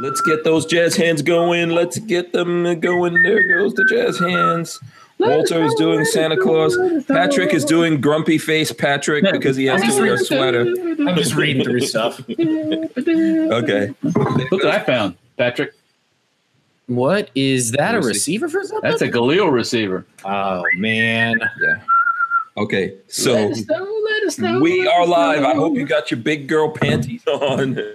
Let's get those jazz hands going. Let's get them going. There goes the jazz hands. Walter is doing Santa Claus. Patrick is doing grumpy face Patrick because he has to wear a sweater. I'm just reading through stuff. Okay. Look what I found, Patrick. What is that? A Lucy. receiver for something? That's a Galil receiver. Oh man. Okay. Let So us know. Let us know. we let are us live. I know. hope you got your big girl panties on. okay.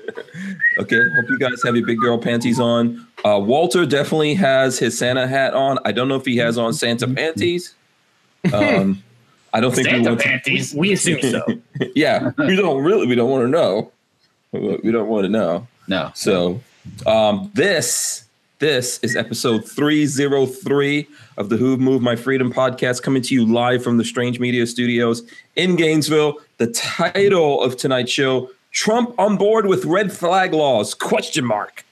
Hope you guys have your big girl panties on. Uh, Walter definitely has his Santa hat on. I don't know if he has on Santa Mm-hmm. panties. Um, I don't think we Santa want to panties. We assume so. yeah, we don't really. We don't want to know. We we don't want to know. No. So, um, this this is episode three zero three of the Who Moved My Freedom podcast, coming to you live from the Strange Media Studios in Gainesville. The title of tonight's show: Trump on board with red flag laws? Question mark.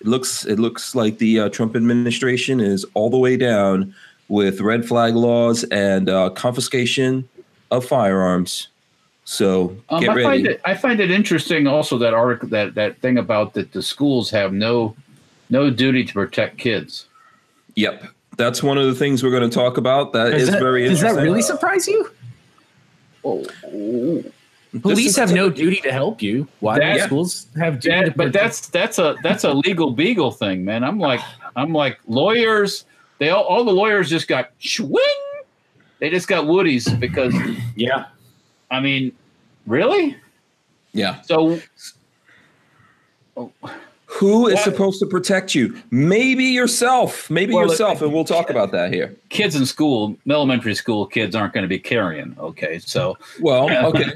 It looks it looks like the uh, Trump administration is all the way down with red flag laws and uh, confiscation of firearms. So Um, get I ready. find it I find it interesting also that article that, that thing about that the schools have no no duty to protect kids. Yep. That's one of the things we're going to talk about. That is, Does that- very Does interesting. that really surprise you? Police is- have no duty to help you. Why That- do schools have duty? to That, but protect- that's that's a that's a legal beagle thing, man. I'm like I'm like lawyers. They all, all the lawyers just got swing. They just got woodies because Yeah. I mean, really? Yeah. So Who is What? supposed to protect you? Maybe yourself. Maybe Well, yourself. And we'll talk about that here. kids in school, elementary school kids aren't going to be carrying. Okay, so Well, okay.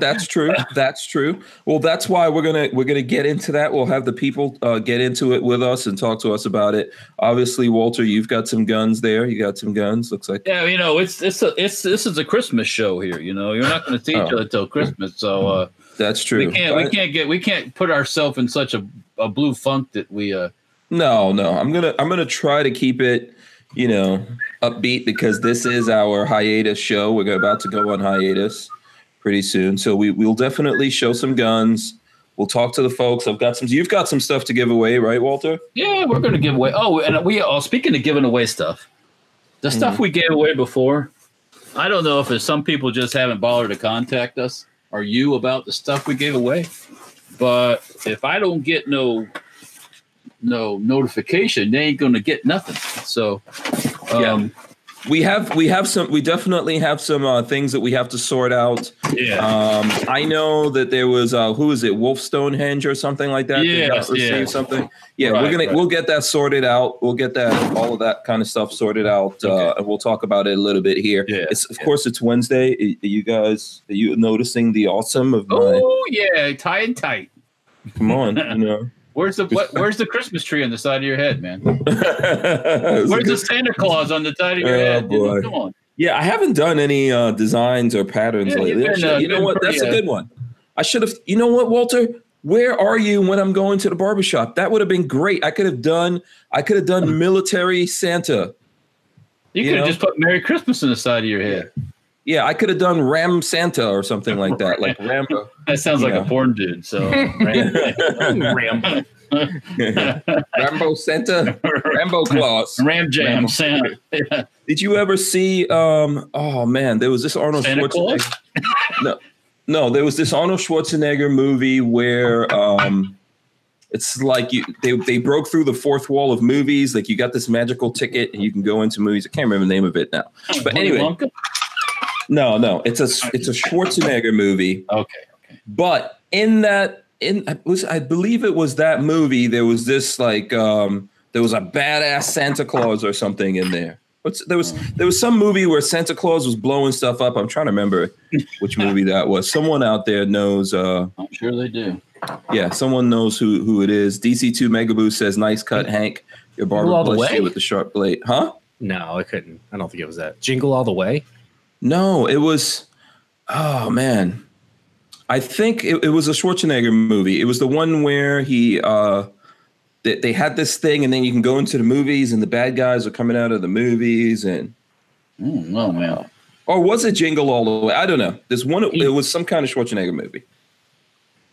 that's true. That's true. Well, that's why we're gonna we're gonna get into that. We'll have the people uh, get into it with us and talk to us about it. Obviously, Walter, you've got some guns there. You got some guns. Looks like yeah, you know, it's it's a, it's this is a Christmas show here. You know, you're not going to see each Oh. other till Christmas. So uh, that's true. we can't we But- can't get we can't put ourselves in such a, a blue funk that we uh No, no. I'm gonna I'm gonna try to keep it, you know, upbeat because this is our hiatus show. We're about to go on hiatus pretty soon, so we we'll definitely show some guns. We'll talk to the folks. I've got some. You've got some stuff to give away, right, Walter? Yeah, we're going to give away. Oh, and we all speaking of giving away stuff, the Hmm. stuff we gave away before. I don't know if it's some people just haven't bothered to contact us or you about the stuff we gave away, but if I don't get no no notification, they ain't going to get nothing. So, um, We have we have some. We definitely have some uh, things that we have to sort out. yeah, Um, I know that there was uh, who is it, Wolf Stonehenge or something like that. did not Yes, receive yeah. something. Yeah, we're Right, gonna right. we'll get that sorted out. We'll get that all of that kind of stuff sorted out, uh, Okay. and we'll talk about it a little bit here. Yeah, it's, of yeah. course it's Wednesday. Are you guys, are you noticing the awesome of my? oh yeah, tie and tight. Come on, you know. Where's the what, where's the Christmas tree on the side of your head, man? Where's the Santa Claus on the side of your Oh, head? dude? boy. Come on. Yeah, I haven't done any uh, designs or patterns Yeah, lately. you've I been, should- uh, you know been what? That's a pretty, uh, good one. I should have. You know what, Walter? Where are you when I'm going to the barbershop? That would have been great. I could have done. I could have Hmm. done military Santa. You, You could have know? just put Merry Christmas on the side of your head. Yeah, I could have done Ram Santa or something like that, like Rambo. That sounds like Yeah. a porn dude. So Rambo. Rambo Santa, Rambo Claus. Ram Rambo. Jam Santa, Did you ever see? um Oh man, there was this Arnold Santa Schwarzenegger. Claus. No, there was this Arnold Schwarzenegger movie where um, it's like you they, they broke through the fourth wall of movies. Like you got this magical ticket and you can go into movies. I can't remember the name of it now. But Willy anyway, Wonka? no, no, it's a it's a Schwarzenegger movie. Okay. But in that in I was I believe it was that movie. There was this like um, there was a badass Santa Claus or something in there. What's, there was Mm. there was some movie where Santa Claus was blowing stuff up. I'm trying to remember which movie that was. Someone out there knows. Uh, I'm sure they do. yeah, someone knows who who it is. DC2 Megaboo says, "Nice cut, Hank. Your barber Well, all the blessed way? you with the sharp blade." Huh? No, I couldn't. I don't think it was that. Jingle all the way. No, it was. Oh man, I think it, it was a Schwarzenegger movie. It was the one where he uh, they, they had this thing, and then you can go into the movies, and the bad guys are coming out of the movies, and Mm, no man. or was it Jingle All the Way? I don't know. There's one. It was some kind of Schwarzenegger movie.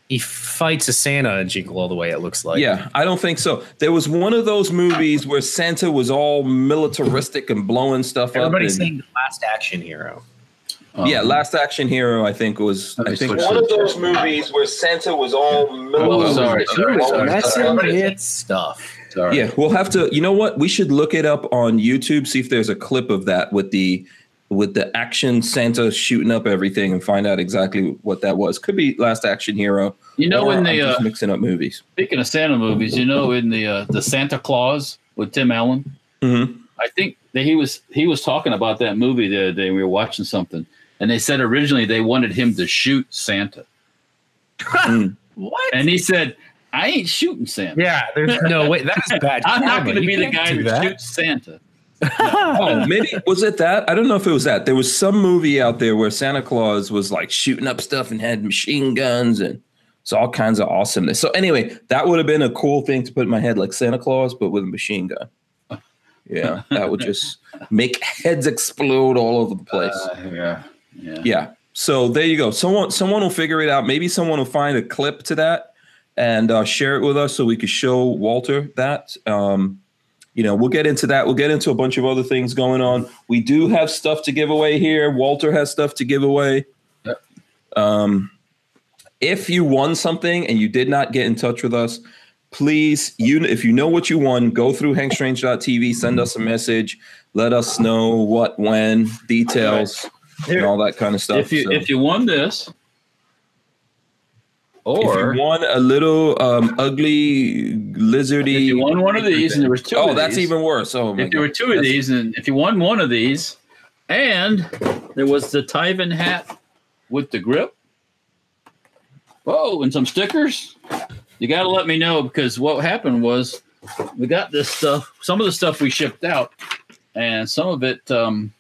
He fights a Santa in Jingle All the Way. It looks like. Yeah, I don't think so. There was one of those movies where Santa was all militaristic and blowing stuff Everybody's up. and- saying the last action hero. Um, yeah, Last Action Hero, I think was. I think One of those movies where Santa was all militaristic Oh, sorry, and sorry, blowing sorry. That's sorry. in it stuff. sorry. Yeah, we'll have to. You know what? We should look it up on YouTube. See if there's a clip of that with the with the action Santa shooting up everything, and find out exactly what that was. Could be Last Action Hero. You know, or in I'm the uh, just mixing up movies. speaking of Santa movies, you know, in the uh, the Santa Claus with Tim Allen, Mhm. I think that he was he was talking about that movie the other day. We were watching something, and they said originally they wanted him to shoot Santa, What? and he said, "I ain't shooting Santa. Yeah, there's no way. That is bad. I'm not karma. going to You be the can't guy do who that. shoots Santa." Oh, maybe was it that? I don't know if it was that. There was some movie out there where Santa Claus was like shooting up stuff and had machine guns and it's all kinds of awesomeness. So anyway, that would have been a cool thing to put in my head, like Santa Claus, but with a machine gun. Yeah, that would just make heads explode all over the place. Uh, yeah, yeah. yeah. So there you go. Someone someone will figure it out. Maybe someone will find a clip to that and uh, share it with us so we could show Walter that. Um, you know, we'll get into that. We'll get into a bunch of other things going on. We do have stuff to give away here. Walter has stuff to give away. Yep. Um, if you won something and you did not get in touch with us, please, you if you know what you won, go through hankstrange.tv, send us a message, let us know what, when, details, and all that kind of stuff. If you So- if you won this, or if you won a little um, ugly lizardy, If you won one of these, and there was two oh, of that's these- even worse. Oh, my if there were God. two of That's- these, and if you won one of these, and there was the Tyven hat with the grip, whoa, and some stickers, you got to let me know because what happened was we got this stuff. Some of the stuff we shipped out, and some of it um,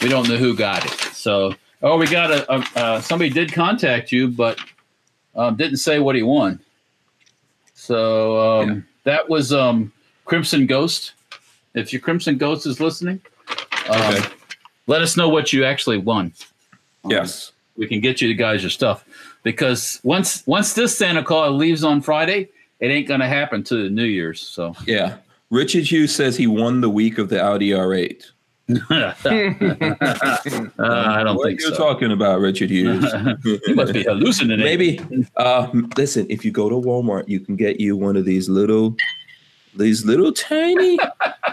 we don't know who got it. So, oh, we got a, a uh, somebody did contact you, but um, didn't say what he won. So um, that was um, Crimson Ghost. If your Crimson Ghost is listening, um, Okay. let us know what you actually won. Um, yes, we can get you guys your stuff because once once this Santa Claus leaves on Friday, it ain't gonna happen to New Year's. So yeah. Richard Hughes says he won the week of the Audi R8. Uh, I don't what think are you so. talking about, Richard Hughes? you must be hallucinating. Maybe. Uh, m- listen, if you go to Walmart, you can get you one of these little, these little tiny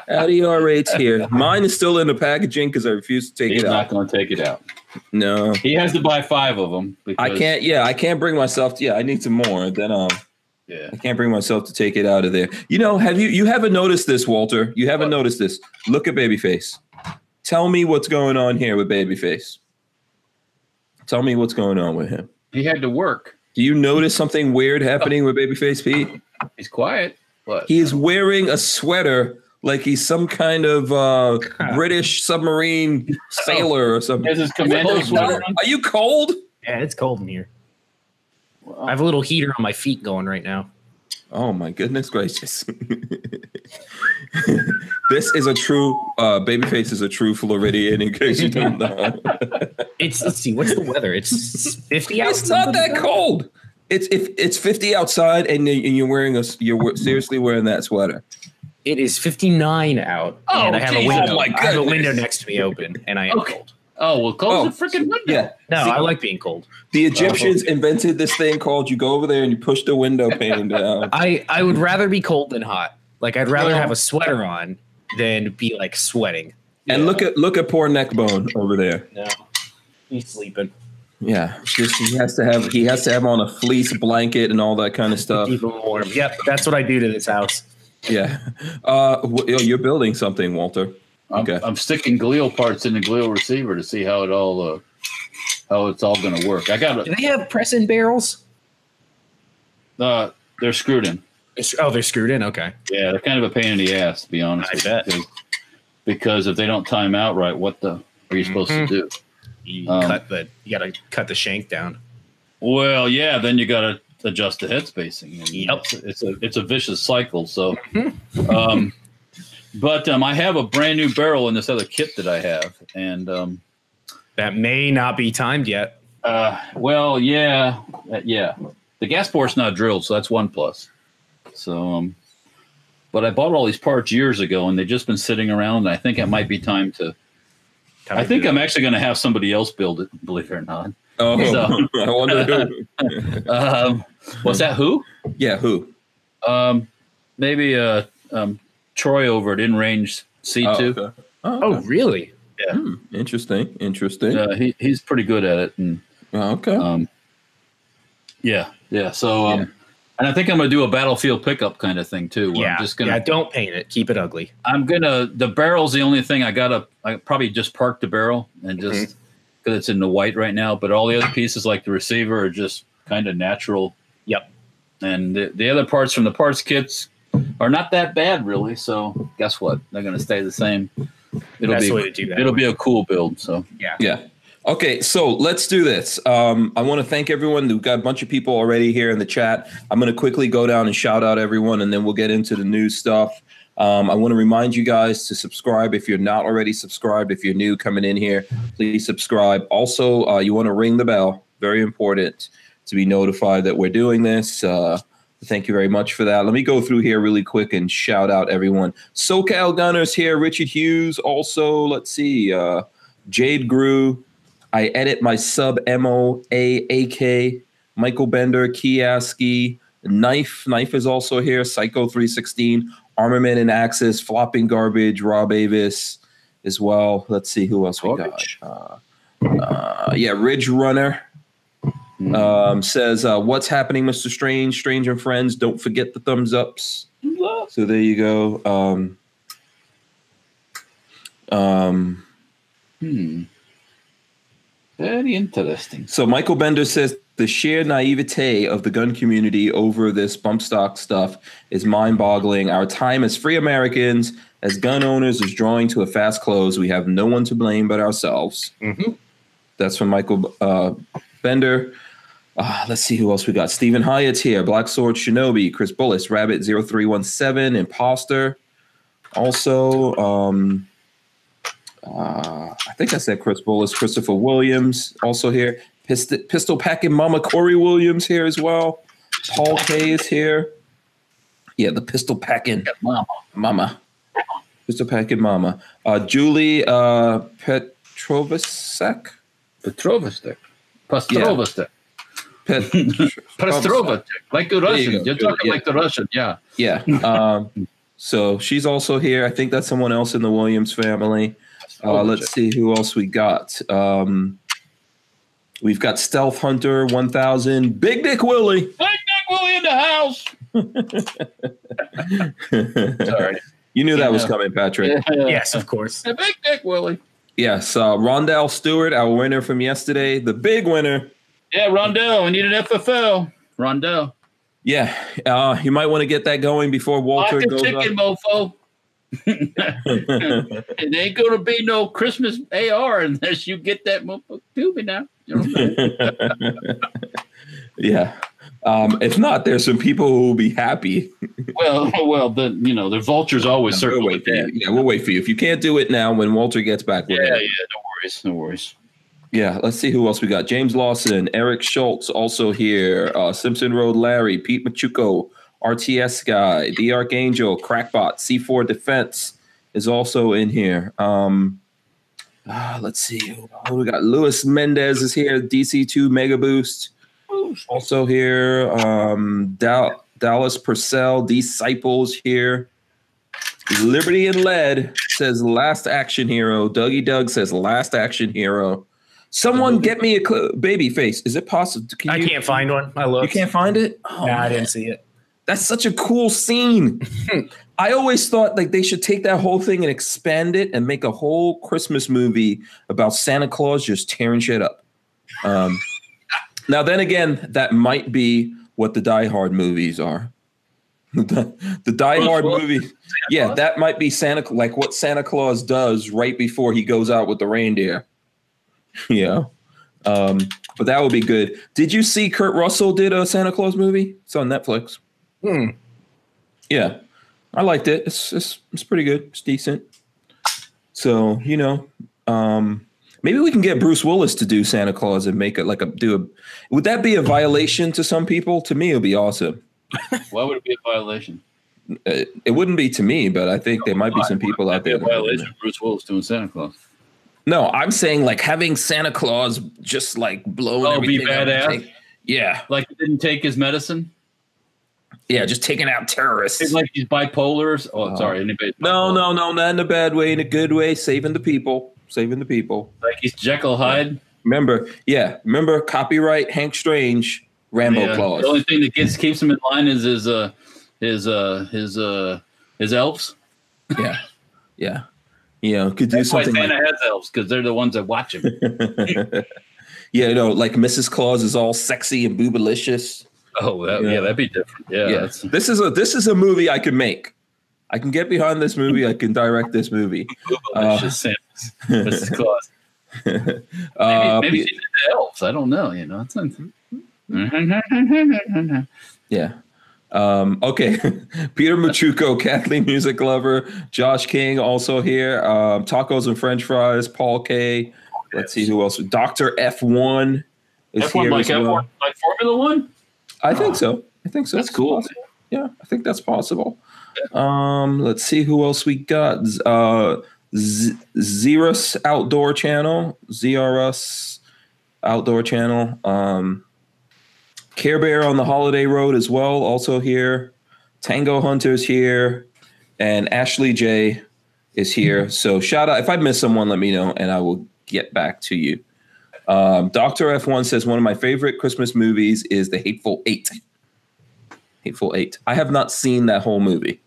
Audi R8s here. Mine is still in the packaging because I refuse to take he's it not out. gonna take it out. No, He has to buy five of them. I because- can't. Yeah, I can't bring myself. To, yeah, I need some more. Then um. Yeah. I can't bring myself to take it out of there. You know, have you you haven't noticed this, Walter? You haven't What? noticed this. Look at Babyface. Tell me what's going on here with Babyface. Tell me what's going on with him. He had to work. Do you notice something weird happening with Babyface Pete? He's quiet. What? He is wearing a sweater like he's some kind of uh, British submarine sailor or something. has his commando sweater on. Are you cold? Yeah, it's cold in here. I have a little heater on my feet going right now. Oh my goodness gracious. this is a true uh babyface is a true Floridian in case you don't know. It's let's see, what's the weather? It's fifty out. it's not that cold. It's if it's 50 outside and, you- and you're wearing a s- you're we- seriously wearing that sweater. It is fifty nine out. Oh, and I have geez. a window. Oh, my I have a goodness. window next to me open and I am Okay. cold. Oh well, Oh, close the freaking window. Yeah. No, See, I like being cold. the Egyptians invented this thing called you go over there and you push the window pane down. I, I would rather be cold than hot. Like I'd rather Yeah. have a sweater on than be like sweating. And look at look at poor neck bone over there. No. He's sleeping. Yeah. Just, he has to have he has to have on a fleece blanket and all that kind of stuff. Keep him warm. Yep, that's what I do to this house. Yeah. Uh wh- you're building something, Walter. I'm, Okay. I'm sticking glial parts in the glial receiver to see how it all uh, how it's all going to work. I got Do they have press in barrels? uh, they're screwed in. It's- Oh, they're screwed in. Okay. Yeah, they're kind of a pain in the ass, to be honest. I with bet. You, because, because if they don't time out right, what the are you supposed Mm-hmm. to do? Mhm. You Um, cut the you gotta cut the shank down. Well, yeah, then you got to adjust the head spacing. And Yep. it's, it's a it's a vicious cycle. So, um, but um, I have a brand new barrel in this other kit that I have, and um, That may not be timed yet. Uh, well, yeah, uh, yeah. The gas port's not drilled, so that's one plus. So, um, but I bought all these parts years ago, and they've just been sitting around. And I think it might be time to. I think I'm actually going to have somebody else build it. Believe it or not. Oh, So- I wonder who. Um, was that who? Yeah, who? Um, maybe uh, um, Troy over at In Range C2. Oh, okay. Oh, Oh, okay. really? interesting. Interesting. Uh, he, he's pretty good at it, and Oh, okay. um, yeah, yeah. So, um, Yeah. and I think I'm gonna do a battlefield pickup kind of thing too. Where Yeah. I'm just gonna, yeah. Don't paint it. Keep it ugly. I'm gonna. The barrel's the only thing I gotta. I probably just park the barrel and just because Mm-hmm. it's in the white right now. But all the other pieces, like the receiver, are just kind of natural. Yep. And the, the other parts from the parts kits are not that bad, really. So guess what? They're gonna stay the same. It'll That's be the way to do that. it'll be a cool build. So Yeah. Okay, so let's do this. Um, I want to thank everyone. We've got a bunch of people already here in the chat. I'm going to quickly go down and shout out everyone, and then we'll get into the new stuff. Um, I want to remind you guys to subscribe if you're not already subscribed. If you're new coming in here, please subscribe. Also, uh, you want to ring the bell. Very important to be notified that we're doing this. Uh, thank you very much for that. Let me go through here really quick and shout out everyone. SoCal Gunners here. Richard Hughes also. Let's see. Uh, Jade Grew. I edit my sub M O A A K. Michael Bender, Kiaski, Knife. Knife is also here. Psycho three sixteen. Armament and Axis. Flopping garbage. Rob Avis as well. Let's see who else we got. Garbage. Uh, uh, yeah, Ridge Runner. Um, says, uh, "What's happening, Mister Strange? Strange and friends, don't forget the thumbs ups." So there you go. Um, um, Hmm. Very interesting. So Michael Bender says the sheer naivete of the gun community over this bump stock stuff is mind-boggling. Our time as free Americans, as gun owners, is drawing to a fast close. We have no one to blame but ourselves. Mhm. That's from Michael uh, Bender. Uh, let's see who else we got. Stephen Hyatt's here. Black Sword Shinobi, Chris Bullis, Rabbit 0317, Imposter. Also, um, uh, I think I said Chris Bullis, Christopher Williams also here. Pistol, pistol packing mama Corey Williams here as well. Paul K is here. Yeah, the pistol packing Wow. mama. Pistol packing mama. Uh, Julie uh, Petrovac. Petrovastek. Pastrovastek. Pet, Pastrovastek. Like the There you Russian. go. You're talking Yeah. like the Russian. Yeah. yeah. Um, so she's also here. I think that's someone else in the Williams family. Oh, Uh, let's see who else we got. Um, we've got Stealth Hunter 1000, Big Dick Willie. Hey, Nick Willie in the house. Sorry. You knew that was Yeah. coming, Patrick. Yes, of course. Hey, Big Dick Willie. Yes, uh, Rondell Stewart, our winner from yesterday, the big winner. Yeah, Rondell. We need an FFL. Rondell. Yeah, uh, you might want to get that going before Walter Lock the goes chicken, mofo. up. It ain't going to be no Christmas AR unless you get that mofo to me now. You know what I'm saying? yeah. Um, if not, there's some people who will be happy. well, well, then, you know, the vultures always circle We'll wait with for that. you. Yeah, we'll wait for you. If you can't do it now, when Walter gets back, we'll Yeah, yeah, have no it. worries. No worries. yeah. Let's see who else we got. James Lawson, Eric Schultz, also here. Uh, Simpson Road, Larry, Pete Machuco, RTS guy, the Archangel, Crackbot, C4 Defense is also in here. Um, ah, let's see. Who who we got? Luis Mendez is here. DC2 Mega Boost also here. Um, Dal- Dallas Purcell Disciples here. Liberty and Lead says Last Action Hero. Dougie Doug says Last Action Hero. Someone get me a cl- baby face. Is it possible? Can I you- can't find one. I look. You can't find it? Oh, Nah, I man. didn't see it. That's such a cool scene. I always thought like they should take that whole thing and expand it and make a whole Christmas movie about Santa Claus just tearing shit up. Um, now then again, that might be what the Die Hard movies are. the, the Die Hard Claus? movie, yeah, that might be Santa like what Santa Claus does right before he goes out with the reindeer. you know, um, but that would be good. Did you see Kurt Russell did a Santa Claus movie? It's on Netflix. Hmm. Yeah, I liked it. It's it's, it's pretty good. It's decent. So you know, um, Maybe we can get Bruce Willis to do Santa Claus and make it like a do a. Would that be a violation to some people? To me, it would be awesome. Why would it be a violation? Uh, It wouldn't be to me, but I think there might be some people out That'd be there. a that would. violation of Bruce Willis doing Santa Claus. No, I'm saying like having Santa Claus just like blowing. Oh, be everything up and badass? take- Yeah, Like he didn't take his medicine. yeah, just taking out terrorists. It's like he's bipolar. or s- Oh, Oh. sorry, anybody? no, bipolar. no, no, not in a bad way, in a good way, saving the people, saving the people. Like he's Jekyll Hyde. Remember, yeah, remember copyright Hank Strange Rambo Yeah. clause. The only thing that gets keeps him in line is his uh his uh his uh his elves. Yeah, yeah, you know, could do That's why something. Santa Like, has elves because they're the ones that watch him. yeah, you know, like Mrs. Claus is all sexy and boobalicious. oh, that, Yeah. yeah. that'd be different. Yeah, yeah, that's- this is a this is a movie I can make. I can get behind this movie. I can direct this movie. Uh, that's just Santa. That's Claus. Maybe, Uh, maybe be- she's into elves. I don't know. You know, it's not- Yeah. Um, okay. Peter Machuco, Kathleen Music Lover, Josh King also here. Um, tacos and French fries, Paul K. Let's see who else. Dr. F1 is F1 here. as like well. F1 like Formula One. I think so. I think so. That's cool. Possible. Yeah, I think that's possible. Um, let's see who else we got. Z- Uh, Z- Zerus Outdoor Channel, ZRS Outdoor Channel. Um, Care Bear on the Holiday Road as well, also here. Tango Hunters here, and Ashley J is here. So shout out if I miss someone, let me know, and I will get back to you. Um, Doctor F1 says one of my favorite Christmas movies is The Hateful Eight. Hateful Eight. I have not seen that whole movie.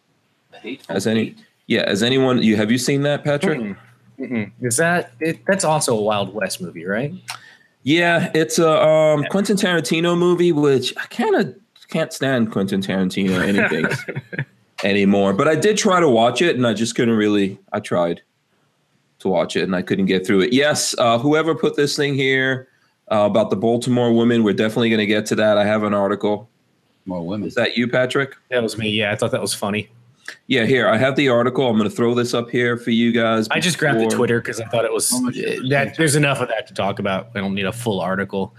Has any? Yeah, has anyone? You have you seen that, Patrick? Mm-mm. Mm-mm. Is that it? That's also a Wild West movie, right? Yeah, it's a um, Quentin Tarantino movie, which I kind of can't stand Quentin Tarantino anything anymore. But I did try to watch it, and I just couldn't really. I tried to watch it, and I couldn't get through it. Yes, uh, whoever put this thing here uh, about the Baltimore woman, we're definitely going to get to that. I have an article. More women. Is that you, Patrick? That was me. Yeah, I thought that was funny. Yeah, here I have the article. I'm going to throw this up here for you guys. I just grabbed the before- Twitter because I thought it was How much- that. There's enough of that to talk about. I don't need a full article.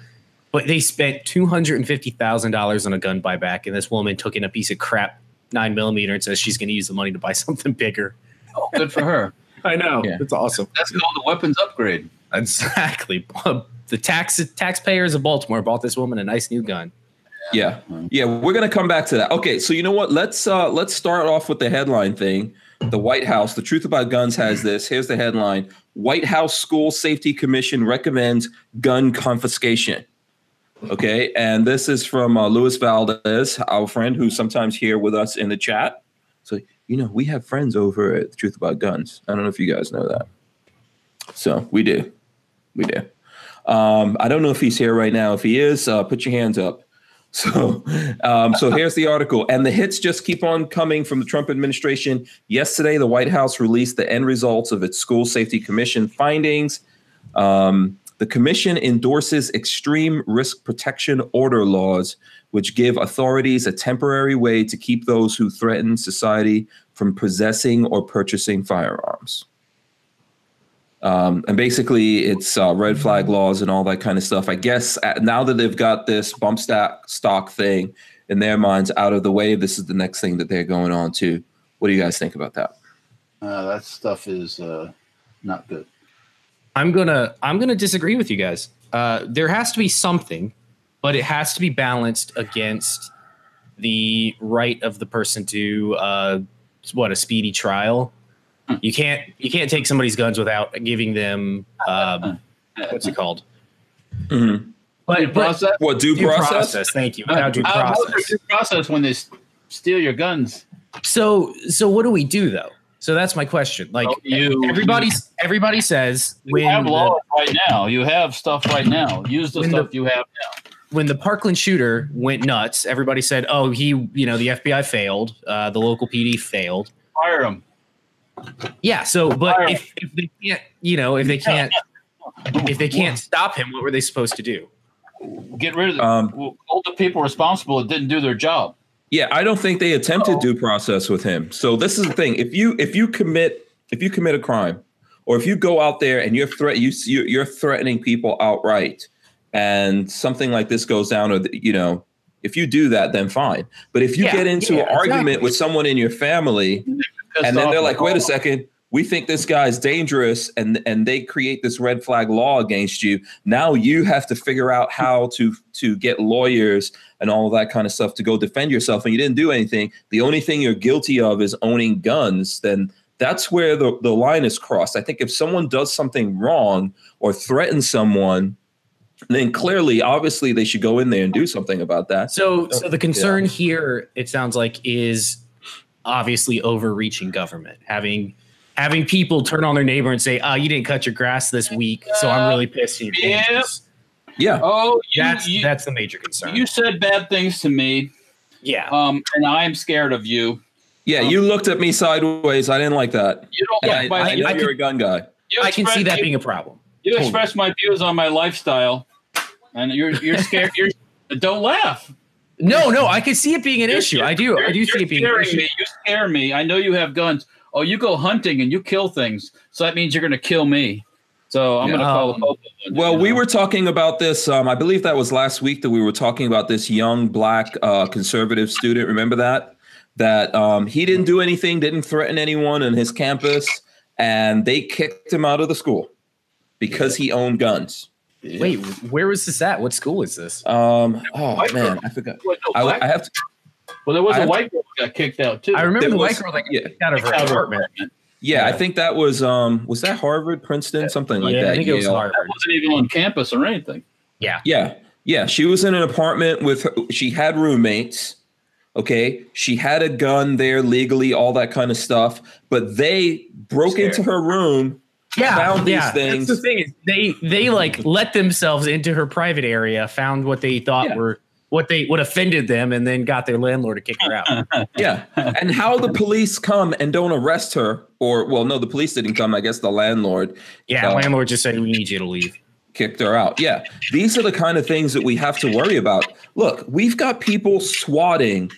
But they spent two hundred and fifty thousand dollars on a gun buyback, and this woman took in a piece of crap nine millimeter and says she's going to use the money to buy something bigger. Oh, good for her. I know. Yeah. It's awesome. That's called the weapons upgrade. Exactly. Um, The tax taxpayers of Baltimore bought this woman a nice new gun. yeah yeah we're gonna come back to that okay so you know what let's uh let's start off with the headline thing the white house the truth about guns has this here's the headline white house school safety commission recommends gun confiscation okay and this is from uh, luis valdez our friend who's sometimes here with us in the chat so you know we have friends over at the truth about guns i don't know if you guys know that so we do we do um, i don't know if he's here right now if he is uh, put your hands up so, um, so here's the article, and the hits just keep on coming from the Trump administration. Yesterday, the White House released the end results of its school safety commission findings. Um, the commission endorses extreme risk protection order laws, which give authorities a temporary way to keep those who threaten society from possessing or purchasing firearms. Um, and basically, it's uh, red flag laws and all that kind of stuff. I guess uh, now that they've got this bump stack stock thing in their minds out of the way, this is the next thing that they're going on to. What do you guys think about that? Uh, that stuff is uh, not good. I'm gonna I'm gonna disagree with you guys. Uh, there has to be something, but it has to be balanced against the right of the person to uh, what a speedy trial. You can't you can't take somebody's guns without giving them um, what's it called? But, process. What Mm-hmm. due, Due process? Thank you. Without due Uh, how's process. there due process when they s- steal your guns? So so what do we do though? So that's my question. Like Oh, you- everybody's everybody says You when have the- laws right now. You have stuff right now. Use the When stuff the- you have now. when the Parkland shooter went nuts, everybody said, "Oh, he, you know, the FBI failed, uh, the local PD failed." Fire them. Yeah. So, but if, if they can't, you know, if they can't, if they can't stop him, what were they supposed to do? Get rid of them. Um, Well, hold the people responsible that didn't do their job. Yeah, I don't think they attempted Uh-oh. due process with him. So this is the thing: if you if you commit if you commit a crime or if you go out there and you're threat you you- you're threatening people outright, and something like this goes down, or th- you know, if you do that, then fine. But if you Yeah, get into yeah, an argument exactly. with someone in your family, and then they're like, wait a second, we think this guy's dangerous, and and they create this red flag law against you. Now you have to figure out how to to get lawyers and all that kind of stuff to go defend yourself, and you didn't do anything. The only thing you're guilty of is owning guns. Then that's where the, the line is crossed. I think if someone does something wrong or threatens someone, then clearly, obviously, they should go in there and do something about that. So, so the concern here, it sounds like, is obviously overreaching government, having having people turn on their neighbor and say, "Oh, you didn't cut your grass this week, so I'm really pissed." and you're Yep. dangerous." Yeah. Oh, you, That's you, that's the major concern. you said bad things to me, yeah, um, and I am scared of you. Yeah. You looked at me sideways. I didn't like that. You don't Um, Yeah, like I, my. I know I you're a gun guy. you I can express- see that you- being a problem. You Totally. express my views on my lifestyle, and you're you're scared. You're don't laugh. No, no, I can see it being an issue. I do, I do You're- see you're it being an scaring issue. me. You scare me. I know you have guns. Oh, you go hunting and you kill things, so that means you're going to kill me. So I'm going to Yeah. call the Um, Pope. Well, we were talking about this. Um, I believe that was last week that we were talking about this young black uh, conservative student. Remember that? That um, he didn't do anything, didn't threaten anyone on his campus, and they kicked him out of the school because he owned guns. Wait, where was this at? What school is this? Um, oh man, I forgot. Well, I, I have to. well, there was I a have- white girl who got kicked out too. I remember There the was- white girl that got yeah. kicked out of her Out of her apartment. apartment. Yeah, I think that was um, was that Harvard, Princeton, something like yeah, that. I think it was Yale. That Harvard. wasn't even on campus or anything. Yeah. Yeah. She was in an apartment with her, she had roommates. Okay. She had a gun there legally, all that kind of stuff. But they broke Scared. into her room. yeah, found these yeah. things. That's the thing is they they like let themselves into her private area, found what they thought Yeah. were what they what offended them, and then got their landlord to kick her out. Yeah. and how the police come and don't arrest her, or well, no, the police didn't come. I guess the landlord Yeah, Oh. landlord just said we need you to leave. kicked her out. Yeah. These are the kind of things that we have to worry about. Look, we've got people swatting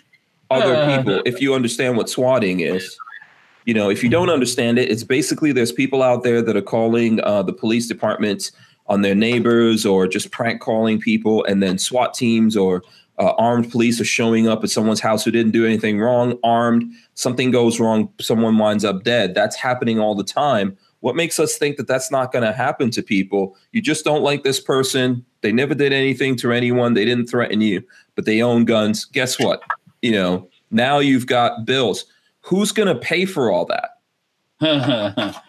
other Uh. people, if you understand what swatting is. You know, if you don't understand it, it's basically there's people out there that are calling uh, the police departments on their neighbors or just prank calling people, and then SWAT teams or uh, armed police are showing up at someone's house who didn't do anything wrong, armed. Something goes wrong, someone winds up dead. That's happening all the time. What makes us think that that's not going to happen to people? You just don't like this person. They never did anything to anyone. They didn't threaten you, but they own guns. Guess what? You know, now you've got bills. Who's going to pay for all that? Oh,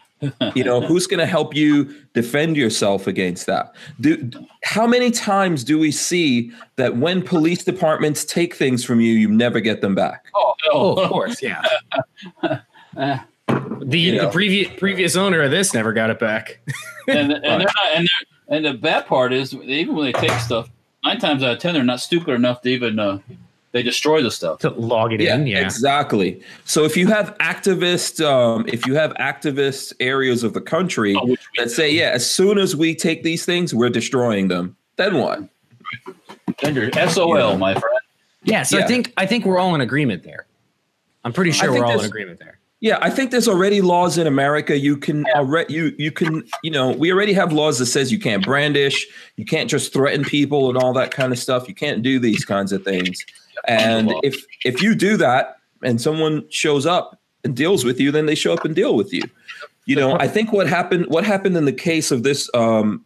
You know, who's going to help you defend yourself against that? Do, how many times do we see that when police departments take things from you, you never get them back? oh, no. Oh, of course, yeah. Uh, The You know. the previous previous owner of this never got it back. and and, they're not, and, they're, and the bad part is even when they take stuff, nine times out of ten they're not stupid enough to even uh, they destroy the stuff. to log it in, yeah. exactly. So if you have activist, um, if you have activist areas of the country Oh, which we- that say, yeah, as soon as we take these things, we're destroying them. Then what? then you're SOL, Yeah. my friend. Yeah, so Yeah. I think I think we're all in agreement there. I'm pretty sure think we're all in this- agreement there. Yeah, I think there's already laws in America. You can already you you can you know we already have laws that says you can't brandish, you can't just threaten people and all that kind of stuff. You can't do these kinds of things. And Law. if if you do that and someone shows up and deals with you, then they show up and deal with you. You know, I think what happened what happened in the case of this um,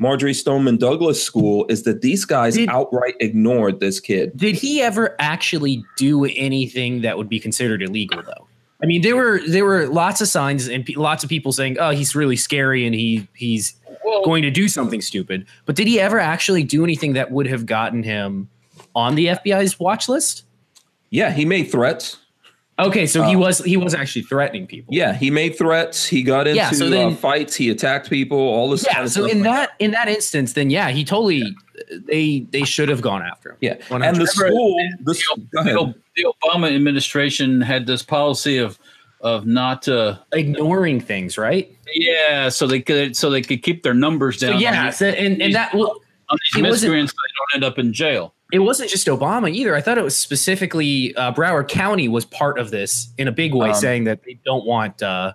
Marjorie Stoneman Douglas school is that these guys Did- outright ignored this kid. Did he ever actually do anything that would be considered illegal though? I mean, there were there were lots of signs and pe- lots of people saying, "Oh, he's really scary and he he's Well, going to do something stupid." But did he ever actually do anything that would have gotten him on the FBI's watch list? Yeah, he made threats. Okay, so he Uh, was he was actually threatening people. Yeah, he made threats. He got into Yeah, so uh, then- fights. He attacked people. All this. kind Yeah, of so stuff in like that in that instance then yeah, he totally they they should have gone after him. Yeah, and the 100. school. The, s- go the, ahead. O- the Obama administration had this policy of of not uh, ignoring things, right? yeah, so they could so they could keep their numbers So down. yeah, on so, and and that well, these, on these it wasn't- miscreants, so they don't end up in jail. it wasn't just Obama either. I thought it was specifically uh, Broward County was part of this in a big way, Um, saying that they don't want uh,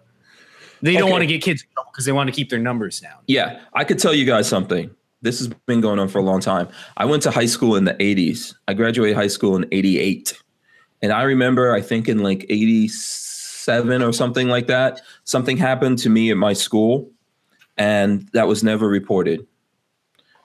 They don't Okay. want to get kids in trouble because they want to keep their numbers down. Yeah, I could tell you guys something. This has been going on for a long time. I went to high school in the 80s. I graduated high school in 88. And I remember, I think in like 87 or something like that, something happened to me at my school and that was never reported.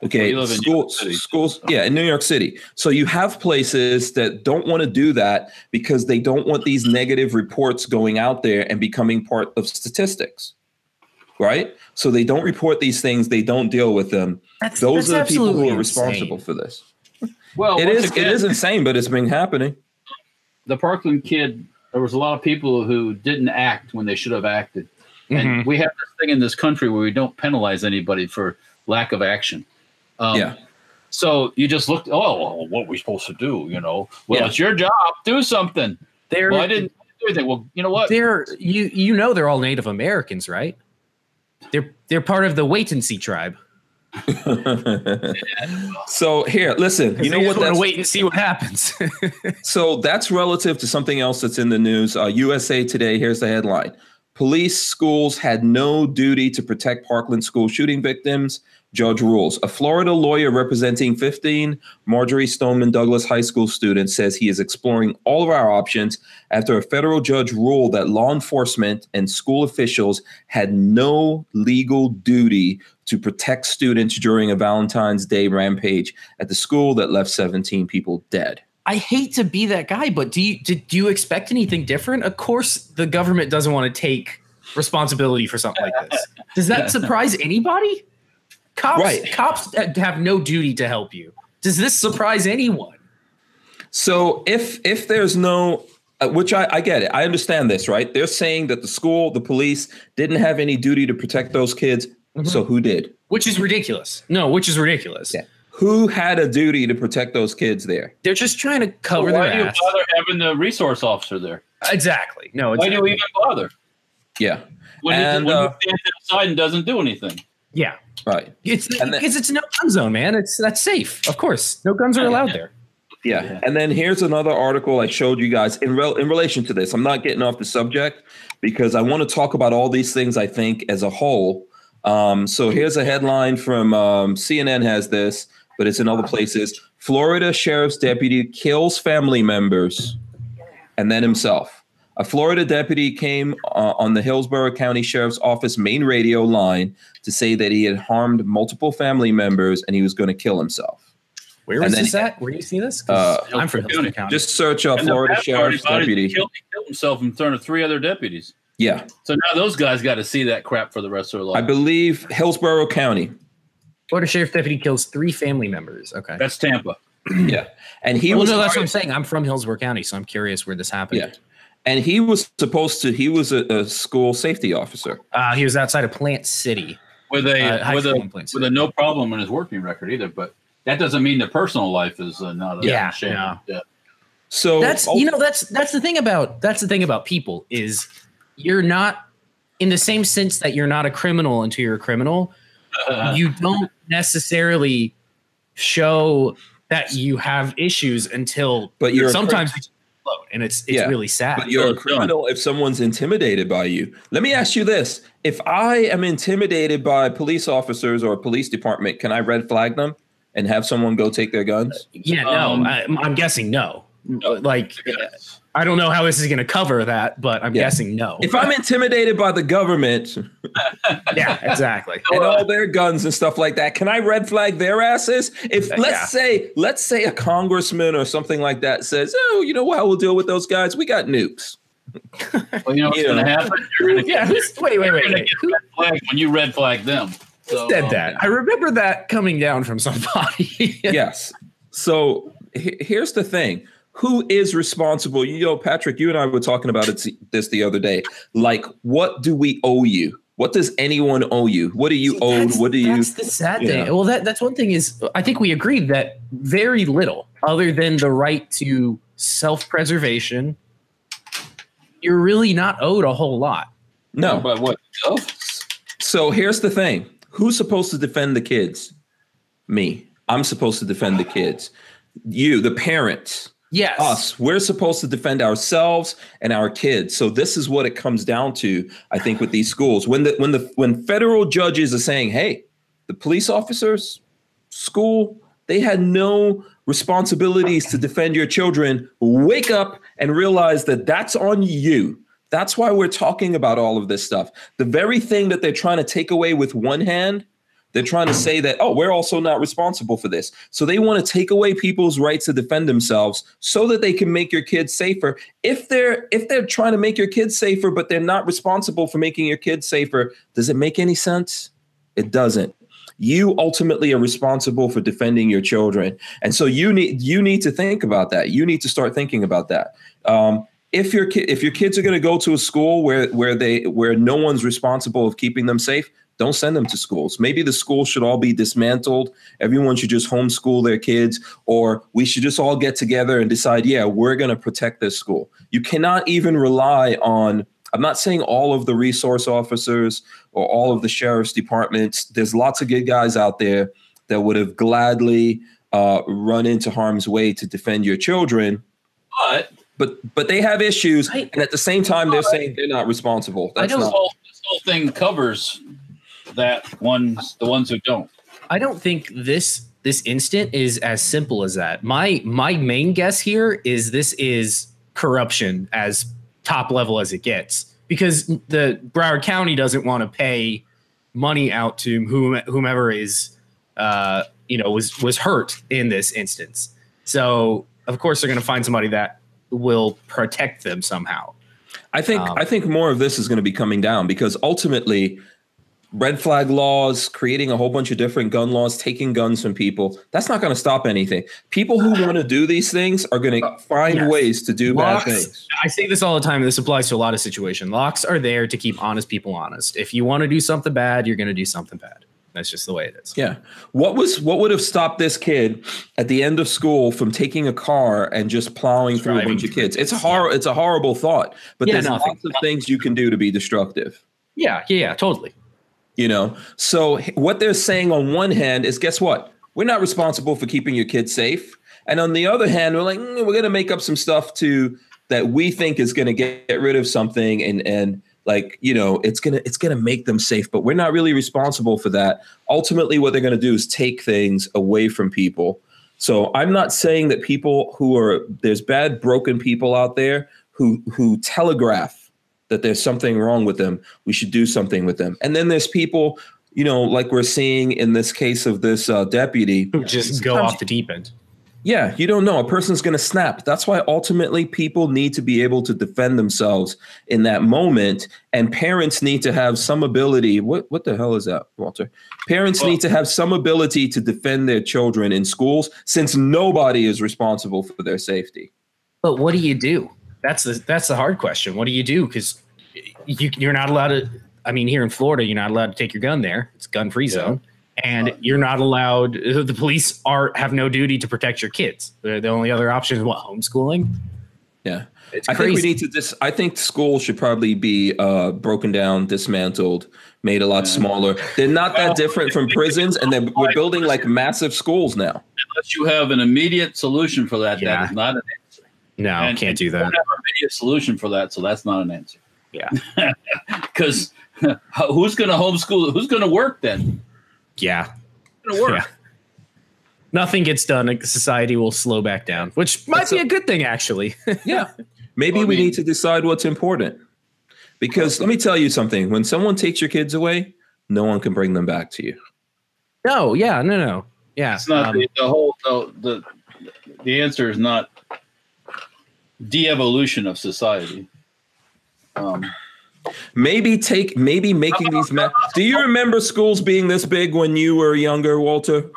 Okay, you live in New school, York City. schools, yeah, in New York City. So you have places that don't want to do that because they don't want these negative reports going out there and becoming part of statistics, right? So they don't report these things, they don't deal with them. That's Those are the that's people who absolutely are responsible insane. for this. Well, It once is, it again, is insane, but it's been happening. the Parkland kid. There was a lot of people who didn't act when they should have acted, Mm-hmm. and we have this thing in this country where we don't penalize anybody for lack of action. Um, yeah, So you just looked. Oh, well, what are we supposed to do? You know. Well, Yeah. it's your job. Do something. They're Well, I didn't do anything. Well, you know what? they're you you know they're all Native Americans, right? They're they're part of the wait and see tribe. so here, listen. You know They what? just wanna That's, wait and see what happens. so that's relative to something else that's in the news. Uh, USA Today. Here's the headline: Police schools had no duty to protect Parkland school shooting victims. Judge rules. A Florida lawyer representing 15 Marjorie Stoneman Douglas high school students says he is exploring all of our options after a federal judge ruled that law enforcement and school officials had no legal duty to protect students during a Valentine's Day rampage at the school that left 17 people dead. I hate to be that guy, but do you did, do you expect anything different? Of course, the government doesn't want to take responsibility for something like this. Does that surprise anybody? Cops, Right. cops have no duty to help you. Does this surprise anyone? So if if there's no uh, which I, I get it. I understand this, right? They're saying that the school, the police didn't have any duty to protect those kids. So who did? Which is ridiculous. No, which is ridiculous. Who had a duty to protect those kids there? They're just trying to why cover do their you ass. bother having the resource officer there? Exactly. No, Why exactly. do you even bother Yeah. when, he- And, when uh, he stands outside and doesn't do anything? yeah. Right. It's And then- because it's no gun zone, man. It's that's safe. Of course, no guns are allowed there. Yeah. Yeah. And then here's another article I showed you guys in rel- in relation to this. I'm not getting off the subject because I want to talk about all these things. I think as a whole. Um, so here's a headline from um, CNN has this, but it's in other places. Florida sheriff's deputy kills family members and then himself. A Florida deputy came uh, on the Hillsborough County Sheriff's Office main radio line to say that he had harmed multiple family members and he was going to kill himself. Where And was then- this at? Where do you see this? 'Cause Uh, I'm from Hillsborough County. County. Just search uh, And the Florida bad part Sheriff's about it is he Deputy. killed, he killed himself in front of three other deputies. yeah, So now those guys got to see that crap for the rest of their I life. believe Hillsborough County. Florida sheriff deputy kills three family members. Okay. That's Tampa. Yeah, and he well, was Oh, no, that's what I'm saying. I'm from Hillsborough County, so I'm curious where this happened. yeah, and he was supposed to. He was a, a school safety officer. Uh, he was outside of Plant City. with a Uh, high with school a complaints. with a no problem in his working record either. But that doesn't mean the personal life is uh, not. A Yeah, shame. no. Yeah. So oh, That's you know that's that's the thing about that's the thing about people is you're not in the same sense that you're not a criminal until you're a criminal. you don't necessarily show that you have issues until But you're a sometimes they just explode, and it's it's Yeah. really sad. But you're So a it's criminal if someone's intimidated by you. Let me ask you this: If I am intimidated by police officers or a police department, can I red flag them and have someone go take their guns? Yeah, no, Um, I, I'm guessing no. Like, I don't know how this is going to cover that, but I'm Yeah. guessing no. If I'm intimidated by the government yeah, exactly. and all their guns and stuff like that. Can I red flag their asses? If let's Yeah. say let's say a congressman or something like that says, "Oh, you know what? We'll deal with those guys. We got nukes." Well, you know what's Yeah. going to happen? You're going to yeah, who's, wait, wait, wait, wait. Who get flagged when you red flag them. So, said um, that? I remember that coming down from somebody. yes. So he- here's the thing. Who is responsible? You know, Patrick, you and I were talking about it, this the other day. Like, what do we owe you? What does anyone owe you? What do you See, owe? that's- What do you? That's the sad you thing. know. Well, that that's one thing is I think we agreed that very little, other than the right to self-preservation, you're really not owed a whole lot. No. By what? Oh, So here's the thing who's supposed to defend the kids? Me. I'm supposed to defend the kids. You, the parents. Yes. us. We're supposed to defend ourselves and our kids. So this is what it comes down to, I think, with these schools. When the when the when federal judges are saying, "Hey, the police officers, school, they had no responsibilities to defend your children." Wake up and realize that that's on you. That's why we're talking about all of this stuff. The very thing that they're trying to take away with one hand, they're trying to say that, oh, we're also not responsible for this. So they want to take away people's rights to defend themselves so that they can make your kids safer. If they're if they're trying to make your kids safer, but they're not responsible for making your kids safer, does it make any sense? It doesn't. You ultimately are responsible for defending your children. And so you need you need to think about that. You need to start thinking about that. Um, if your ki- if your kids are going to go to a school where where they where no one's responsible of keeping them safe, don't send them to schools. Maybe the schools should all be dismantled. Everyone should just homeschool their kids, or we should just all get together and decide, yeah, we're going to protect this school. You cannot even rely on. I'm not saying all of the resource officers or all of the sheriff's departments. There's lots of good guys out there that would have gladly uh, run into harm's way to defend your children But but but they have issues, I- and at the same time, they're saying they're not responsible. I That's this don't- not, whole, this whole thing covers that ones the ones who don't. I don't think this this instant is as simple as that. My my main guess here is this is corruption as top level as it gets because the Broward County doesn't want to pay money out to whom, whomever is uh, you know was was hurt in this instance. So of course they're going to find somebody that will protect them somehow. I think Um, I think more of this is going to be coming down because ultimately, red flag laws, creating a whole bunch of different gun laws, taking guns from people, that's not going to stop anything. People who want to do these things are going to find Uh, Yes. ways to do Locks. bad things. I say this all the time. and This applies to a lot of situations. Locks are there to keep honest people honest. If you want to do something bad, you're going to do something bad. That's just the way it is. Yeah. What was what would have stopped this kid at the end of school from taking a car and just plowing through a Driving bunch of through kids? It's a hor- it's a horrible thought, but Yeah, there's nothing. lots of things you can do to be destructive. Yeah, yeah, yeah, totally. you know so h- what they're saying on one hand is guess what we're not responsible for keeping your kids safe and on the other hand we're like "Mm, we're going to make up some stuff to that we think is going to get, get rid of something and and like you know it's going to it's going to make them safe but we're not really responsible for that ultimately what they're going to do is take things away from people so i'm not saying that people who are there's bad broken people out there who who telegraph that there's something wrong with them. We should do something with them. And then there's people, you know, like we're seeing in this case of this uh, deputy. Just go off the deep end. Yeah, you don't know. A person's going to snap. That's why ultimately people need to be able to defend themselves in that moment. And parents need to have some ability. What, what the hell is that, Walter? Parents Well- need to have some ability to defend their children in schools since nobody is responsible for their safety. But what do you do? That's the that's the hard question. What do you do? Because you you're not allowed to. I mean, here in Florida, you're not allowed to take your gun there. It's gun free zone, and you're not allowed. The police are have no duty to protect your kids. The the only other option is what homeschooling. Yeah. It's I think we crazy. need to dis- I think school should probably be uh, broken down, dismantled, made a lot Yeah. smaller. They're not Mm. Well, that different from prisons, and then we're building like massive schools now. Unless you have an immediate solution for that, Yeah. that is not an answer. no, And- can't and do you that. don't have an immediate solution for that, so that's not an answer. Yeah. Because who's going to homeschool? Who's going to work then? Yeah, Who's going to Yeah. work? nothing gets done, like, society will slow back down, which might That's be a- a good thing, actually. Yeah. Maybe I we mean- need to decide what's important. Because let me tell you something when someone takes your kids away, no one can bring them back to you. no, yeah, no, no, yeah. It's not um, the, the whole the, the the answer is not de-evolution of society. Um, Maybe take maybe making these. Ma- Do you remember schools being this big when you were younger, Walter?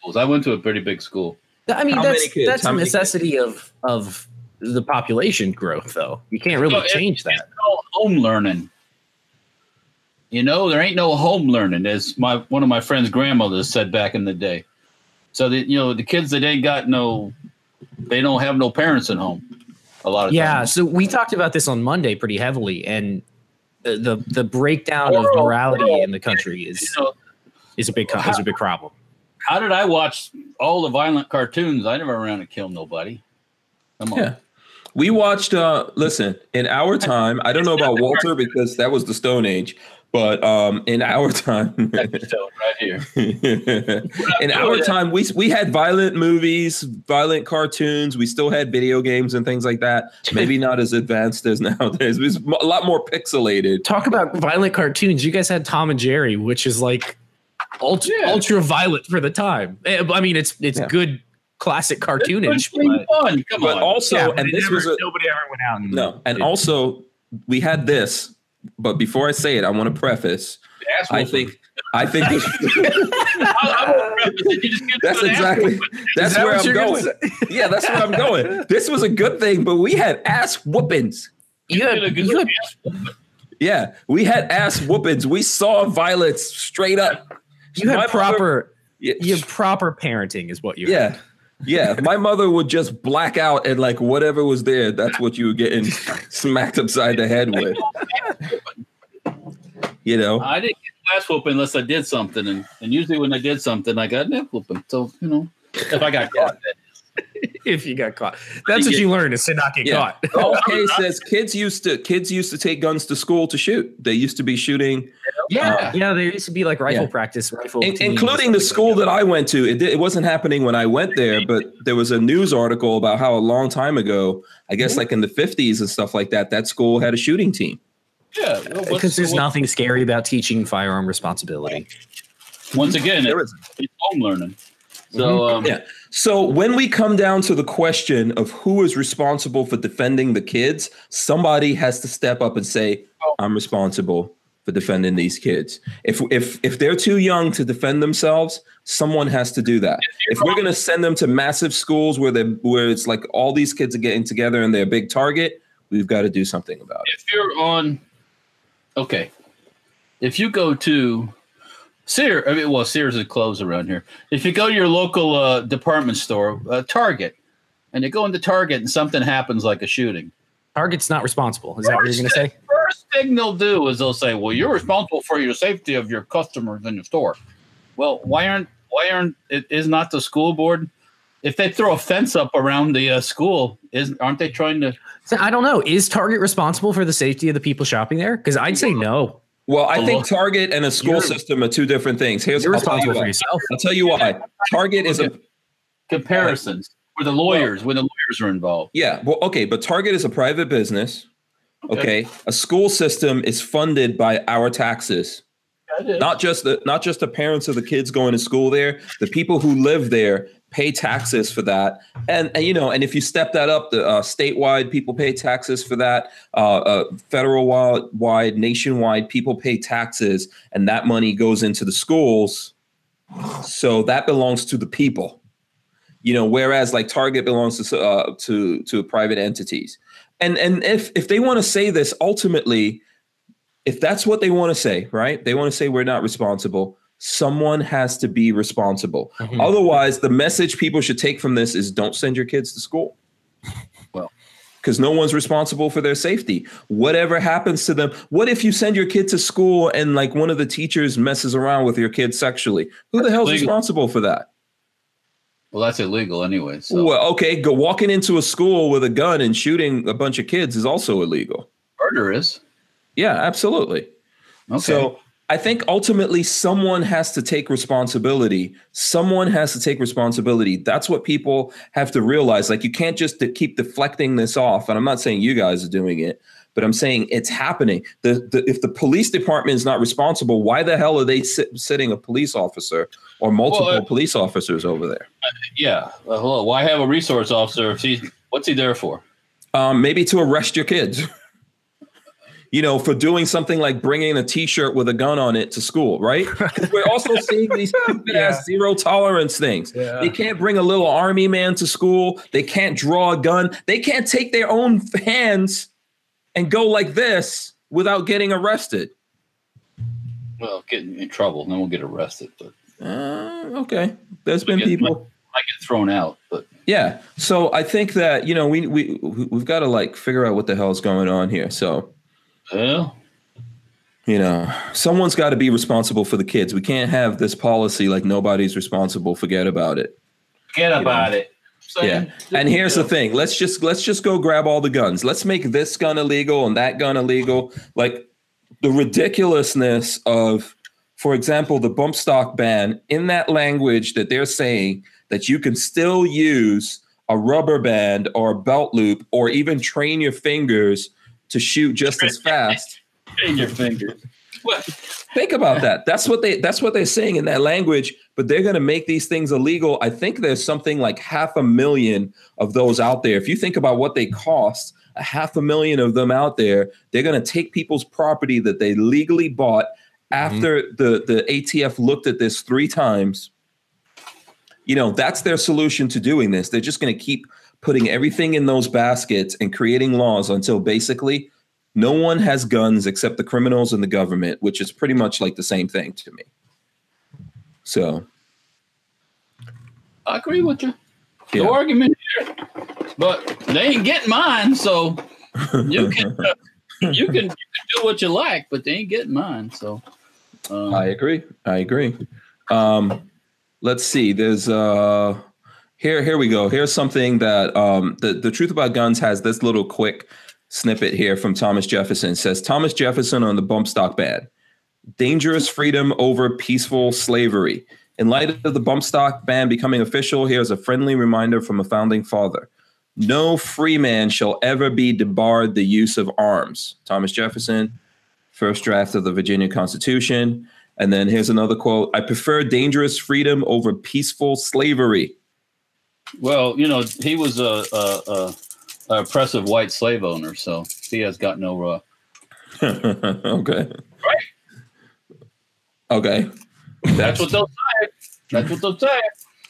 schools. I went to a pretty big school. I mean, how that's many kids? that's How a many necessity of of the population growth, though. You can't really No, it- change that. called home learning. You know, there ain't no home learning, as my one of my friend's grandmothers said back in the day. So that you know, the kids that ain't got no, they don't have no parents at home. A lot of Yeah, times. so we talked about this on Monday pretty heavily, and the the, the breakdown of Oral- morality oral- in the country You is know, is a big co- is a big problem. how did I watch all the violent cartoons? I never ran to kill nobody. Come on. Yeah. We watched. Uh, listen, in our time, I don't know about Walter because that was the Stone Age, but um, in our time, That's the tone right here. in Oh, our time, we we had violent movies, violent cartoons. We still had video games and things like that. Maybe not as advanced as nowadays. It was a lot more pixelated. Talk about violent cartoons. You guys had Tom and Jerry, which is like ultra, Yeah. ultra violent for the time. Eh, I mean, it's it's Yeah. good classic cartoonish. but- fun. Come But on. also, Yeah, and they this never- was a, nobody ever went out. And, no, and it- also we had this. But before I say it, I want to preface. Ass I whooping. think. I think I- I won't preface it. You just get that's an ass exactly whooping. that's that where what I'm you're gonna going. Yeah, that's where I'm going. This was a good thing, but we had ass whoopings. you get a had, good you had ass whooping. Yeah, we had ass whoopings. We saw violence straight up. you had My mother- proper Yeah, you had proper parenting is what you had. yeah, yeah. My mother would just black out and like whatever was there, that's what you were getting smacked upside the head with. You know, I didn't get ass whooping unless I did something, and, and usually when I did something, I got an ass whooping. So you know, if I got caught, if you got caught. That's what Yeah. you learned is to not get Yeah. caught. okay. Says kids used to kids used to take guns to school to shoot. They used to be shooting yeah, Yeah, there used to be like rifle Uh, Yeah. practice, rifle, In- teams, including the stuff like school that I went to. It, di- it wasn't happening when I went there, but there was a news article about how a long time ago, I guess like in the 50s and stuff like that, that school had a shooting team. yeah. Well, what's- Because there's what- nothing scary about teaching firearm responsibility. Once again, There it- is. it's home learning. So Mm-hmm. um, Yeah. So when we come down to the question of who is responsible for defending the kids, somebody has to step up and say, "I'm responsible for defending these kids." If if if they're too young to defend themselves, someone has to do that. If we're going to send them to massive schools where they where it's like all these kids are getting together and they're a big target, we've got to do something about it. if you're on, okay, if you go to Sears, I mean, well, Sears is closed around here. If you go to your local uh, department store, uh, Target, and you go into Target and something happens like a shooting. Target's not responsible. Is that what you're going to say? first thing they'll do is they'll say, "Well, you're responsible for your safety of your customers in your store." Well, why aren't why aren't it is not the school board? If they throw a fence up around the uh, school, is aren't they trying to? So, I don't know. Is Target responsible for the safety of the people shopping there? Because I'd say no. Well, I Well, think Target and a school system are two different things. Here's You're I'll tell you responsible for why. yourself. I'll tell you why. Target is a comparisons with the lawyers when the lawyers are involved? Yeah. Well, okay, but Target is a private business. Okay. A school system is funded by our taxes. Not just the not just the parents of the kids going to school there, the people who live there pay taxes for that. And, and you know, and if you step that up, the uh, statewide people pay taxes for that. Uh, uh, federal wi- wide, nationwide people pay taxes, and that money goes into the schools. So that belongs to the people you know whereas like target belongs to uh, to to private entities and and if if they want to say this ultimately if that's what they want to say right they want to say we're not responsible someone has to be responsible Mm-hmm. Mhm. otherwise the message people should take from this is don't send your kids to school Well. because no one's responsible for their safety whatever happens to them what if you send your kid to school and like one of the teachers messes around with your kid sexually who the hell's Legal. responsible for that Well, that's illegal anyway. So well, okay, go walking into a school with a gun and shooting a bunch of kids is also illegal. murder is Yeah, absolutely. okay. So I think ultimately someone has to take responsibility. Someone has to take responsibility. That's what people have to realize. Like, you can't just de- keep deflecting this off. And I'm not saying you guys are doing it, but I'm saying it's happening. The, the, if the police department is not responsible, why the hell are they sit, sitting a police officer or multiple uh, police officers over there? yeah, well, hello. Why have a resource officer if he's what's he there for? um, maybe to arrest your kids. You know, for doing something like bringing a T-shirt with a gun on it to school, right? 'Cause We're also seeing these stupid ass zero tolerance things. They can't bring a little army man to school. They can't draw a gun. They can't take their own hands and go like this without getting arrested. Well, getting in trouble, then we'll get arrested. But Uh, okay, there's been Get my- people. I get thrown out. But Yeah. So I think that you know we we we've got to like figure out what the hell's going on here. So well, you know, someone's got to be responsible for the kids. We can't have this policy like nobody's responsible. Forget about it. Forget about it. what I'm saying? Yeah. And here's the thing. Let's just let's just go grab all the guns. Let's make this gun illegal and that gun illegal. Like the ridiculousness of, for example, the bump stock ban in that language that they're saying that you can still use a rubber band or a belt loop or even train your fingers to shoot just as fast. Bang your finger. What? Think about that. That's what they that's what they're saying in that language, but they're going to make these things illegal. I think there's something like half a million of those out there. If you think about what they cost, a half a million of them out there, they're going to take people's property that they legally bought after the the ATF looked at this 3 times. You know, that's their solution to doing this. They're just going to keep putting everything in those baskets and creating laws until basically no one has guns except the criminals and the government, which is pretty much like the same thing to me. So, I agree with you. Yeah. No argument here. But they ain't getting mine, so you can you can you can do what you like, but they ain't getting mine. So um, I agree. I agree. Um, let's see. There's uh, here. Here we go. Here's something that um, the the truth about guns has this little quick snippet here from Thomas Jefferson. It says Thomas Jefferson on the bump stock ban: dangerous freedom over peaceful slavery. In light of the bump stock ban becoming official, here's a friendly reminder from a founding father. No free man shall ever be debarred the use of arms. Thomas Jefferson, first draft of the Virginia Constitution. And then here's another quote I prefer dangerous freedom over peaceful slavery. well, you know, he was a, a, a, a oppressive white slave owner, so he has got no uh, okay. Okay. That's what they'll say. That's what they'll say.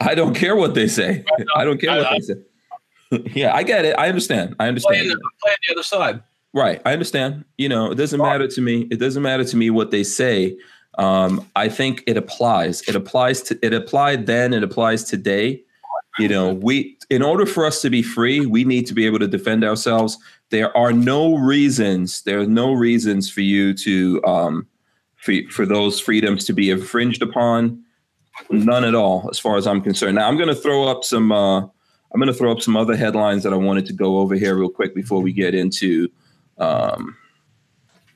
I don't care what they say. I don't care what they say. yeah, I get it. I understand. I Playing understand. the, playing the other side. Right. I understand. You know, it doesn't matter to me. It doesn't matter to me what they say. Um, I think it applies. It applies to it applied then, it applies today. You know, we in order for us to be free, we need to be able to defend ourselves. There are no reasons, there are no reasons for you to um for, for those freedoms to be infringed upon. None at all, as far as I'm concerned. Now I'm gonna throw up some uh I'm gonna throw up some other headlines that I wanted to go over here real quick before we get into um,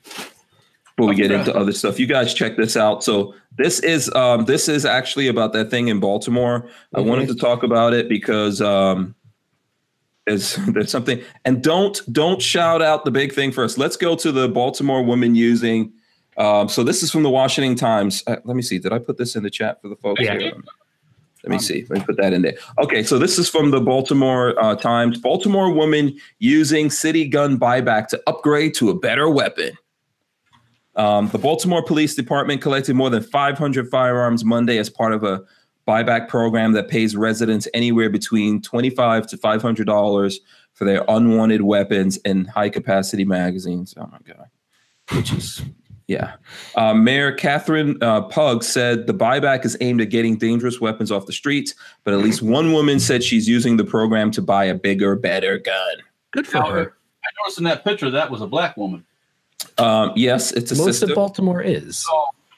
before we get into other stuff, you guys check this out. So this is um, this is actually about that thing in Baltimore. I wanted to talk about it because um, there's there's something. And don't don't shout out the big thing first. Let's go to the Baltimore woman using. Um, so this is from the Washington Times. Uh, let me see. Did I put this in the chat for the folks? Yeah. here? Let me see. Let me put that in there. Okay, so this is from the Baltimore uh, Times. Baltimore woman using city gun buyback to upgrade to a better weapon. Um, the Baltimore Police Department collected more than 500 firearms Monday as part of a buyback program that pays residents anywhere between 25 to 500 dollars for their unwanted weapons and high capacity magazines. Oh my god, which is yeah. Uh, Mayor Catherine uh, Pug said the buyback is aimed at getting dangerous weapons off the streets, but at least one woman said she's using the program to buy a bigger, better gun. Good for her. However, I noticed in that picture that was a black woman. Um, yes, it's a Most sister. of Baltimore is.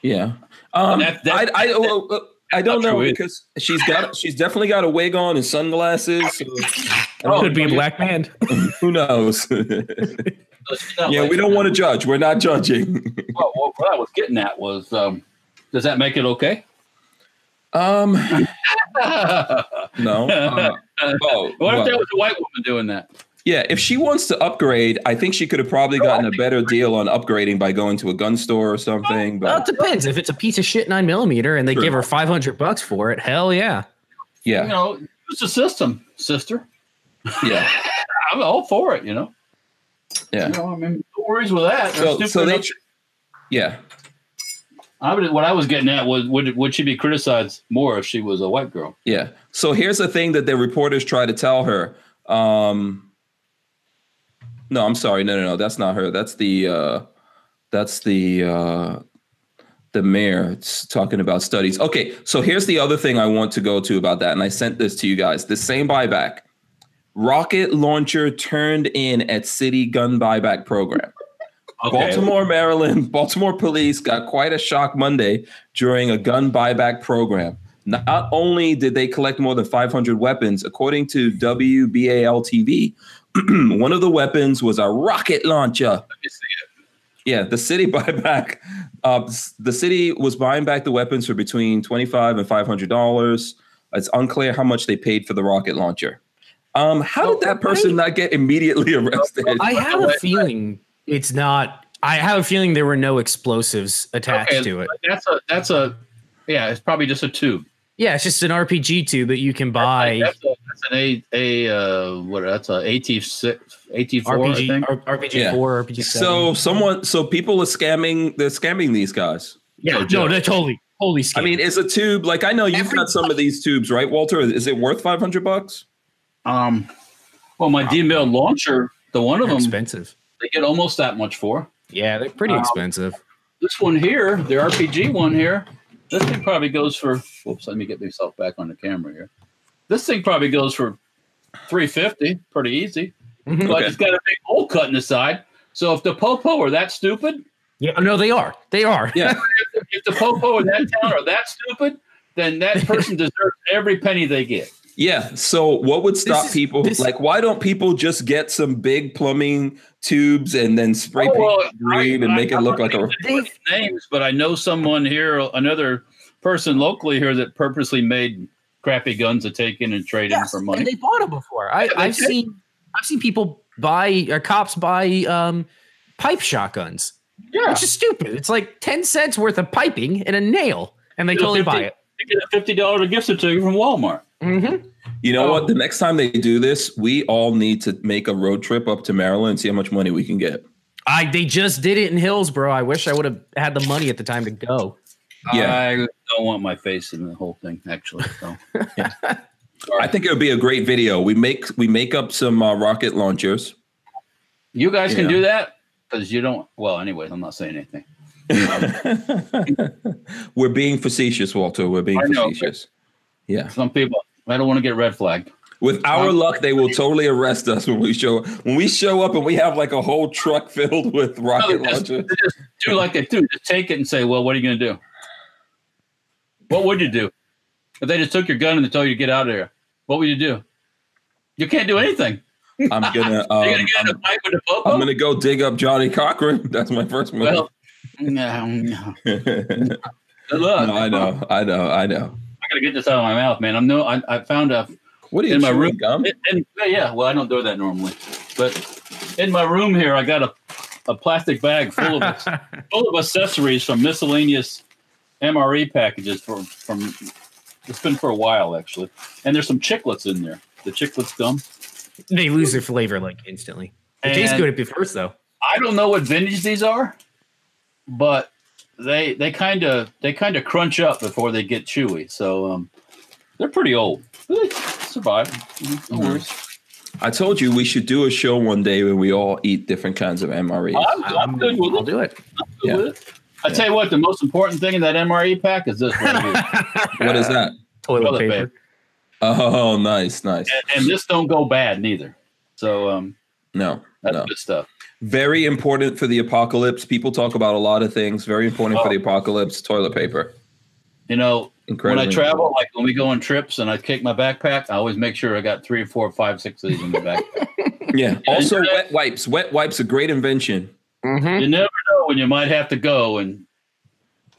Yeah. Um, That- that- I, I, oh, oh, I don't That's know true, it- because she's got she's definitely got a wig on and sunglasses. so Oh, Could be a yeah. black man. who knows? So she's not yeah, like- we don't want to judge. We're not judging. Well, what, what I was getting at was, um, does that make it okay? Um, what no. Uh, oh, if well, that was a white woman doing that? yeah. If she wants to upgrade, I think she could have probably gotten a better deal on upgrading by going to a gun store or something. Well, it But depends. If it's a piece of shit nine millimeter and they Sure. give her five hundred bucks for it, hell yeah. You yeah, know, it's a system, sister. yeah. I'm all for it. You know. Yeah. You know, I mean, no worries with that. They're So, stupid so they, enough- yeah. I would, what I was getting at was, would would she be criticized more if she was a white girl? Yeah. So here's the thing that the reporters try to tell her. Um, no, I'm sorry. No, no, no. That's not her. That's the uh, that's the uh, the mayor s- talking about studies. Okay. So here's the other thing I want to go to about that, and I sent this to you guys. The same buyback, rocket launcher turned in at city gun buyback program. Baltimore, Maryland, Baltimore police got quite a shock Monday during a gun buyback program. Not only did they collect more than 500 weapons, according to WBAL TV, one of the weapons was a rocket launcher. Let me see it. Yeah, the city buyback. Uh, s- the city was buying back the weapons for between twenty-five and five hundred dollars. It's unclear how much they paid for the rocket launcher. Um, how did that person not get immediately arrested? I have a feeling it's not. I have a feeling there were no explosives attached Okay, to it. but That's a that's a yeah. It's probably just a tube. Yeah, it's just an RPG tube that you can buy. that's, a, that's an a a uh, what that's a AT six AT four. I RPG, think. R- RPG Yeah. four, RPG so seven. someone, so people are scamming. They're scamming these guys. yeah, no, Joe. no, totally, totally. Scam. I mean, is a tube like I know you've got some of these tubes, right, Walter? Is it worth five hundred bucks? Um, well, my D mail launcher, the one of they're them, expensive. they get almost that much for. Yeah, they're pretty Um, expensive. This one here, the RPG one here, this thing probably goes for. Whoops, let me get myself back on the camera here. This thing probably goes for three fifty, pretty easy. Mhm. But Okay. it's got a big hole cut in the side. So if the popo are that stupid, Yeah, no, they are. They are. Yeah. if the popo in that town are that stupid, then that person deserves every penny they get. Yeah. So what would stop is- people? this- like, why don't people just get some big plumbing tubes and then spray Oh, paint well, it green I- and I- make it I'm look not like a? gonna name names, but I know someone here, another person locally here that purposely made crappy guns to take in and trade in for money. and they bought them before. I, Yeah, they I've did. seen, I've seen people buy or cops buy um, pipe shotguns, yeah, which is stupid. It's like ten cents worth of piping and a nail, and they You know, totally 50 buy it. you get a fifty dollar gift certificate from Walmart. Mm-hmm. You know what? The next time they do this, we all need to make a road trip up to Maryland and see how much money we can get. I they just did it in Hillsboro. I wish I would have had the money at the time to go. Yeah. I don't want my face in the whole thing. Actually, so. I think it would be a great video. We make we make up some uh, rocket launchers. you guys can Yeah. do that because you don't. Well, anyways, I'm not saying anything. We're being facetious, Walter. We're being I know, but- facetious. Yeah. Some people, I don't want to get red flagged. With our Um, luck, they will totally arrest us when we show when we show up and we have like a whole truck filled with No, rocket they just, launchers. they just do like they do. Just take it and say, "Well, what are you going to do? What would you do if they just took your gun and they told you to get out of there? What would you do? You can't do anything. I'm gonna. You're going Um, to get in a I'm, fight with the popo. I'm gonna go dig up Johnny Cochran. That's my first move. well, no, no. no, Good luck. I know, I know, I know. I got to get this out of my mouth, man. I'm no. I, I found a. What are you In my chewing room- gum? And, and- yeah, well, I don't do that normally, but in my room here, I got a a plastic bag full of full of accessories from miscellaneous MRE packages from from it's been for a while actually. And there's some chiclets in there. The chiclets gum. they lose their flavor like instantly. It tastes And- good at the first though. I don't know what vintage these are, but they they kind of they kind of crunch up before they get chewy. So um, they're pretty old. But they survive. Mm-hmm. No worries. I told you we should do a show one day where we all eat different kinds of E. MRE. I'm, I'm good with I'll it. do it. Good with it. I tell you what, the most important thing in that MRE pack is this right here. what is that? Toilet Toilet paper. Oh, nice, nice. and, and this don't go bad neither. So um, No, that's no. good stuff. Very important for the apocalypse. People talk about a lot of things. Very important for the Oh. apocalypse. Toilet paper. You know, when Incredible. I travel, like when we go on trips and I take my backpack, I always make sure I got three or four, five, six of these in the backpack. Yeah. Yeah. Also, wet wipes. Wet wipes a great invention. Mhm. Mm-hmm. you never know when you might have to go, and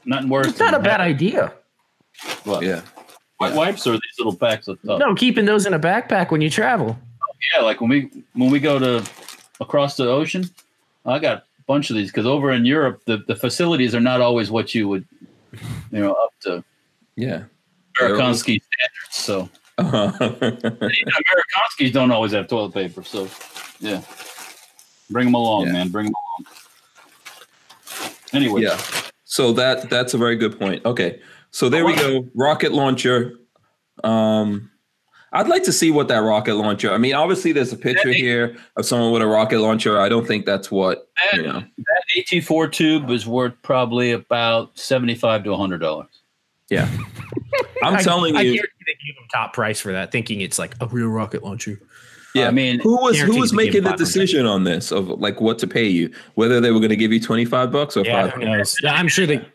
nothing worse. It's not a than bad having idea. what, Yeah. wet wipes or these little packs of stuff. No, keeping those in a backpack when you travel. Yeah, like when we when we go to across the ocean, I got a bunch of these because over in Europe, the, the facilities are not always what you would, you know, up to Yeah. They're always- Amerikansky standards. So. Uh-huh. Even Amerikanskis don't always have toilet paper, so yeah. Bring them along, Yeah. man. Bring them along. Anyway, yeah. So that that's a very good point. Okay. So there we go. Rocket launcher. Um I'd like to see what that rocket launcher. I mean, obviously there's a picture here of someone with a rocket launcher. I don't think that's what you that, know. that AT4 tube is worth probably about seventy-five to hundred dollars. Yeah. I'm I- telling I you. guarantee they gave them top price for that, thinking it's like a real rocket launcher. yeah. I mean, who was who guaranteed was to give making the 500. decision on this of like what to pay you, whether they were going to give you 25 bucks or Yeah, five. who knows? I'm sure they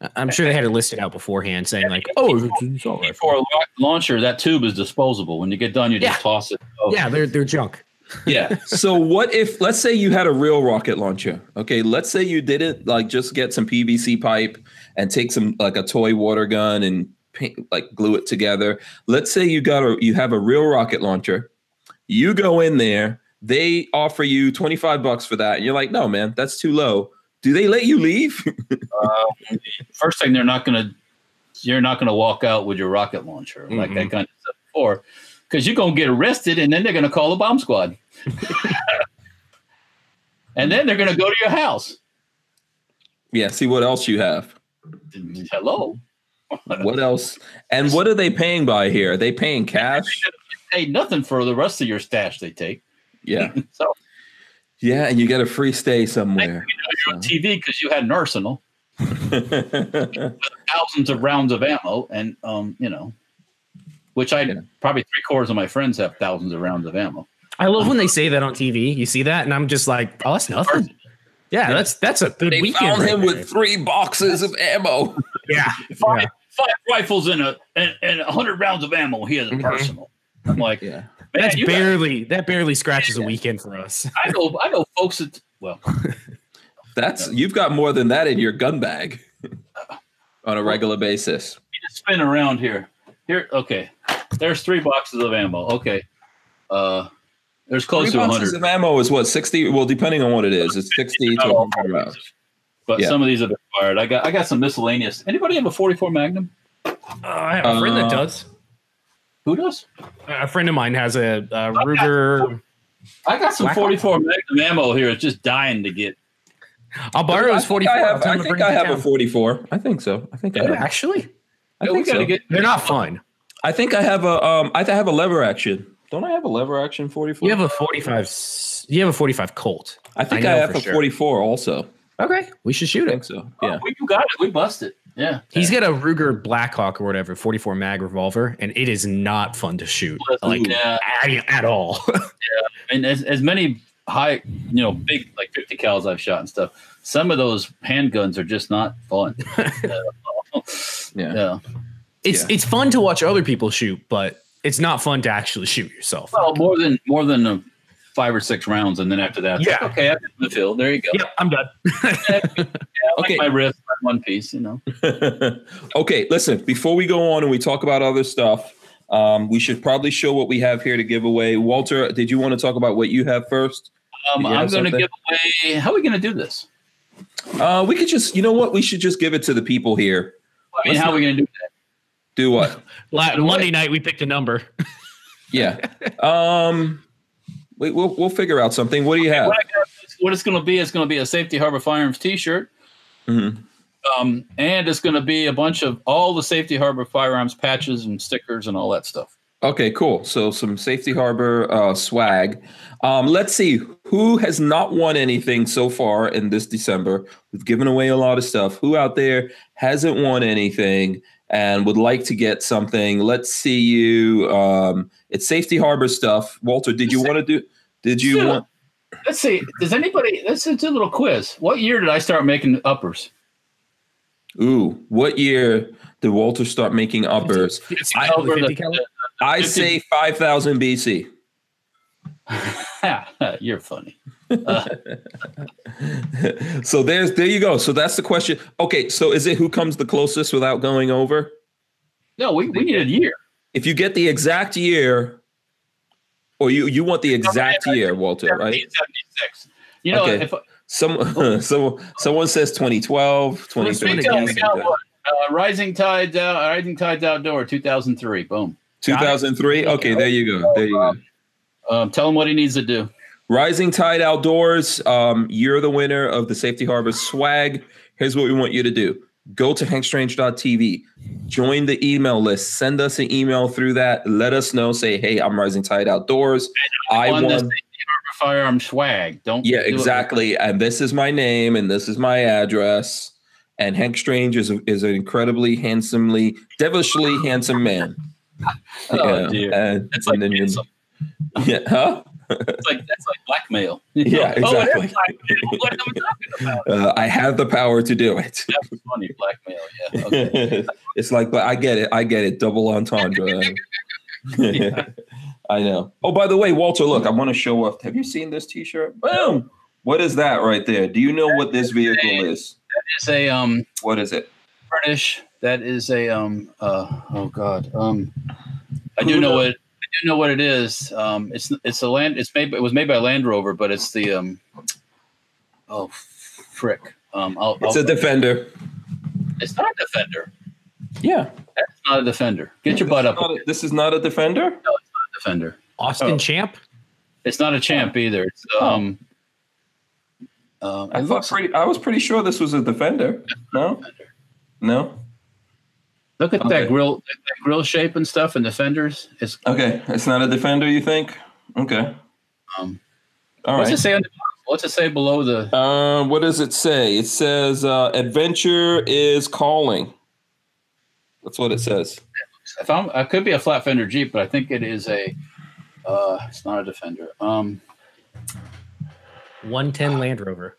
I- I'm sure they had it listed out beforehand, saying like, "Oh, it's- it's all right." For a la- launcher, that tube is disposable. When you get done, you just Yeah. toss it. Oh, Yeah, they're they're junk. yeah. So what if let's say you had a real rocket launcher? Okay, let's say you did it like just get some PVC pipe and take some like a toy water gun and paint, like glue it together. Let's say you got a you have a real rocket launcher. You go in there, they offer you 25 bucks for that and you're like, "No, man, that's too low." Do they let you leave? First thing, they're not gonna. You're not gonna walk out with your rocket launcher like Mm-hmm. that kind of stuff before, because you're gonna get arrested, and then they're gonna call the bomb squad. and then they're gonna go to your house. yeah, see what else you have. Hello. What else? And what are they paying by here? Are they paying cash? Hey, nothing for the rest of your stash they take. Yeah. So Yeah, and you get a free stay somewhere. you're on TV because you had an arsenal, thousands of rounds of ammo, and um, you know, which I Yeah. probably three quarters of my friends have thousands of rounds of ammo. I love when they say that on TV. You see that, and I'm just like, "Oh, that's nothing." Yeah, that's that's a good They weekend. found right him there. with three boxes of ammo. yeah, Five, yeah. five rifles and a and, and a hundred rounds of ammo. He has a Mhm. personal. I'm like, Yeah. man, That's you got- barely that barely scratches a weekend for us. I know, I know, folks that well, That's you've got more than that in your gun bag on a regular basis. just spin around here. Here, okay. There's three boxes of ammo. Okay, uh, there's Three close to boxes 100. of ammo is what sixty. Well, depending on what it is, it's sixty to Oh, hundred rounds. But Yeah. some of these have expired. I got I got some miscellaneous. Anybody have a 44 Magnum? I have a friend that Uh, does. Who does? A friend of mine has a, a Ruger. I got some Black 44 Magnum ammo here. It's just dying to get. I'll borrow I his think 44. I have, I'll tell him I to think bring it I to have a town. forty-four. I think so. I think I. Yeah, Have, Actually, I we think gotta so. get. they're not fun. I think I have a. Um, I th- have a lever action. Don't I have a lever action forty-four? You have a 45. s- You have a 45 Colt. I think I I, know have for a sure. forty-four also. Okay, we should shoot I him. think so. Oh, Yeah. we, you got it. We bust it. Yeah. He's got a Ruger Blackhawk or whatever, 44 mag revolver, and it is not fun to shoot like yeah. at, at all. and as, as many high, you know, big like 50 cals I've shot and stuff, some of those handguns are just not fun. Uh, Yeah. yeah. it's Yeah. it's fun to watch other people shoot, but it's not fun to actually shoot yourself. Well, more than more than uh, five or six rounds, and then after that, it's Yeah. like, okay, I'm in the field. There you go. Yep, I'm done. I like Okay. my wrist, my one piece. You know. okay, listen, before we go on and we talk about other stuff, um, we should probably show what we have here to give away. Walter, did you want to talk about what you have first? Um, You have I'm going to something? give away. How are we going to do this? Uh, we could just, you know what? We should just give it to the people here. I mean, Let's how are we going to do Do what? La- Monday night we picked a number. yeah. Um, we, we'll we'll figure out something. What do you have? what, I got, what it's going to be is going to be a Safety Harbor Firearms T-shirt, Mhm. um, and it's going to be a bunch of all the Safety Harbor Firearms patches and stickers and all that stuff. Okay, cool. So some Safety Harbor uh, swag. Um, let's see who has not won anything so far in this December. We've given away a lot of stuff. Who out there hasn't won anything and would like to get something? Let's see you. Um, it's Safety Harbor stuff. Walter, did you want to do? Did you Sure. want? Let's see. Does anybody? Let's do a little quiz. What year did I start making uppers? Ooh, what year did Walter start making uppers? I- Over the- 50 caliber? I say five thousand BC. the- You're funny. So there's there you go. So that's the question. Okay, so is it who comes the closest without going over? No, we, we need a year. if you get the exact year or you you want the exact year walter right 1976. You know, Okay. if some so someone says 2012 Let's we 2013 make it got, we something got like that. one. Uh, Rising Tides Out, Rising Tides Outdoor, 2003. Boom. 2003 okay there you go there you go Um, tell him what he needs to do. rising tide outdoors um, you're the winner of the safety harbor swag here's what we want you to do go to hankstrange.tv join the email list send us an email through that let us know say hey i'm rising tide outdoors i On this won firearm swag. Don't Yeah, do it. exactly. And this is my name, and this is my address. And Hank Strange is is an incredibly handsomely, devilishly handsome man. Oh, dear. And, and That's like then you- handsome. yeah, huh? It's like that's like blackmail. Yeah, Oh, it is exactly. blackmail. What am I talking about? Uh, I have the power to do it. That was funny, blackmail. Yeah. Okay. it's like, but I get it. I get it. Double entendre. I know. Oh, by the way, Walter, look, I want to show off. Have you seen this T-shirt? Boom. What is that right there? Do you know what this vehicle is? It's a um What is it? British. That is a um uh oh god um I do know what I do know what it is. Um, it's it's a land. It's made. It was made by Land Rover, but it's the um oh frick. Um, I'll, It's I'll- a Defender. it's not a defender. Yeah. That's not a defender. Get your butt up, Not a- this is not a Defender. defender. Austin Oh. Champ. It's not a champ either. It's um. Um, I it thought looks, pretty. I was pretty sure this was a Defender. No. No. look at okay. that grill, that grill shape and stuff, and the fenders. It's Okay. It's not a Defender. You think? Okay. um. All what's right. it say on the box? What's it say below the? Um, what does it say? It says uh, "Adventure is calling." That's what it says. I found I could be a flat fender Jeep, but I think it is a. Uh, it's not a defender. Um, 110 Land Rover.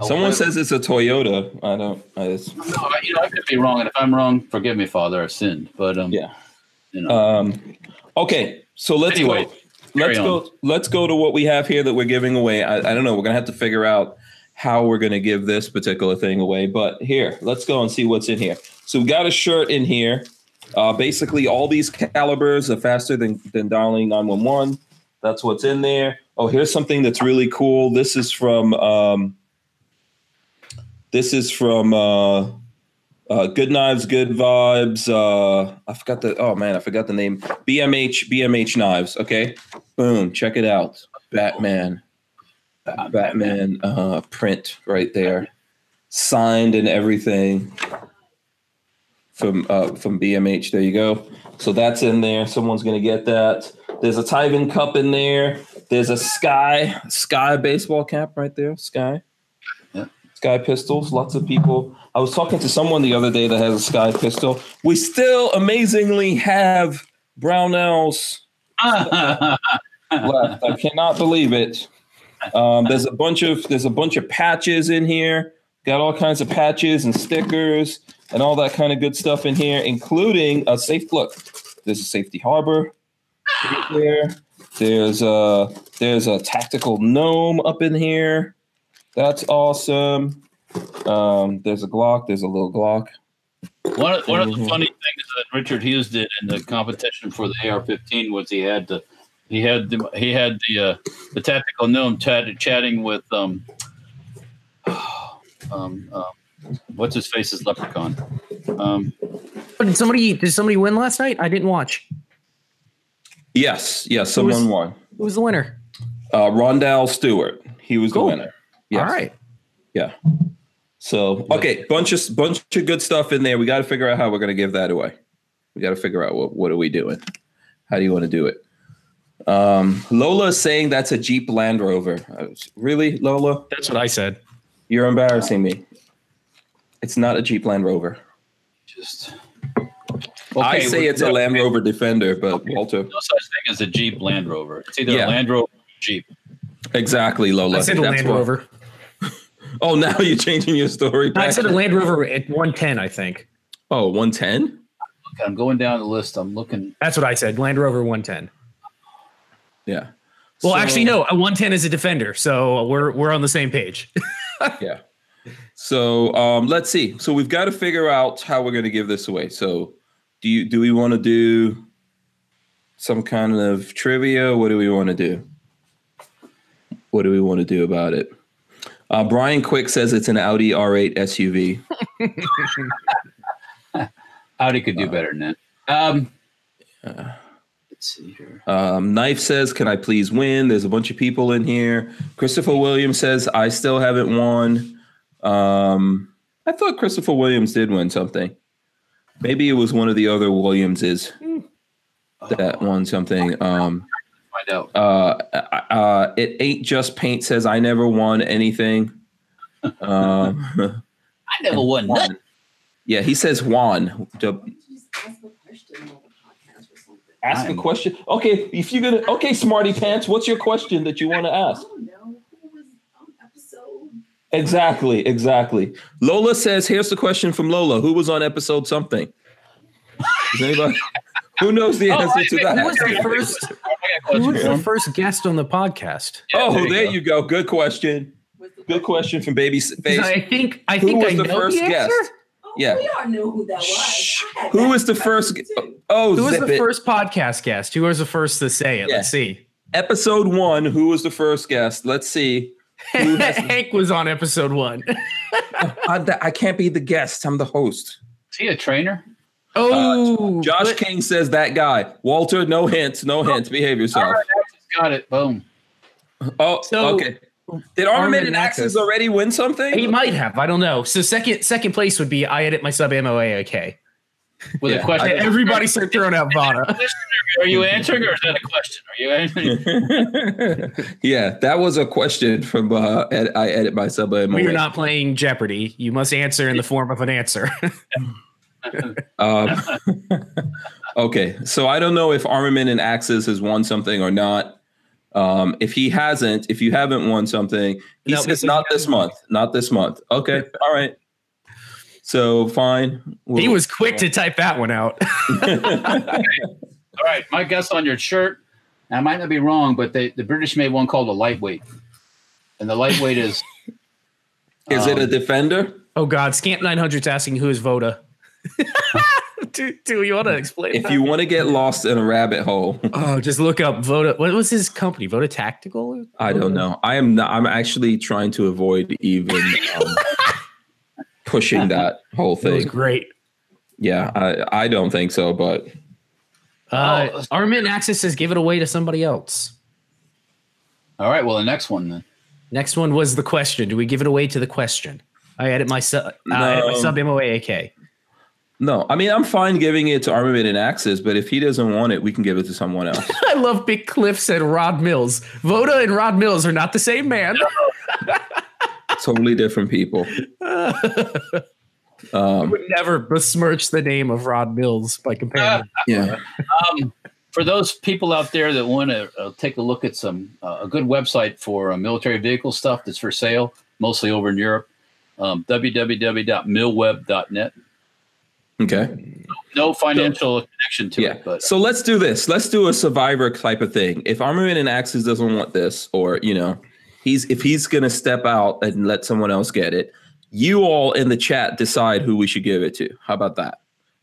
a Someone what- says it's a Toyota. I don't. I just, No, I- you know, I could be wrong, and if I'm wrong, forgive me, Father. I've sinned. But um, yeah. you know, Um, okay. So let's Anyway, go. carry Let's go. Let's go to what we have here that we're giving away. I, I don't know. We're gonna have to figure out how we're gonna give this particular thing away. But here, let's go and see what's in here. So we got a shirt in here. Uh, basically, all these calibers are faster than than dialing nine one one. That's what's in there. Oh, here's something that's really cool. This is from um, this is from uh, uh, Good Knives, Good Vibes. Uh, I forgot the oh man, I forgot the name. BMH BMH knives. Okay, boom, check it out. Batman, Batman. Batman uh, print right there, signed and everything from uh, from BMH. There you go. So that's in there. Someone's gonna get that. There's a Tyven cup in there. There's a Sky Sky baseball cap right there. Sky. Yeah. Sky pistols. Lots of people. I was talking to someone the other day that has a Sky pistol. We still amazingly have Brownells left. I cannot believe it. Um, there's a bunch of there's a bunch of patches in here. Got all kinds of patches and stickers and all that kind of good stuff in here, including a safe look. There's a safety harbor right there. There's a there's a tactical gnome up in here. That's awesome. Um, there's a Glock. There's a little Glock. One of, one of the Mhm. funny things that Richard Hughes did in the competition for the AR-15 was he had the he had the he had the uh, the tactical gnome chat, chatting with um um, um what's his face's leprechaun um Did somebody did somebody win last night? I didn't watch. Yes, yes, Who was- someone won. Who was the winner? Uh, Rondell Stewart. He was Cool. the winner. Yes. All right. So okay, bunch of bunch of good stuff in there. We got to figure out how we're going to give that away. We got to figure out what what are we doing? How do you want to do it? Um, Lola is saying that's a Jeep Land Rover. I was- Really, Lola? That's what I said. You're embarrassing me. It's not a Jeep Land Rover. just I Okay, say well, it's a Land Rover Defender, but Walter. no such thing as a Jeep Land Rover it's either Yeah. a Land Rover or a Jeep Exactly, Lola. I said a That's Land why- Rover. Oh, now you're changing your story. I back. said a Land Rover at 110, I think. Oh, 110? okay, I'm going down the list I'm looking That's what I said. Land Rover 110. Yeah. Well, So- actually, no. A 110 is a defender, so we're we're on the same page. yeah. So um, let's see. So we've got to figure out how we're going to give this away. So do you do we want to do some kind of trivia? What do we want to do? What do we want to do about it? Uh, Brian Quick says it's an Audi R8 SUV. Audi could do Uh, better than that um let's see here Um, Knife says, "Can I please win?" There's a bunch of people in here. Christopher Williams says, "I still haven't won." Um, I thought Christopher Williams did win something. Maybe it was one of the other Williamses Uh, that won something. Um, find out uh, uh, it ain't just paint says, "I never won anything." Um, I never won nothing yeah, he says Juan. Just ask a question on the podcast or something. Ask I'm- a question. Okay, if you're gonna okay, smarty pants, what's your question that you want to ask? don't know who was on episode. Exactly, exactly. Lola says, here's the question from Lola. Who was on episode something? Does anybody who knows the Oh, answer I to think- that? Who was the first? Who was the first guest on the podcast? oh, there there, you go. you go. Good question. Was the Good question from Baby S- 'Cause Face. I think I Who think was I the know first the answer. guest? Oh, Yeah. we all knew who that was. Shh. I had Who that was the first question, too. Oh, Who was zip the it. first podcast guest? Who was the first to say it? Yeah. Let's see. Episode one. Who was the first guest? Let's see. Who has- Hank was on episode one. Uh, I'm the, I can't be the guest. I'm the host. Is he a trainer? Oh, Josh but- Oh, King says that guy. Walter, no hints, no hints. Behave All yourself. right, I just got it. Boom. Oh, So- okay. Did Armin Armin and Axis. Axis already win something? he might have. I don't know. So second second place would be I edit my sub MOA okay. With Yeah, a question. I- Everybody start throwing out Vada. Are you answering or is that a question? Are you answering? yeah, that was a question from uh, ed- I edit my sub. uh, We are Moet. not playing Jeopardy. You must answer in the form of an answer. Um, okay, so I don't know if Armament and Axis has won something or not. Um, if he hasn't, if you haven't won something, he No, says because not he this month, not this month. Okay, all right. So fine. he was quick to type that one out. All right, my guess on your shirt. I might not be wrong, but they, the British made one called a lightweight, and the lightweight is Is it a um, defender? Oh God, Scant 900's asking who is Voda. do, do you want to explain? If that? you want to get lost in a rabbit hole, oh, just look up Voda. What was his company? Voda Tactical? I don't know. I am. Not, I'm actually trying to avoid even um, pushing that whole It was thing. great. Yeah, I, I don't think so, but Uh, Oh. Armin Axis says give it away to somebody else. all right. Well, the next one then. Next one was the question. Do we give it away to the question? I edit my sub. I edit my No. sub MOAAK. No, I mean I'm fine giving it to Armament and Axis, but if he doesn't want it, we can give it to someone else. I love Big Cliff said Rod Mills. Voda and Rod Mills are not the same man. totally different people. Um, would never besmirch the name of Rod Mills by Ah. comparison. yeah, Um, for those people out there that want to uh, take a look at some uh, a good website for uh, military vehicle stuff that's for sale, mostly over in Europe, um, www.milweb.net. okay, No financial connection to yeah. it, but So let's do this. Let's do a survivor type of thing. If Armament and Axis doesn't want this, or you know, he's if he's gonna step out and let someone else get it, you all in the chat decide who we should give it to. How about that?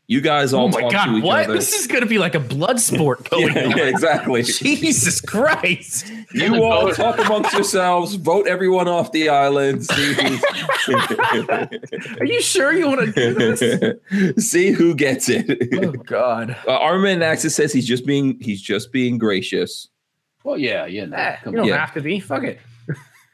You guys all oh my talk to God! each What? other. This is going to be like a blood sport yeah, going on. yeah, exactly. Jesus Christ! You all talk amongst yourselves, vote everyone off the island. See who's- Are you sure you want to do this? See who gets oh it. God! Uh, Armin Axis says he's just being he's just being gracious. well, yeah, yeah. no, Eh, come you don't Yeah. have to be. Fuck it.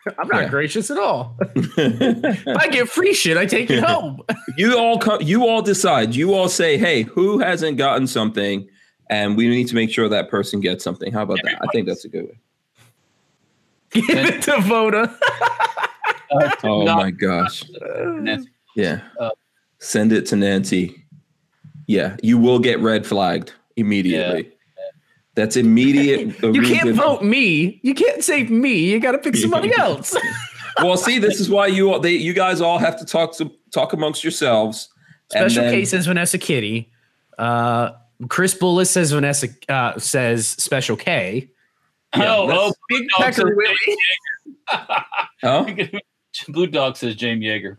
I'm not Yeah. gracious at all. if I get free shit, I take it home. you all come you all decide. You all say, "Hey, who hasn't gotten something?" And we need to make sure that person gets something. How about that? I think that's a good way. Give it to Voda. Oh No. my gosh. on. That's- Yeah. Uh, Send it to Nancy. Yeah, you will get red flagged immediately. That's immediate. You can't vote me. You can't save me. You got to pick somebody else. Well, see, this is why you all they you guys all have to talk to talk amongst yourselves. and Special then- K says Vanessa Kitty. Uh, Chris Bullis says Vanessa uh, says Special K. oh, oh, Big Dog Pecker says, Willie. Huh? Blue Dog says James Yeager.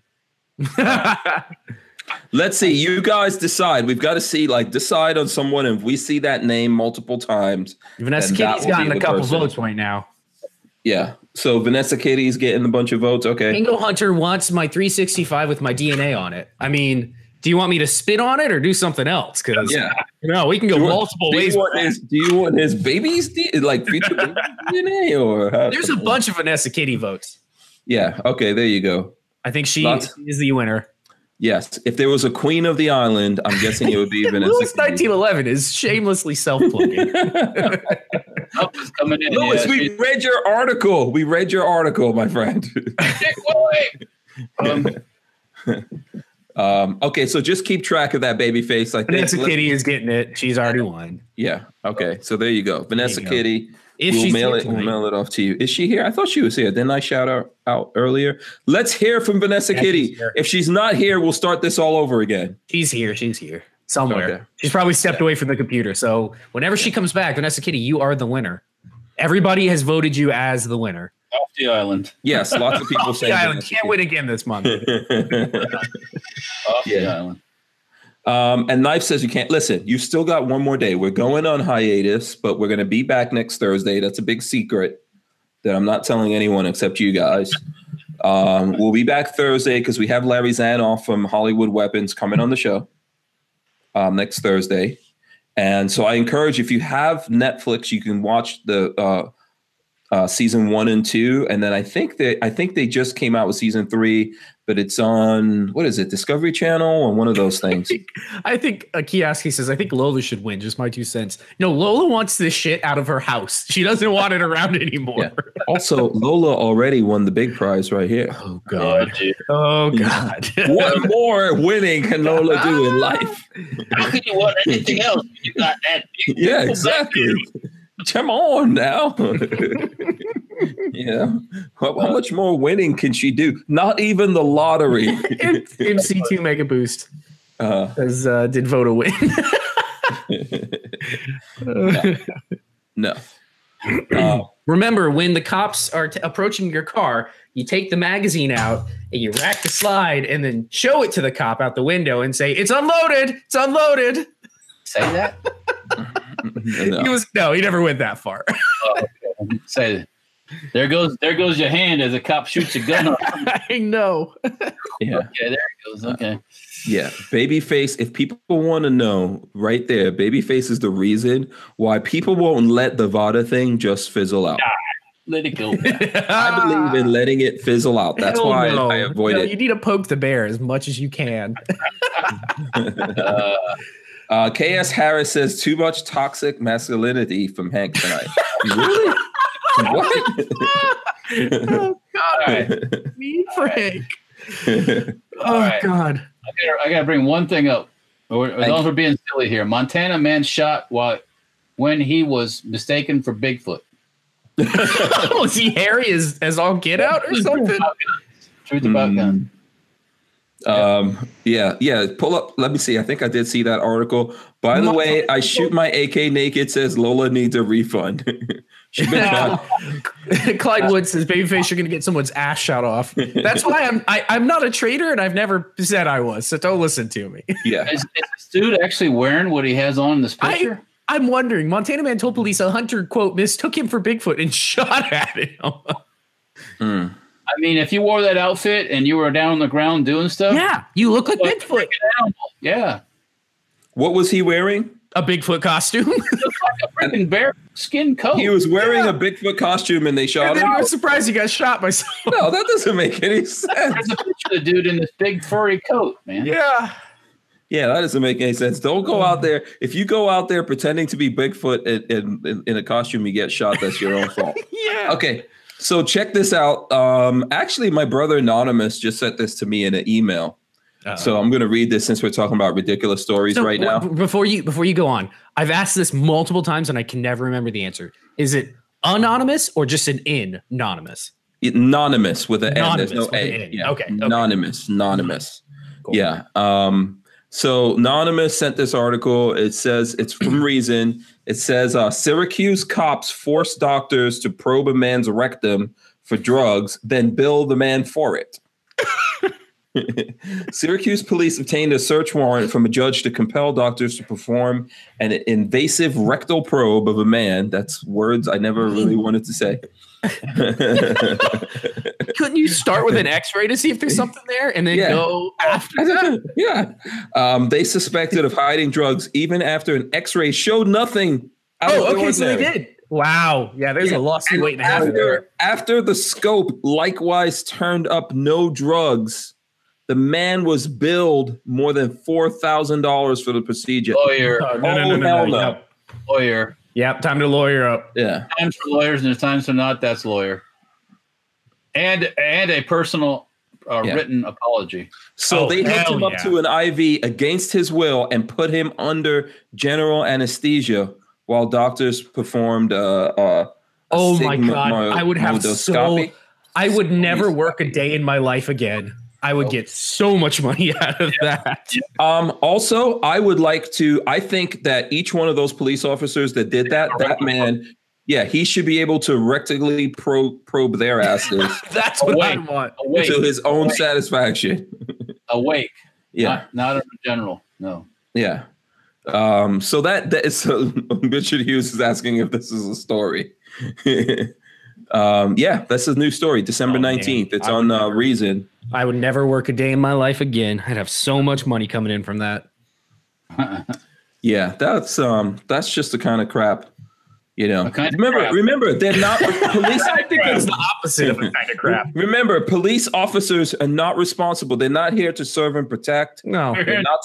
Let's see. You guys decide. We've got to see, like, decide on someone. And if we see that name multiple times, Vanessa And that Kitty's will be gotten a the couple person. votes right now. yeah. So Vanessa Katie's getting a bunch of votes. Okay. Bingo Hunter wants my 365 with my DNA on it. I mean, do you want me to spit on it or do something else? Because Yeah. no, we can go Do you want- multiple Do ways. you want his, do you want his baby's D- like future baby's DNA or how- There's a bunch of Vanessa Kitty votes. Yeah. Okay. There you go. I think she Lots. is the winner. Yes. If there was a queen of the island, I'm guessing it would be Vanessa. Lewis Katie. 1911 is shamelessly self-plugging. Up is Oh, coming in. Louis, yeah, we she's- read your article. We read your article, my friend. Dick Willie. Um, Um, okay, so just keep track of that baby face. I think Vanessa Let- Kitty is getting it. She's already won. Yeah. Okay. So there you go. Vanessa you go. Kitty. If we'll she's mail here it, we'll tonight. mail it off to you. Is she here? I thought she was here. Didn't I shout her out earlier? Let's hear from Vanessa Yeah, Kitty. she's here. If she's not here, we'll start this all over again. She's here. She's here somewhere. Okay. She's probably stepped away from the computer. So whenever she comes back, Vanessa Kitty, you are the winner. Everybody has voted you as the winner. Off the island. Yes, lots of people The saying island can't win again this month. win. Off the Yeah. island. um, and Knife says you can't listen. You still got one more day. We're going on hiatus, but we're going to be back next Thursday. That's a big secret that I'm not telling anyone except you guys. Um, we'll be back Thursday because we have Larry Zanoff from Hollywood Weapons coming on the show um, next Thursday. And so I encourage if you have Netflix, you can watch the uh, uh, season one and two, and then I think they I think they just came out with season three, but it's on what is it Discovery Channel or one of those things. I think a kiosk says, I think Lola should win. Just my two cents. No, Lola wants this shit out of her house. She doesn't want it around anymore. Yeah. also, Lola already won the big prize right here. Oh Oh, God. dude. Oh God. What more winning can Lola do in life? How could you want anything else when you got that big? Yeah, exactly. Come on now. yeah. How, how much more winning can she do? Not even the lottery. MC2 Mega Boost Uh, as uh, did vote a win. no. Uh, Remember, when the cops are t- approaching your car, you take the magazine out and you rack the slide and then show it to the cop out the window and say, It's unloaded. It's unloaded. Say that. He no. was no, he never went that far. Say that. There goes there goes your hand as a cop shoots a gun. off. I know. Yeah. Okay, there it goes. Okay. Yeah, babyface. If people want to know, right there, babyface is the reason why people won't let the Vada thing just fizzle out. Let it go. I believe in letting it fizzle out. That's Ah. Hell why no. I avoid No, it. You need to poke the bear as much as you can. Uh, Uh, KS Harris says too much toxic masculinity from Hank tonight. really? What? oh all right. me, Frank. Oh All right. God. I gotta- I gotta bring one thing up. We're, we're Thank known for being silly here. Montana man shot while when he was mistaken for Bigfoot. Oh, is he hairy as, as all get out or something? Truth about Hmm. guns. um, yeah, yeah. Pull up. Let me see. I think I did see that article. By the way, I shoot my AK naked. Says Lola needs a refund. She's been trying. Clyde Wood says, "Babyface, you're gonna get someone's ass shot off." That's why I'm I, I'm not a traitor, and I've never said I was. So don't listen to me. Yeah. Is, is this dude actually wearing what he has on in this I- picture? I'm wondering. Montana man told police a hunter quote mistook him for Bigfoot and shot at him. Mm. I, mean, if you wore that outfit and you were down on the ground doing stuff, yeah, you look like Like, Bigfoot. yeah, What was he wearing? A Bigfoot costume. a freaking bear skin coat. He was wearing a Bigfoot costume and they shot and then him. you were surprised you got shot by someone. No, that doesn't make any sense. There's a picture of the dude in this big furry coat, man. Yeah. Yeah, that doesn't make any sense. Don't go out there. If you go out there pretending to be Bigfoot in, in, in, in a costume, you get shot. That's your own fault. Yeah. Okay. So check this out. Um, actually, my brother Anonymous just sent this to me in an email. So I'm going to read this since we're talking about ridiculous stories So, right now. w- b- Before you before you go on, I've asked this multiple times and I can never remember the answer. Is it anonymous or just an in anonymous? anonymous with an N. There's no Anonymous with an A. N. Yeah. Okay, okay. Anonymous. Anonymous. Cool. Yeah. Um, so anonymous sent this article. It says it's from Reason. It says uh, Syracuse cops force doctors to probe a man's rectum for drugs, then bill the man for it. Syracuse police obtained a search warrant from a judge to compel doctors to perform an invasive rectal probe of a man. That's words I never really wanted to say. Couldn't you start with an X-ray to see if there's something there and then Yeah. go after that? yeah. Um, they suspected of hiding drugs even after an x ray showed nothing. out Oh, Oh, of the ordinary. did. Wow. Yeah, there's Yeah, a lawsuit waiting to happen. After, after the scope likewise turned up no drugs, the man was billed more than $4,000 for the procedure. Lawyer, Oh, Oh, hell no. Yep. lawyer. Yep, time to lawyer up. Yeah. Times for lawyers and there's times for not. That's lawyer. And and a personal uh, Yeah. written apology. So Oh, they hooked hell him up yeah. to an IV against his will and put him under general anesthesia while doctors performed. Uh, uh, a Oh my sigma God, mo- I would have modoscopy. I would never work a day in my life again. I Oh. would get so much money out of that. Um, also, I would like to. I think that each one of those police officers that did that, that man, yeah, he should be able to rectally pro- probe their asses That's Oh, what I Wait. want. Awake, to his own satisfaction. awake. Yeah, Not, not under general. No. yeah. Um, so that that is so Richard Hughes is asking if this is a story. um, yeah, that's his new story, December Oh, man. nineteenth. It's I on would uh, never- Reason. I would never work a day in my life again. I'd have so much money coming in from that. Yeah, that's um, that's just the kind of crap, you know. The kind of remember, crap. remember, they're not police. I think that's the opposite of a kind of crap. Remember, police officers are not responsible. They're not here to serve and protect. No. They're not,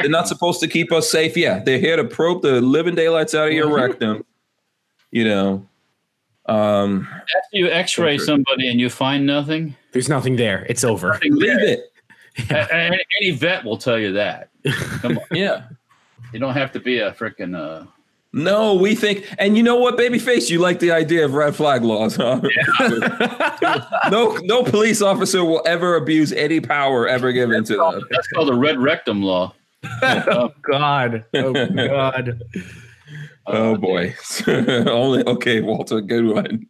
they're not supposed to keep us safe. Yeah, they're here to probe the living daylights out of your rectum. You know, um, After you X-ray Okay. somebody and you find nothing, There's nothing there. It's over. leave it. a- a- any vet will tell you that. Come on, Yeah. you don't have to be a freaking. Uh, No, we think, and you know what, babyface, you like the idea of red flag laws, huh? no, no police officer will ever abuse any power ever given to them. that's called the red rectum law. oh God. Oh God. Uh, Oh boy, only okay, Walter, good one. Do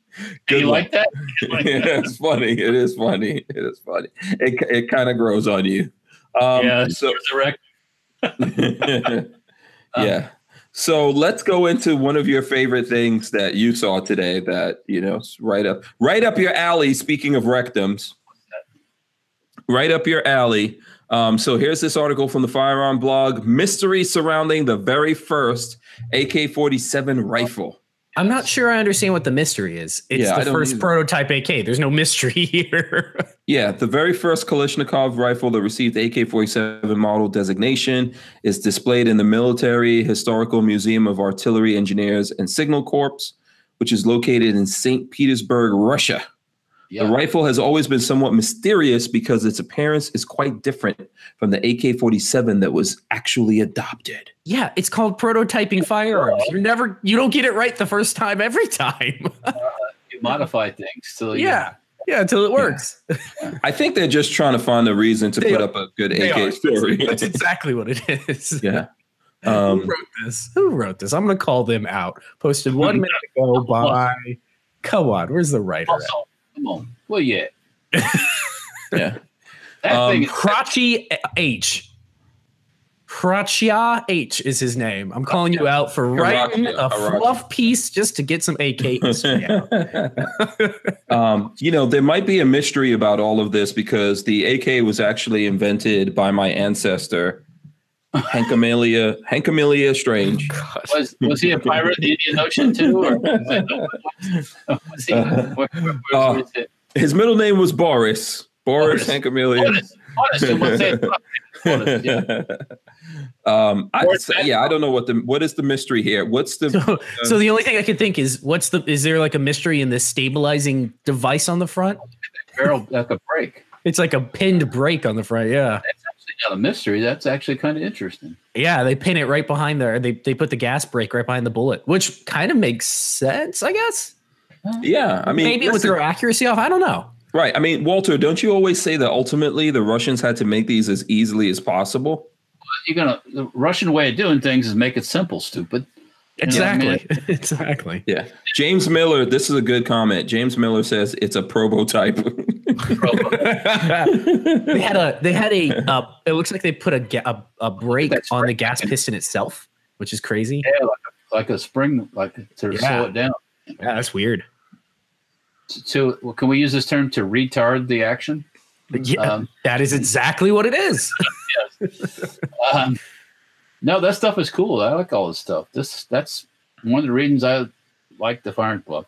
Good you one. like that? yeah, it's funny. It is funny. It is funny. It, it kind of grows on you. Um, yeah, So resurrect. yeah. So let's go into one of your favorite things that you saw today. That you know, is right up, right up your alley. Speaking of rectums, right up your alley. Um, so here's this article from the Firearm Blog: Mystery surrounding the very first AK-47 rifle. I'm not sure I understand what the mystery is. It's Yeah, I the don't first either. prototype AK. There's no mystery here. Yeah, the very first Kalashnikov rifle that received AK 47 model designation is displayed in the Military Historical Museum of Artillery Engineers and Signal Corps, which is located in St. Petersburg, Russia. Yeah. The rifle has always been somewhat mysterious because its appearance is quite different from the AK 47 that was actually adopted. yeah, it's called prototyping firearms. You're never you don't get it right the first time every time. You modify things till you- yeah. Yeah, until it works. I think they're just trying to find a reason to They put are- up a good They are. AK That's- story. That's exactly what it is. yeah. Who Um, wrote this? Who wrote this? I'm gonna call them out. Posted one minute ago by. Come on, where's the writer? At? Also, come on. Well, yeah. yeah. That Um, thing. Is, Crotchy H. Crotchia H is his name. I'm calling you out for writing a Crotchia. fluff piece just to get some AK history out. um, you know, there might be a mystery about all of this because the AK was actually invented by my ancestor, Hank Amelia, Hank Amelia Strange. was was he a pirate in the Indian Ocean too, or was it- was he? Where, where, where Uh, was Oh. it? His middle name was Boris. Boris Boris. Hank Amelia. Honest, honest, it was it. Honest, yeah. um, I, Boris so, yeah, I don't know what the what is the mystery here. What's the So, so the only thing I could think is, what's the? Is there like a mystery in this stabilizing device on the front? barrel like a break. It's like a pinned brake on the front. Yeah, That's actually not a mystery. That's actually kind of interesting. yeah. They pin it right behind there. They they put the gas brake right behind the bullet, which kind of makes sense, I guess. yeah? I mean, Maybe with listen, their accuracy off. I don't know. right. I mean, Walter, don't you always say that ultimately the Russians had to make these as easily as possible? You're gonna the Russian way of doing things is make it simple, stupid. Exactly. exactly. Yeah. James Miller, this is a good comment. James Miller says it's a prototype. They had a they had a uh, it looks like they put a ga- a, a brake That's on the right. gas piston itself, which is crazy. Yeah, like a, like a spring, like to Yeah. slow it down. Yeah, that's weird. To, to- well, can we use this term to retard the action? Yeah, Um, that is exactly what it is. Um, no, that stuff is cool. I like all this stuff. This that's one of the reasons I like the Firing Club,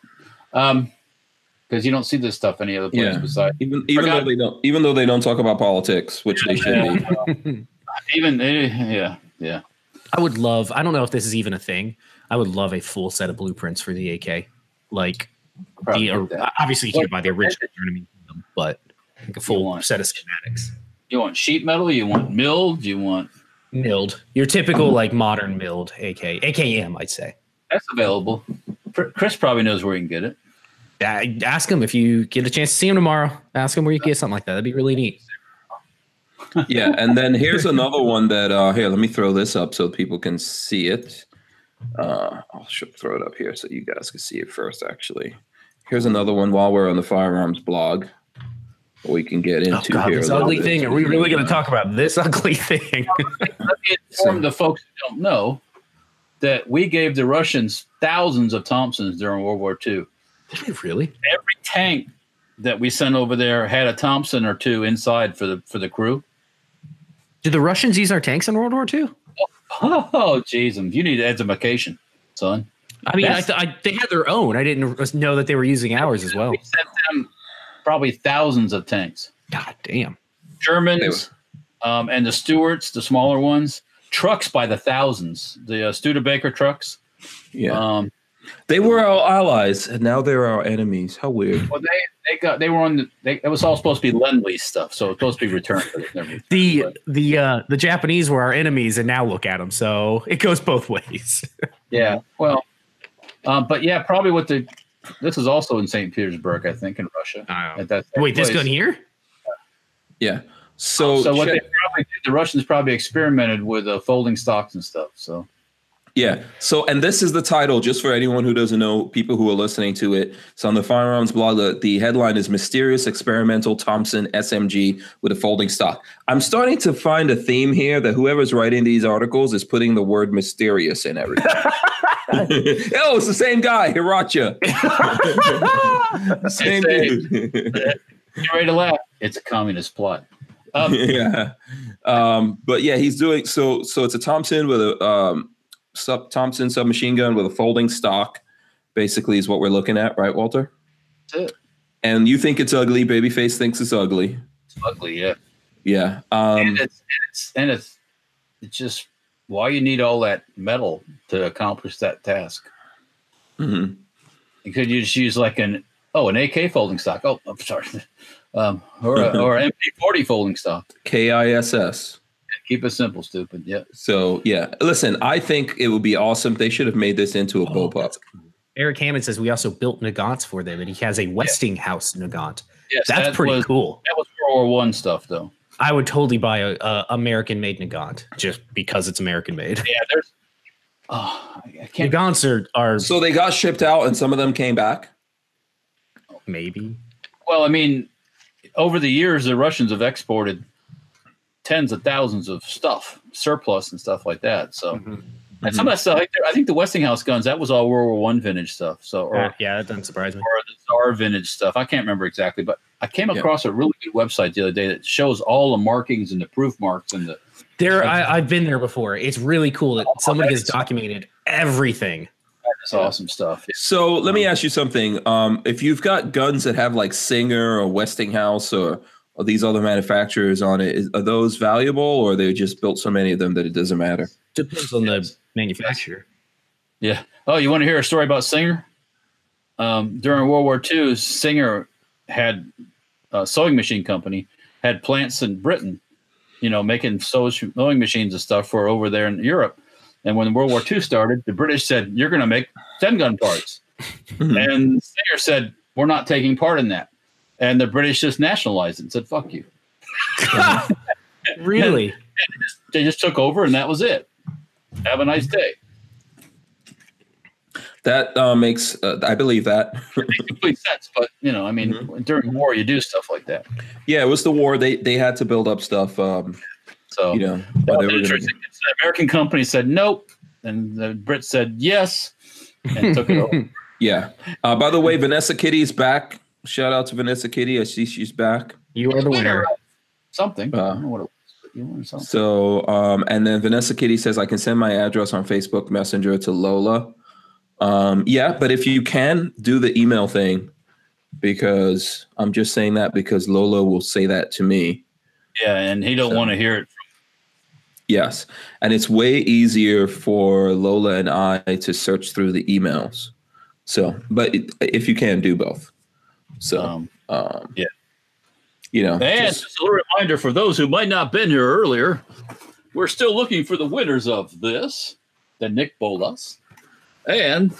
because you don't see this stuff any other place Yeah. besides even even though Forgot- they don't even though they don't talk about politics, which they should be. even eh, yeah yeah. I would love. I don't know if this is even a thing. I would love a full set of blueprints for the AK. Like Probably the that. obviously you can't buy the original, you know what I mean? but like a You full want- set of schematics. You want sheet metal? You want milled? You want Milled, your typical like modern milled, AK, AKM, I'd say. that's available. Pr- Chris probably knows where he can get it. Uh, ask him if you get a chance to see him tomorrow. Ask him where you can get something like that. That'd be really neat. yeah, and then here's another one that uh here, let me throw this up so people can see it. Uh I'll sh- throw it up here so you guys can see it first actually. Here's another one while we're on the firearms blog. that We can get into here. Oh, this a little ugly bit. thing. Are we really going to talk about this ugly thing? Let me inform the folks who don't know that we gave the Russians thousands of Thompsons during World War II. really? Every tank that we sent over there had a Thompson or two inside for the for the crew. Did the Russians use our tanks in World War II? Oh, jeez, you need edumacation, son. I mean, I, That's- th- I, they had their own. I didn't know that they were using ours as well. We sent them probably thousands of tanks. God damn. They Germans, were- um, and the Stuarts, the smaller ones, trucks by the thousands, the uh, Studebaker trucks. Yeah. Um, they were our allies and now they're our enemies. How weird. well, they they got they were on the they, it was all supposed to be lend lease stuff, so it's supposed to be returned. But it never, The the uh, the Japanese were our enemies, and now look at them. So it goes both ways. yeah, well, um, but yeah, probably what the this is also in Saint Petersburg, I think, in Russia. At that same Wait, this place. gun here? Yeah. So, So what check- they probably did, the Russians probably experimented with uh, folding stocks and stuff. So Yeah. So, and this is the title, just for anyone who doesn't know, people who are listening to it. So, on the firearms blog, the, the headline is Mysterious Experimental Thompson SMG with a Folding Stock. I'm starting to find a theme here that whoever's writing these articles is putting the word mysterious in everything. oh, it's the same guy, Hiracha. same dude. get ready to laugh. It's a communist plot. Um, yeah. Um, but yeah, he's doing so. So it's a Thompson with a um, sub Thompson submachine gun with a folding stock. Basically, is what we're looking at, right, Walter? That's it. And you think it's ugly. Babyface thinks it's ugly. It's ugly, yeah. Yeah. Um, and it's, and it's and it's it's just why you need all that metal to accomplish that task. mhm. You could just use like an oh an AK folding stock. Oh, I'm sorry, um, or a, or an MP40 folding stock. K-I-S-S. Keep it simple, stupid. Yeah, So yeah, listen. I think it would be awesome. They should have made this into a Oh, bullpup. Eric Hammond says we also built Nagants for them, and he has a Westinghouse Nagant. yes, That's that pretty was, cool. That was World War One stuff, though. I would totally buy a, a American made Nagant just because it's American made. Yeah, there's. Oh, I I can't. Nagants are, are So they got shipped out, and some of them came back. maybe Well, I mean, over the years, the Russians have exported tens of thousands of stuff, surplus and stuff like that. So. And some of that stuff, like, I think the Westinghouse guns, that was all World War One vintage stuff. So, or, Uh, yeah, that doesn't surprise me. or the Tsar vintage stuff. I can't remember exactly, but I came Yeah. across a really good website the other day that shows all the markings and the proof marks and the. There, I, I've been there before. It's really cool that somebody has that's- documented everything. That's awesome stuff. So let me ask you something. Um, if you've got guns that have like Singer or Westinghouse or, or these other manufacturers on it, is, are those valuable or they just built so many of them that it doesn't matter? Depends on the manufacturer. Yeah. Oh, you want to hear a story about Singer? Um, during World War II, Singer had a sewing machine company, had plants in Britain, you know, making sew- sewing machines and stuff for over there in Europe. And when World War II started, the British said, You're going to make 10 gun parts. Mhm. And Singer said, We're not taking part in that. And the British just nationalized it and said, Fuck you. Really? They just took over and that was it. Have a nice day. That uh, makes, uh, I believe that. Makes complete sense. But, you know, I mean, during war, you do stuff like that. yeah, it was the war. They they had to build up stuff. Um, So, you know, That but was they were gonna, interesting. It's an American company said nope, and the Brits said yes, and took it over. yeah. Uh, by the way, Vanessa Kitty is back. Shout out to Vanessa Kitty. I see she's back. You are the winner. Something. I don't know what it was. but You learned something. So, um, and then Vanessa Kitty says, I can send my address on Facebook Messenger to Lola. Um, yeah, but if you can, do the email thing because I'm just saying that because Lola will say that to me. Yeah, and he don't So- want to hear it. Yes. And it's way easier for Lola and I to search through the emails. So, but it, if you can, do both. So, Um, um, yeah. you know, And just- just a little reminder for those who might not been here earlier, we're still looking for the winners of this, the Nick Bolas, and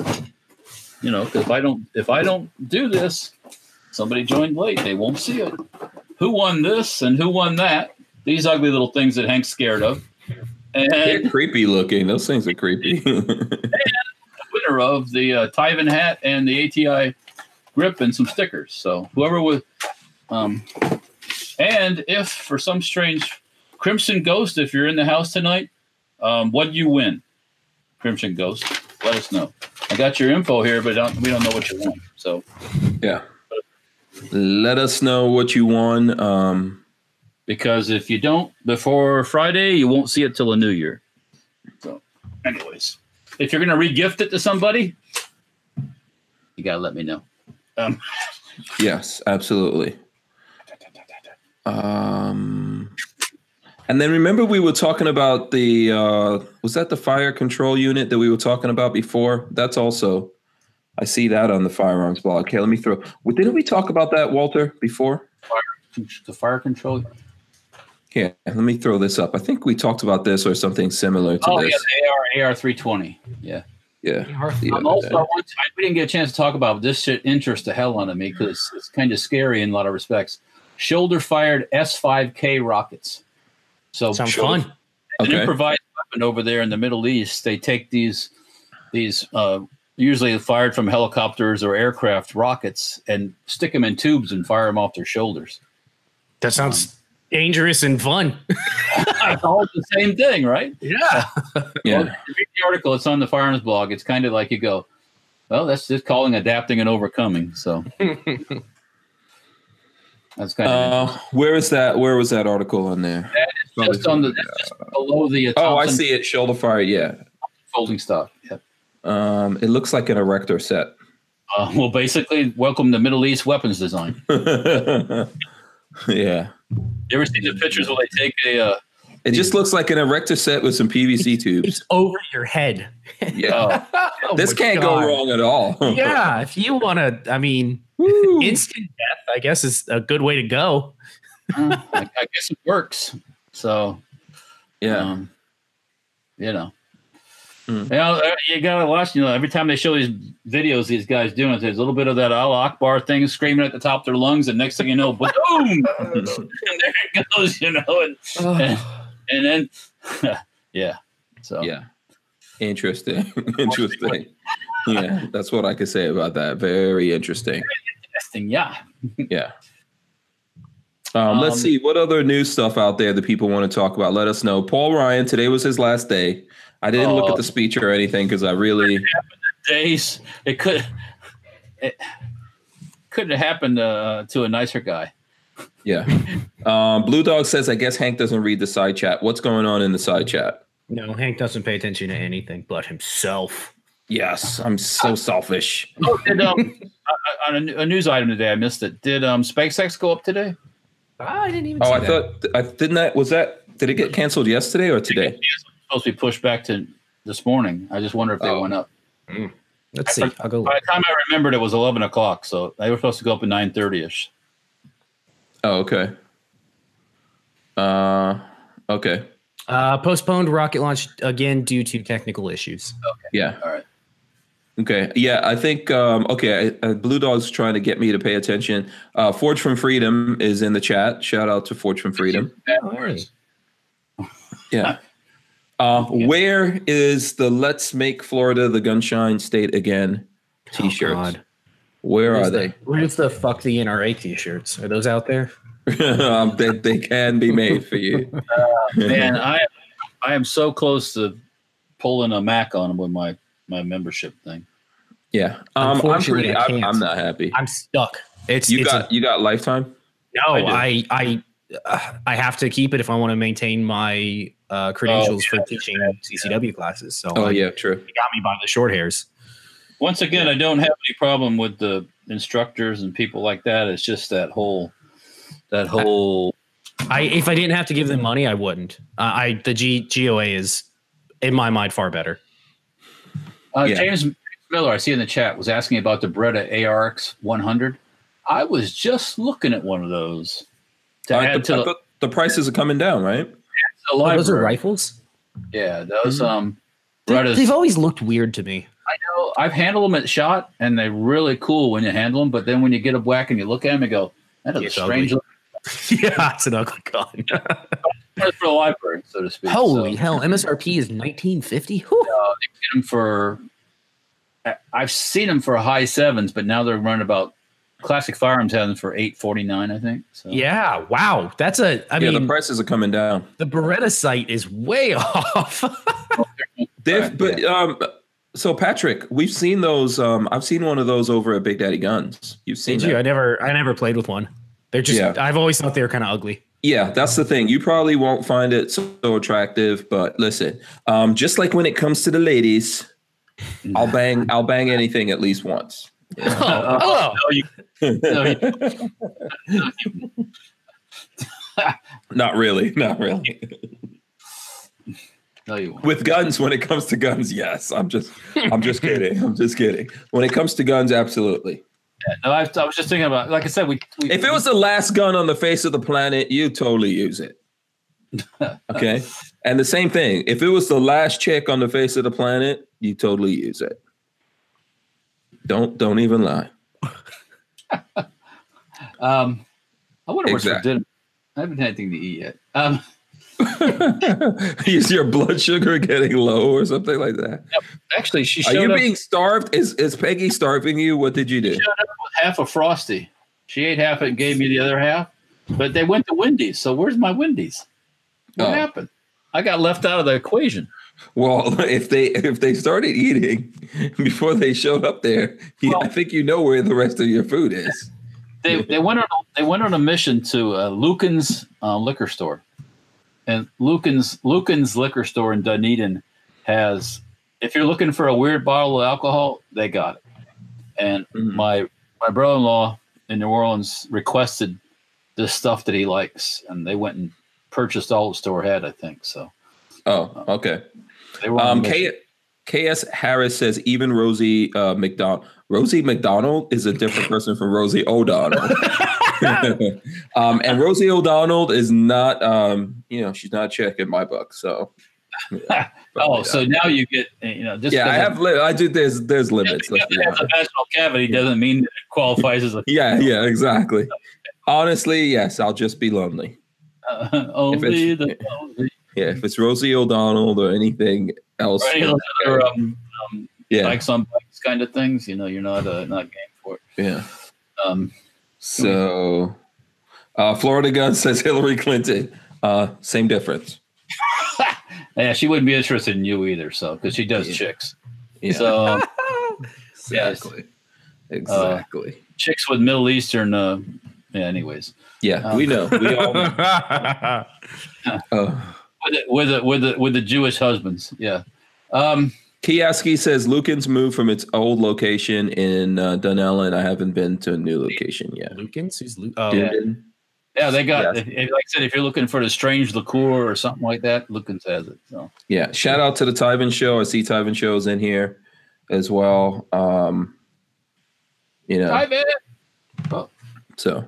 you know, 'cause if I don't if I don't do this, somebody joined late, they won't see it. Who won this and who won that? These ugly little things that Hank's scared of, and they're creepy looking. Those things are creepy. winner of the uh, Tyven hat and the ATI grip and some stickers. So whoever was, um, and if for some strange Crimson Ghost, if you're in the house tonight, um, what do you win? Crimson Ghost, let us know. I got your info here, but don't, we don't know what you want. So yeah. Let us know what you won. Um, because if you don't before Friday, you won't see it till the new year. So, anyways, if you're gonna regift it to somebody, you gotta let me know. Um, yes, absolutely. Um, and then remember we were talking about the uh, was that the fire control unit that we were talking about before? That's also I see that on the firearms blog. Okay, let me throw. Well, didn't we talk about that, Walter, before? the fire control. Yeah, let me throw this up. I think we talked about this or something similar to Oh this. yeah, the AR AR three twenty. Yeah. Yeah. the I'm other also day. I want to- I- we didn't get a chance to talk about it, but this shit interests the hell out of me because it's, kind of scary in a lot of respects. Shoulder fired S five K rockets. So Sounds shoulder- fun. An Okay. improvised weapon over there in the Middle East. They take these these uh, usually fired from helicopters or aircraft rockets and stick them in tubes and fire them off their shoulders. That sounds dangerous and fun. Ah. it's all the same thing, right? Yeah. Yeah. Well, if you read the article. It's on the firearms blog. It's kind of like you go, well, that's just calling adapting and overcoming. So that's kind of Uh, where is that? Where was that article on there? just on the that's just below the uh, Oh, I Thompson see it. Shoulder fire. Yeah. folding stock. Yep. Um, it looks like an erector set. Uh, well, basically, welcome to Middle East weapons design. yeah. You ever seen the pictures where they take a uh, It just looks like an erector set with some PVC tubes. Over your head. Yeah. oh, Oh this my can't God. go wrong at all. yeah, if you want to, I mean, Woo. instant death, I guess, is a good way to go. uh, I, I guess it works. So yeah. Um, you know. Hmm. You, know, uh, you gotta watch. You know, every time they show these videos, these guys doing it, there's a little bit of that Al Akbar thing screaming at the top of their lungs, and next thing you know, boom, and there it goes. You know, and and then, yeah. So Yeah. Interesting. interesting. Yeah. That's what I could say about that. Very interesting. interesting. Yeah. Yeah. Um, let's Um, see what other news stuff out there that people want to talk about. Let us know. Paul Ryan, today was his last day. I didn't look at Oh. the speech or anything because I really, Days. It could. It couldn't have happened uh, to a nicer guy. yeah. Um, Blue Dog says, I guess Hank doesn't read the side chat. What's going on in the side chat? No, Hank doesn't pay attention to anything but himself. Yes, I'm so selfish. Oh, did, um, on a, a news item today, I missed it. Did um, SpaceX go up today? I didn't even. Oh, see I that. thought I didn't that was that did it get canceled yesterday or today? supposed to be pushed back to this morning. I just wonder if they Oh. went up. Let's see. I'll go. By Look. the time I remembered, it was eleven o'clock, so they were supposed to go up at nine thirty ish. Oh, okay. Uh, okay. Uh, postponed rocket launch again due to technical issues. Yeah. All right. Okay. Yeah, I think um, okay. I, I, Blue Dog's trying to get me to pay attention. Uh, Forge from Freedom is in the chat. Shout out to Forge from Freedom. Yeah. Uh, Yeah. Where is the "Let's Make Florida the Gunshine State Again" Oh, T-shirts? Where are they? Where's the fuck the NRA t-shirts? Are those out there? um, they? They can be made for you. Oh, Man, I I am so close to pulling a Mac on them with my my membership thing. yeah. Um, I'm Unfortunately, pretty. I I'm, can't. I'm not happy. I'm stuck. It's you it's got you got lifetime. a, no. I I I uh, I have to keep it if I want to maintain my uh, credentials for teaching CCW classes. So Oh I- yeah, true. they got me by the short hairs. Once again, I don't have any problem with the instructors and people like that. It's just that whole that whole I if I didn't have to give them money, I wouldn't. Uh, I the G, GOA is in my mind far better. Uh, Yeah. James Miller, I see in the chat, was asking about the Beretta ARX 100. I was just looking at one of those to Uh, add the, to I the, thought the prices are coming down, right? the Oh, library. those are rifles. Yeah, those um, They, Rudders- have always looked weird to me. know, I've handled them at shot, and they're really cool when you handle them. But then when you get a whack and you look at them and go, "That is a It's strange ugly. yeah, it's an ugly gun. look for the library, so to speak." Holy so, hell! MSRP is nineteen fifty. Whew. get 'em for I- I've seen them for high sevens, but now they're running about classic firearms having them for eight forty nine, I think. So. Yeah, wow. That's a. I yeah, mean, the prices are coming down. the Beretta sight is way off. They've, Right, but um, so Patrick, we've seen those. Um, I've seen one of those over at Big Daddy Guns. You've seen Did that. you? I never. I never played with one. They're just. Yeah. I've always thought they were kind of ugly. Yeah, that's the thing. You probably won't find it so, so attractive, but listen, um, just like when it comes to the ladies, I'll bang, I'll bang anything at least once. Oh, oh. Not really, not really. No, you won't. With guns, when it comes to guns, yes. I'm just, I'm just kidding. I'm just kidding. When it comes to guns, absolutely. No, I, I was just thinking about. Like I said, we, we If it was the last gun on the face of the planet, you totally use it. Okay. And the same thing. If it was the last chick on the face of the planet, you totally use it. Don't don't even lie. um, I wonder what's Exactly. for dinner. I haven't had anything to eat yet. Um, is your blood sugar getting low or something like that? actually, she Are showed you up being starved? Is is Peggy starving you? What did you do? showed up with half a frosty. She ate half and gave me the other half. But they went to Wendy's. So where's my Wendy's? What Oh. happened? I got left out of the equation. Well, if they if they started eating before they showed up there, you- I Well- think you know where the rest of your food is. They they went on they went on a mission to uh, Lucan's uh, liquor store, and Lucan's Lucan's liquor store in Dunedin has. If you're looking for a weird bottle of alcohol, they got it. And Mhm. my my brother-in-law in New Orleans requested the stuff that he likes, and they went and purchased all the store had. I think so. Oh, okay. They were on a Um, mission. K- KS Harris says even Rosie uh, McDonald. Rosie McDonald is a different person from Rosie O'Donnell. um, and Rosie O'Donnell is not, um, you know, she's not a chick in my book. So, yeah, Oh, probably so not. now you get eh, you know just yeah, I because have, li- I do. There's, there's it- limits. just let's be because it has a honest. vaginal cavity doesn't mean that it qualifies as a uh, Yeah, yeah, exactly. Honestly, yes, I'll just be lonely. uh, only the only- Yeah, if it's Rosie O'Donnell or anything else, or any other, um, yeah, bikes on bikes kind of things. You know, you're not uh, not game for it. yeah. Um, So, uh, Florida Gun says Hillary Clinton. Uh, same difference. yeah, she wouldn't be interested in you either, so because she does chicks. Yeah, So um, exactly. Exactly. Uh, chicks with Middle Eastern. Uh, yeah, anyways, yeah, um, we know. We all know. Uh, with the- with the, with the, with the Jewish husbands. Yeah. Um, Kioski says Lucan's moved from its old location in uh, Dunellen. I haven't been to a new location yet. Lucans? Who's Lu- oh, Dude, yeah, they got. Yes. If, if- like I said, if you're looking for the strange liqueur or something like that, Lucan's has it. So. Yeah. Shout out to the Tyven show. I see Tyven shows in here as well. Um, you know, Hi, man. so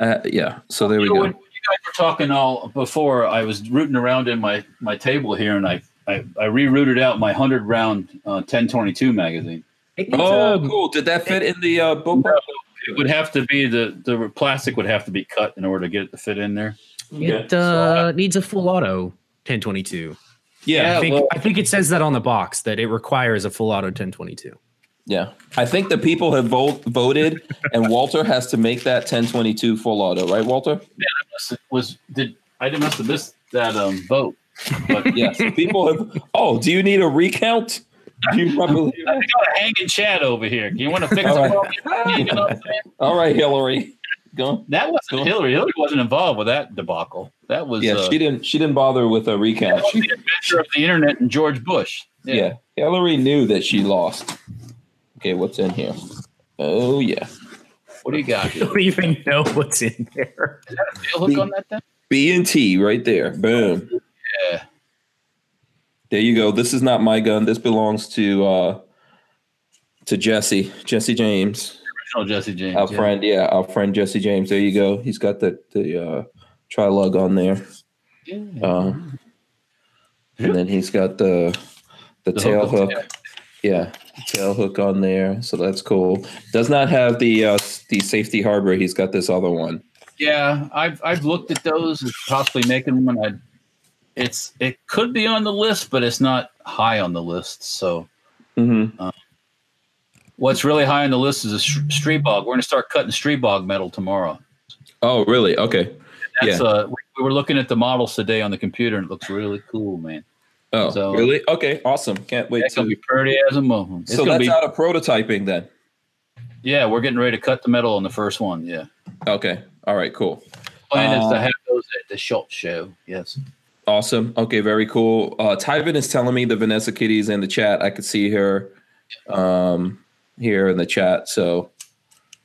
uh, yeah. So there we You know, go. when, when you guys were talking all before, I was rooting around in my my table here, and I I, I rerouted out my hundred round uh, ten twenty two magazine. Oh, cool. Did that fit in the uh, book? It would have to be the the plastic would have to be cut in order to get it to fit in there. Yeah. It uh, needs a full auto 1022. Yeah. I think, well- I think it says that on the box that it requires a full auto 1022. Yeah. I think the people have vote, voted, and Walter has to make that 1022 full auto, right, Walter? Was did I must have missed that um vote? But yeah, Yes. people have. Oh, do you need a recount? Do you probably. I got a hanging chat over here. You want to fix All the right. problem? You know what I'm saying? All right, Hillary. Go. That wasn't Cool. Hillary. Hillary wasn't involved with that debacle. That was Yeah, uh, she didn't. She didn't bother with a that recount. was She- the adventure of the internet and George Bush. yeah. Hillary knew that she lost. Okay, what's in here? Oh yeah, What do you got? Here? don't even know what's in there. hook on that thing? B and T right there. Boom. Yeah. There you go. This is not my gun. This belongs to uh to Jesse. Jesse James. Original Oh, Jesse James. our yeah. friend, yeah, our friend Jesse James. There you go. He's got the the uh, try lug on there. Yeah. Uh, and then he's got the the, The tail hook on hook. Yeah, tail hook on there. So that's cool. Does not have the uh, s- the safety harbor. He's got this other one. Yeah, I've I've looked at those as possibly making one. I, it's it could be on the list, but it's not high on the list. So Mm-hmm. what's really high on the list is a sh- street bog. We're going to start cutting street bog metal tomorrow. Oh, really? Okay. That's uh, we- we were looking at the models today on the computer, and it looks really cool, man. Oh, So- really? Okay. Awesome. Can't wait It's to. gonna be pretty as a moment. It's so gonna that's be out of prototyping then. yeah. We're getting ready to cut the metal on the first one. Yeah, Okay. All right. Cool. plan is Uh, to have those at the Schultz show. Yes. Awesome. Okay, very cool. Uh Tyvin is telling me the Vanessa Kitty's in the chat. I could see her um here in the chat. So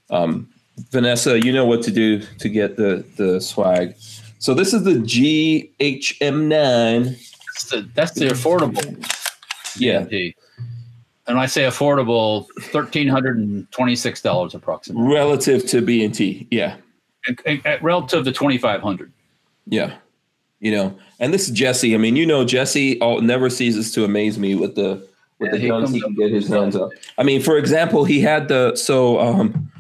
um Vanessa, you know what to do to get the the swag. So this is the GHM9. That's the that's the affordable. Yeah. GMT. And when I say affordable, thirteen hundred and twenty-six dollars approximately, Relative to BNT. Yeah. And- and- and relative to twenty-five hundred. Yeah. You know, and this is Jesse. I mean, you know, Jesse all, never ceases to amaze me with the with Yeah, the he guns comes he can up get with his stuff. hands up. I mean, for example, he had the so um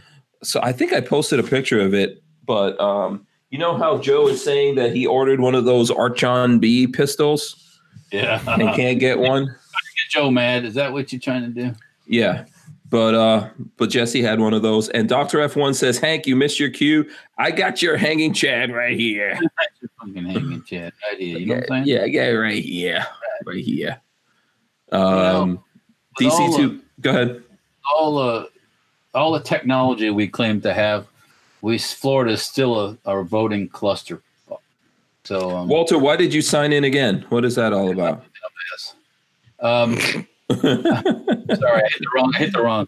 so I think I posted a picture of it, but um you know how Joe is saying that he ordered one of those Archon B pistols Yeah, and can't get one? Joe, mad? Is that what you're trying to do? Yeah. But uh but Jesse had one of those and Dr. F1 says, "Hank, you missed your cue. I got your hanging chad right here." You're fucking hanging, Chad. Idea, you know yeah, what I'm saying? yeah, yeah, right here, right here. know, Um, with DC all two. Go ahead. all uh, all the technology we claim to have, we Florida is still a, a voting cluster. So um, Walter, why did you sign in again? What is that all about? um, sorry, I hit the wrong. I hit the wrong.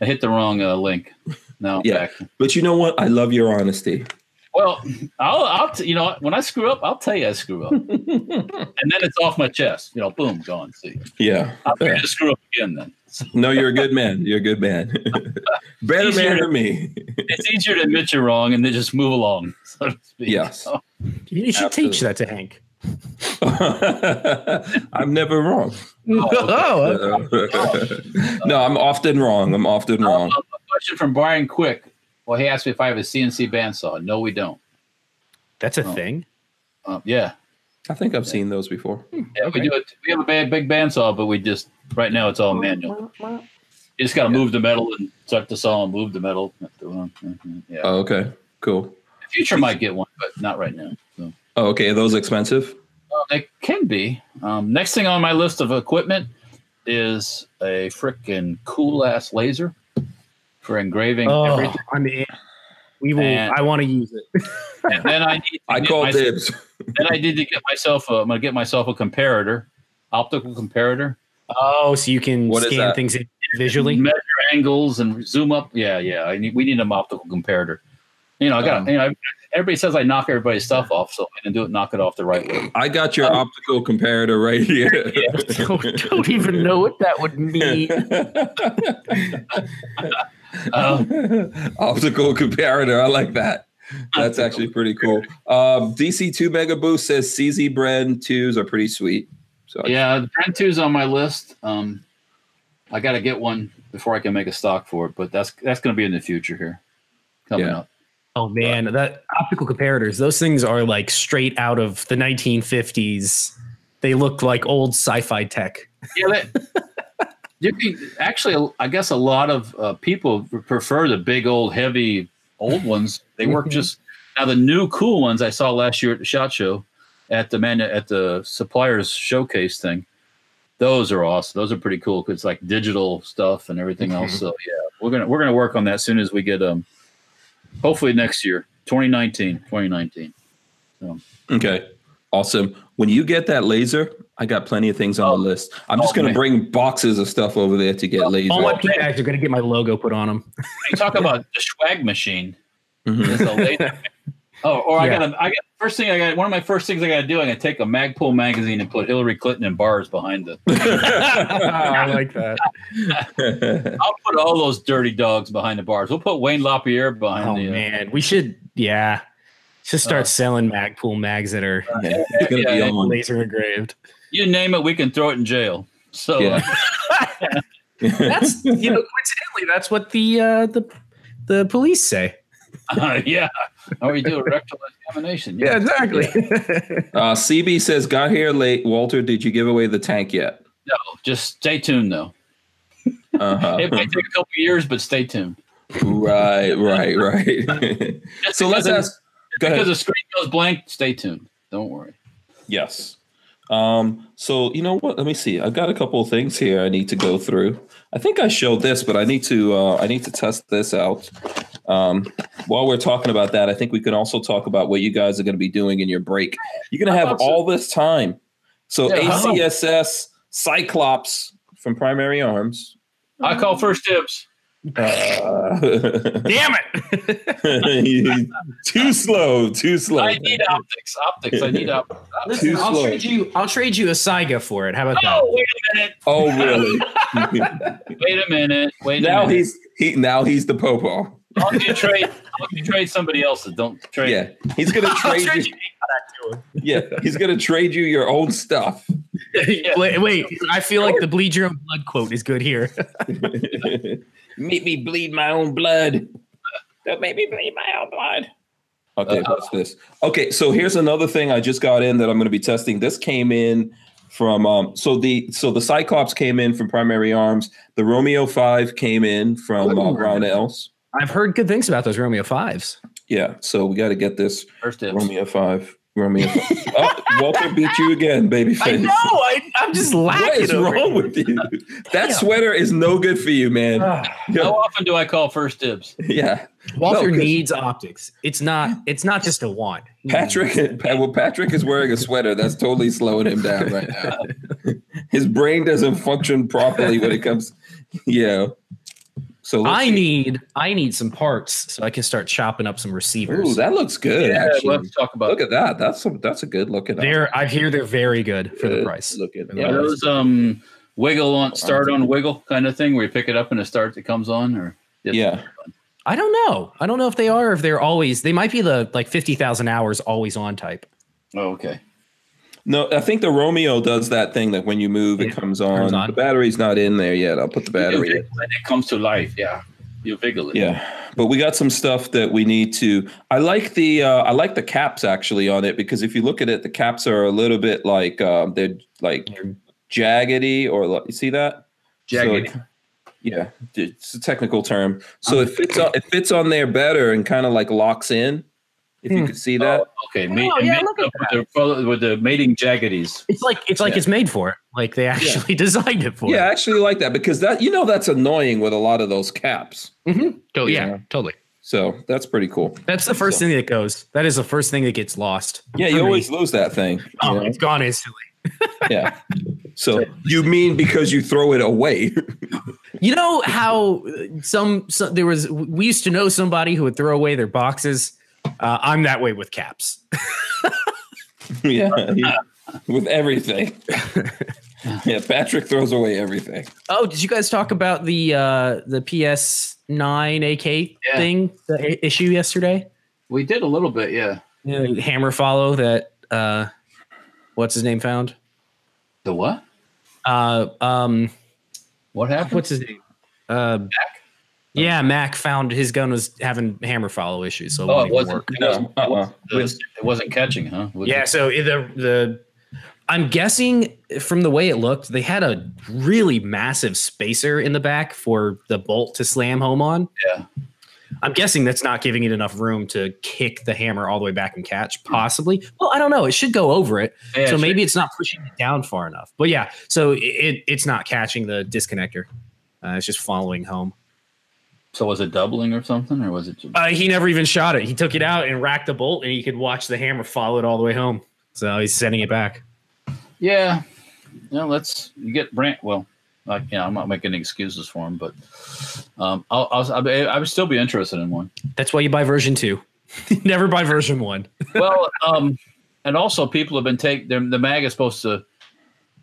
I hit the wrong uh, link. Now I'm Yeah. back. but you know what? I love your honesty. Well, I'll, I'll t- you know when I screw up, I'll tell you I screw up, and then it's off my chest. You know, boom, gone. See, Yeah. I'm going to screw up again. Then No, you're a good man. You're a good man. Better man than me. it's easier to admit you're wrong and then just move along, so uh, to speak. Yes. You should Absolutely. teach that to Hank. I'm never wrong. Oh, no, I'm often wrong. I'm often Um, wrong. a question from Brian Quick. Well, he asked me if I have a CNC bandsaw. No, we don't. that's a Oh. thing. Um, yeah, I think I've seen those before. yeah, we do it. We have a bad, big bandsaw, but we just right now Oh, it's all manual. You just got to move the metal and suck the saw and move the metal. Uh, Yeah, Oh, okay. Cool. the future might get one, but not right now. So. Oh, okay. Are those expensive? It can be. Um, next thing on my list of equipment is a freaking cool ass laser for engraving Oh, everything. I'm in. We will. And- I want to use it. And then I need to I get call myself- dibs. then I need to get myself. A, I'm gonna get myself a comparator, optical comparator. Oh, so you can What is scan that? things in visually. measure angles and zoom up. Yeah, yeah. I need. We need an optical comparator. You know, I got. Um, to you know, everybody says I knock everybody's stuff off, so I'm gonna do it. Knock it off the right way. I got Oh. your optical comparator right here. don't even know what that would mean. Uh, optical comparator. I like that. That's actually pretty cool. Um, DC two Mega Boost says CZ brand twos are pretty sweet. So yeah, the Brand Two's on my list. Um, I got to get one before I can make a stock for it, but that's that's going to be in the future here, coming Yeah. up. Oh man, that optical comparators, those things are like straight out of the 1950s. They look like old sci-fi tech. Yeah, that, you can actually. I guess a lot of uh, people prefer the big old heavy old ones. They work just now. The new cool ones I saw last year at the shot show, at the man at the suppliers showcase thing. Those are awesome. Those are pretty cool because like digital stuff and everything else. So yeah, we're gonna we're gonna work on that as soon as we get um, hopefully next year, 2019, 2019. okay, awesome. When you get that laser, I got plenty of things on the list. I'm just Oh, gonna man. bring boxes of stuff over there to get laser. All my P bags are gonna get my logo put on them. You talk about the swag machine. Mhm. It's a laser. oh, or I Yeah. gotta, I got first thing I got. One of my first things I gotta do, I gotta take a Magpul magazine and put Hillary Clinton in bars behind it. I like that. I'll put all those dirty dogs behind the bars. We'll put Wayne Lapierre behind Oh the. uh, man, we should. Yeah, Just start selling Magpool mags that are It's gonna be Yeah, on. laser engraved. You name it, we can throw it in jail. So uh, That's you know, coincidentally, that's what the uh, the the police say. uh, yeah, or you do a rectal examination. Yeah, exactly. Uh, CB says, "Got here late, Walter. Did you give away the tank yet?" no, just stay tuned though. Uh-huh. It might take a couple years, but stay tuned. right, right, right. Just so let's because- ask. Go ahead. because the screen goes blank. Stay tuned. Don't worry. Yes. Um, so you know what? Let me see. I've got a couple of things here I need to go through. I think I showed this, but I need to uh, I need to test this out. Um, while we're talking about that, I think we can also talk about what you guys are going to be doing in your break. You're going to have all this time. So Yeah. ACSS Cyclops from Primary Arms. I call first dibs. Uh, Damn it! too slow. Too slow. I need optics. Optics. I need optics. Listen, Too I'll slow. trade you. I'll trade you a Saiga for it. How about that? Oh, wait a minute. Oh, really? Wait a minute. Wait a now minute. he's he. Now he's the popo. I'll get trade. I'll get trade somebody else's. Don't trade. Yeah, he's gonna trade, trade you. Yeah, he's gonna trade you your own stuff. Yeah. Wait, wait, I feel like the bleed your own blood quote is good here. Make me bleed my own blood. Don't make me bleed my own blood. Okay, what's this? Okay, so here's another thing I just got in that I'm gonna be testing. This came in from um so the so the Cyclops came in from Primary Arms. The Romeo Five came in from uh, Ooh. Brownells. I've heard good things about those Romeo fives. Yeah, so we got to get this First dibs. Romeo Five. Romeo. 5. oh, Walter beat you again, babyface. I, I'm just laughing. What is wrong with you? That sweater is no good for you, man. How Yeah. often do I call first dibs? Yeah. Walter No, 'cause- needs optics. It's not. It's not just a want. Patrick, Pa- well, Patrick is wearing a sweater that's totally slowing him down right now. His brain doesn't function properly when it comes. Yeah. So let's I see. need. I need some parts so I can start chopping up some receivers. Ooh, that looks good. Yeah, actually. let's talk about Look at that. That's a, that's a good looking. they're. I hear they're very good for the Good price. Looking. Are Yeah. those um wiggle on start on wiggle kind of thing where you pick it up and it starts it comes on or Yeah. I don't know. I don't know if they are. If they're always. They might be the like fifty thousand hours always on type. Oh, okay. No, I think the Romeo does that thing that when you move, Yeah, it comes on. on. The battery's not in there yet. I'll put the battery in. You wiggle it, it comes to life. Yeah, you wiggle it. Yeah, but we got some stuff that we need to. I like the uh, I like the caps actually on it because if you look at it, the caps are a little bit like um, they're like jaggedy or like, you see that Jaggedy. So it- yeah, it's a technical term. Um, So it fits on it fits on there better and kind of like locks in. If you Hmm. could see that, okay. mate- Oh, and yeah, mate look at up with, the, with the mating jaggeties. It's like it's like Yeah. it's made for it. Like they actually designed it for. yeah, I it. actually like that because that you know that's annoying with a lot of those caps. Mhm. Go- yeah. Yeah. Totally. So that's pretty cool. That's the first thing that goes. That is the first thing that gets lost. Yeah, for you me. always lose that thing. you Oh, know? it's gone instantly. Yeah. So you mean because you throw it away? You know how uh, some, some there was we used to know somebody who would throw away their boxes. Uh, I'm that way with caps. yeah, he- with everything. yeah, Patrick throws away everything. Oh, did you guys talk about the uh, the PS9 AK Yeah. thing, the i- issue yesterday? We did a little bit. Yeah. You know, hammer follow that. Uh, what's his name found? The what? Uh, um, What happened? what's his name? Uh, Yeah, Mac found his gun was having hammer follow issues, so it Oh, wouldn't it even wasn't. work. It wasn't, No, it wasn't, uh-uh. it wasn't catching, huh? Was Yeah, it? so i- the the I'm guessing from the way it looked, they had a really massive spacer in the back for the bolt to slam home on. Yeah. I'm guessing that's not giving it enough room to kick the hammer all the way back and catch, possibly. Well, I don't know. It should go over it. Yeah, so sure. maybe it's not pushing it down far enough. But yeah, so it, it it's not catching the disconnector. Uh, it's just following home. So was it doubling or something, or was it? Just, Uh, he never even shot it. He took it out and racked the bolt, and you could watch the hammer follow it all the way home. So he's sending it back. yeah. Yeah. Let's you get Brant. Well, like, yeah, I'm not making excuses for him, but um, I'll, I'll, I'll, be- I would still be interested in one. That's why you buy version two. never buy version one. well, um, and also people have been taking the mag is supposed to.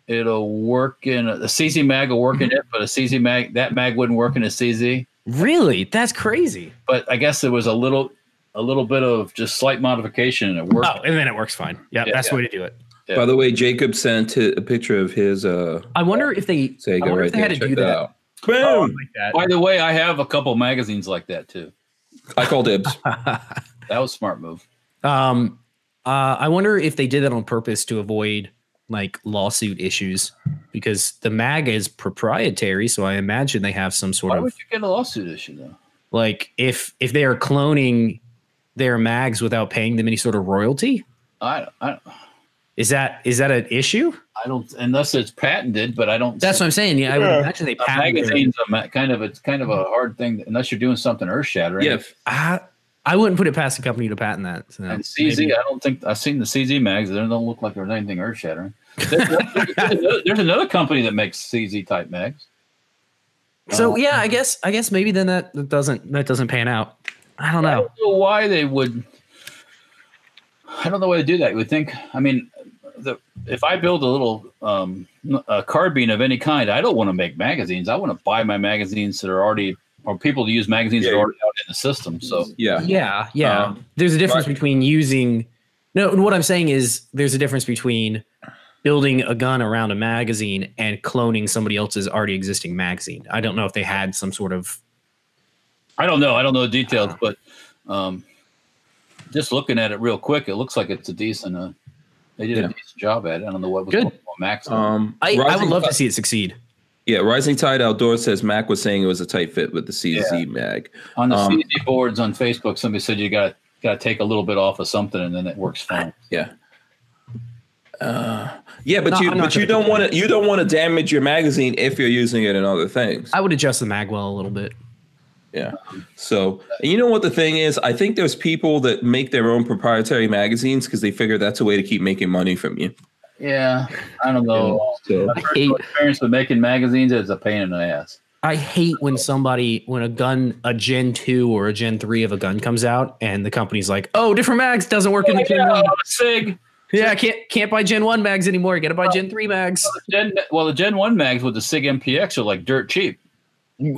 It'll work in a, the CZ mag will work in it, but a CZ mag that mag wouldn't work in a CZ. Really? That's crazy. But I guess there was a little a little bit of just slight modification and it worked. Oh, and then it works fine. Yeah, Yeah, that's yeah. the way to do it. Yeah. By the way, Jacob sent hi- a picture of his uh, I wonder if they. Sega I wonder right if they there. had to Check do that, that. out. Oh, Boom! like By the way, I have a couple magazines like that too. I called dibs. that. That was a smart move. um, uh, I wonder if they did that on purpose to avoid like lawsuit issues because the mag is proprietary, so I imagine they have some sort Why of would you get a lawsuit issue though? like if if they are cloning their mags without paying them any sort of royalty. I I, Is that is that an issue? I don't unless it's patented, but I don't. That's what I'm saying. Yeah, I would Yeah. imagine they a patented. it. magazine's a ma- kind of it's kind of a hard thing that- unless you're doing something earth shattering. Yeah, I, I wouldn't put it past a company to patent that. So And CZ, maybe- I don't think I've seen the CZ mags. They don't look like there's anything earth shattering. There's, there's another company that makes CZ type mags. So Uh, yeah, I guess I guess maybe then that, that doesn't that doesn't pan out. I don't I know. don't know why they would. I don't know why they do that. You would think. I mean, the, if I build a little um, a carbine of any kind, I don't want to make magazines. I want to buy my magazines that are already or people to use magazines that Yeah. are already out in the system. So yeah. Yeah, yeah. Um, there's a difference right. between using. No, what I'm saying is there's a difference between building a gun around a magazine and cloning somebody else's already existing magazine. I don't know if they had some sort of I don't know. I don't know the details, Uh-huh. but um, just looking at it real quick, it looks like it's a decent. Uh, they did Yeah. a decent job at it. I don't know what was Good. going on Max. Um, I, I would Rising love Tide- to see it succeed. Yeah, Rising Tide Outdoors says Mac was saying it was a tight fit with the CZ mag. on the um, CZ boards on Facebook, somebody said you got got to take a little bit off of something, and then it works fine. Yeah. Uh, yeah, but No, you I'm not but you gonna don't want to you don't want to damage your magazine if you're using it in other things. I would adjust the magwell a little bit. Yeah. So, and you know what the thing is? I think there's people that make their own proprietary magazines because they figure that's a way to keep making money from you. Yeah, I don't know. So, My personal experience with making magazines is a pain in the ass. I hate when somebody when a gun a Gen two or a Gen three of a gun comes out and the company's like, oh, different mags doesn't work in the Gen one. Sig. Yeah, I can't can't buy Gen one mags anymore. Got to buy Gen three mags. Gen, well, the Gen One mags with the Sig MPX are like dirt cheap.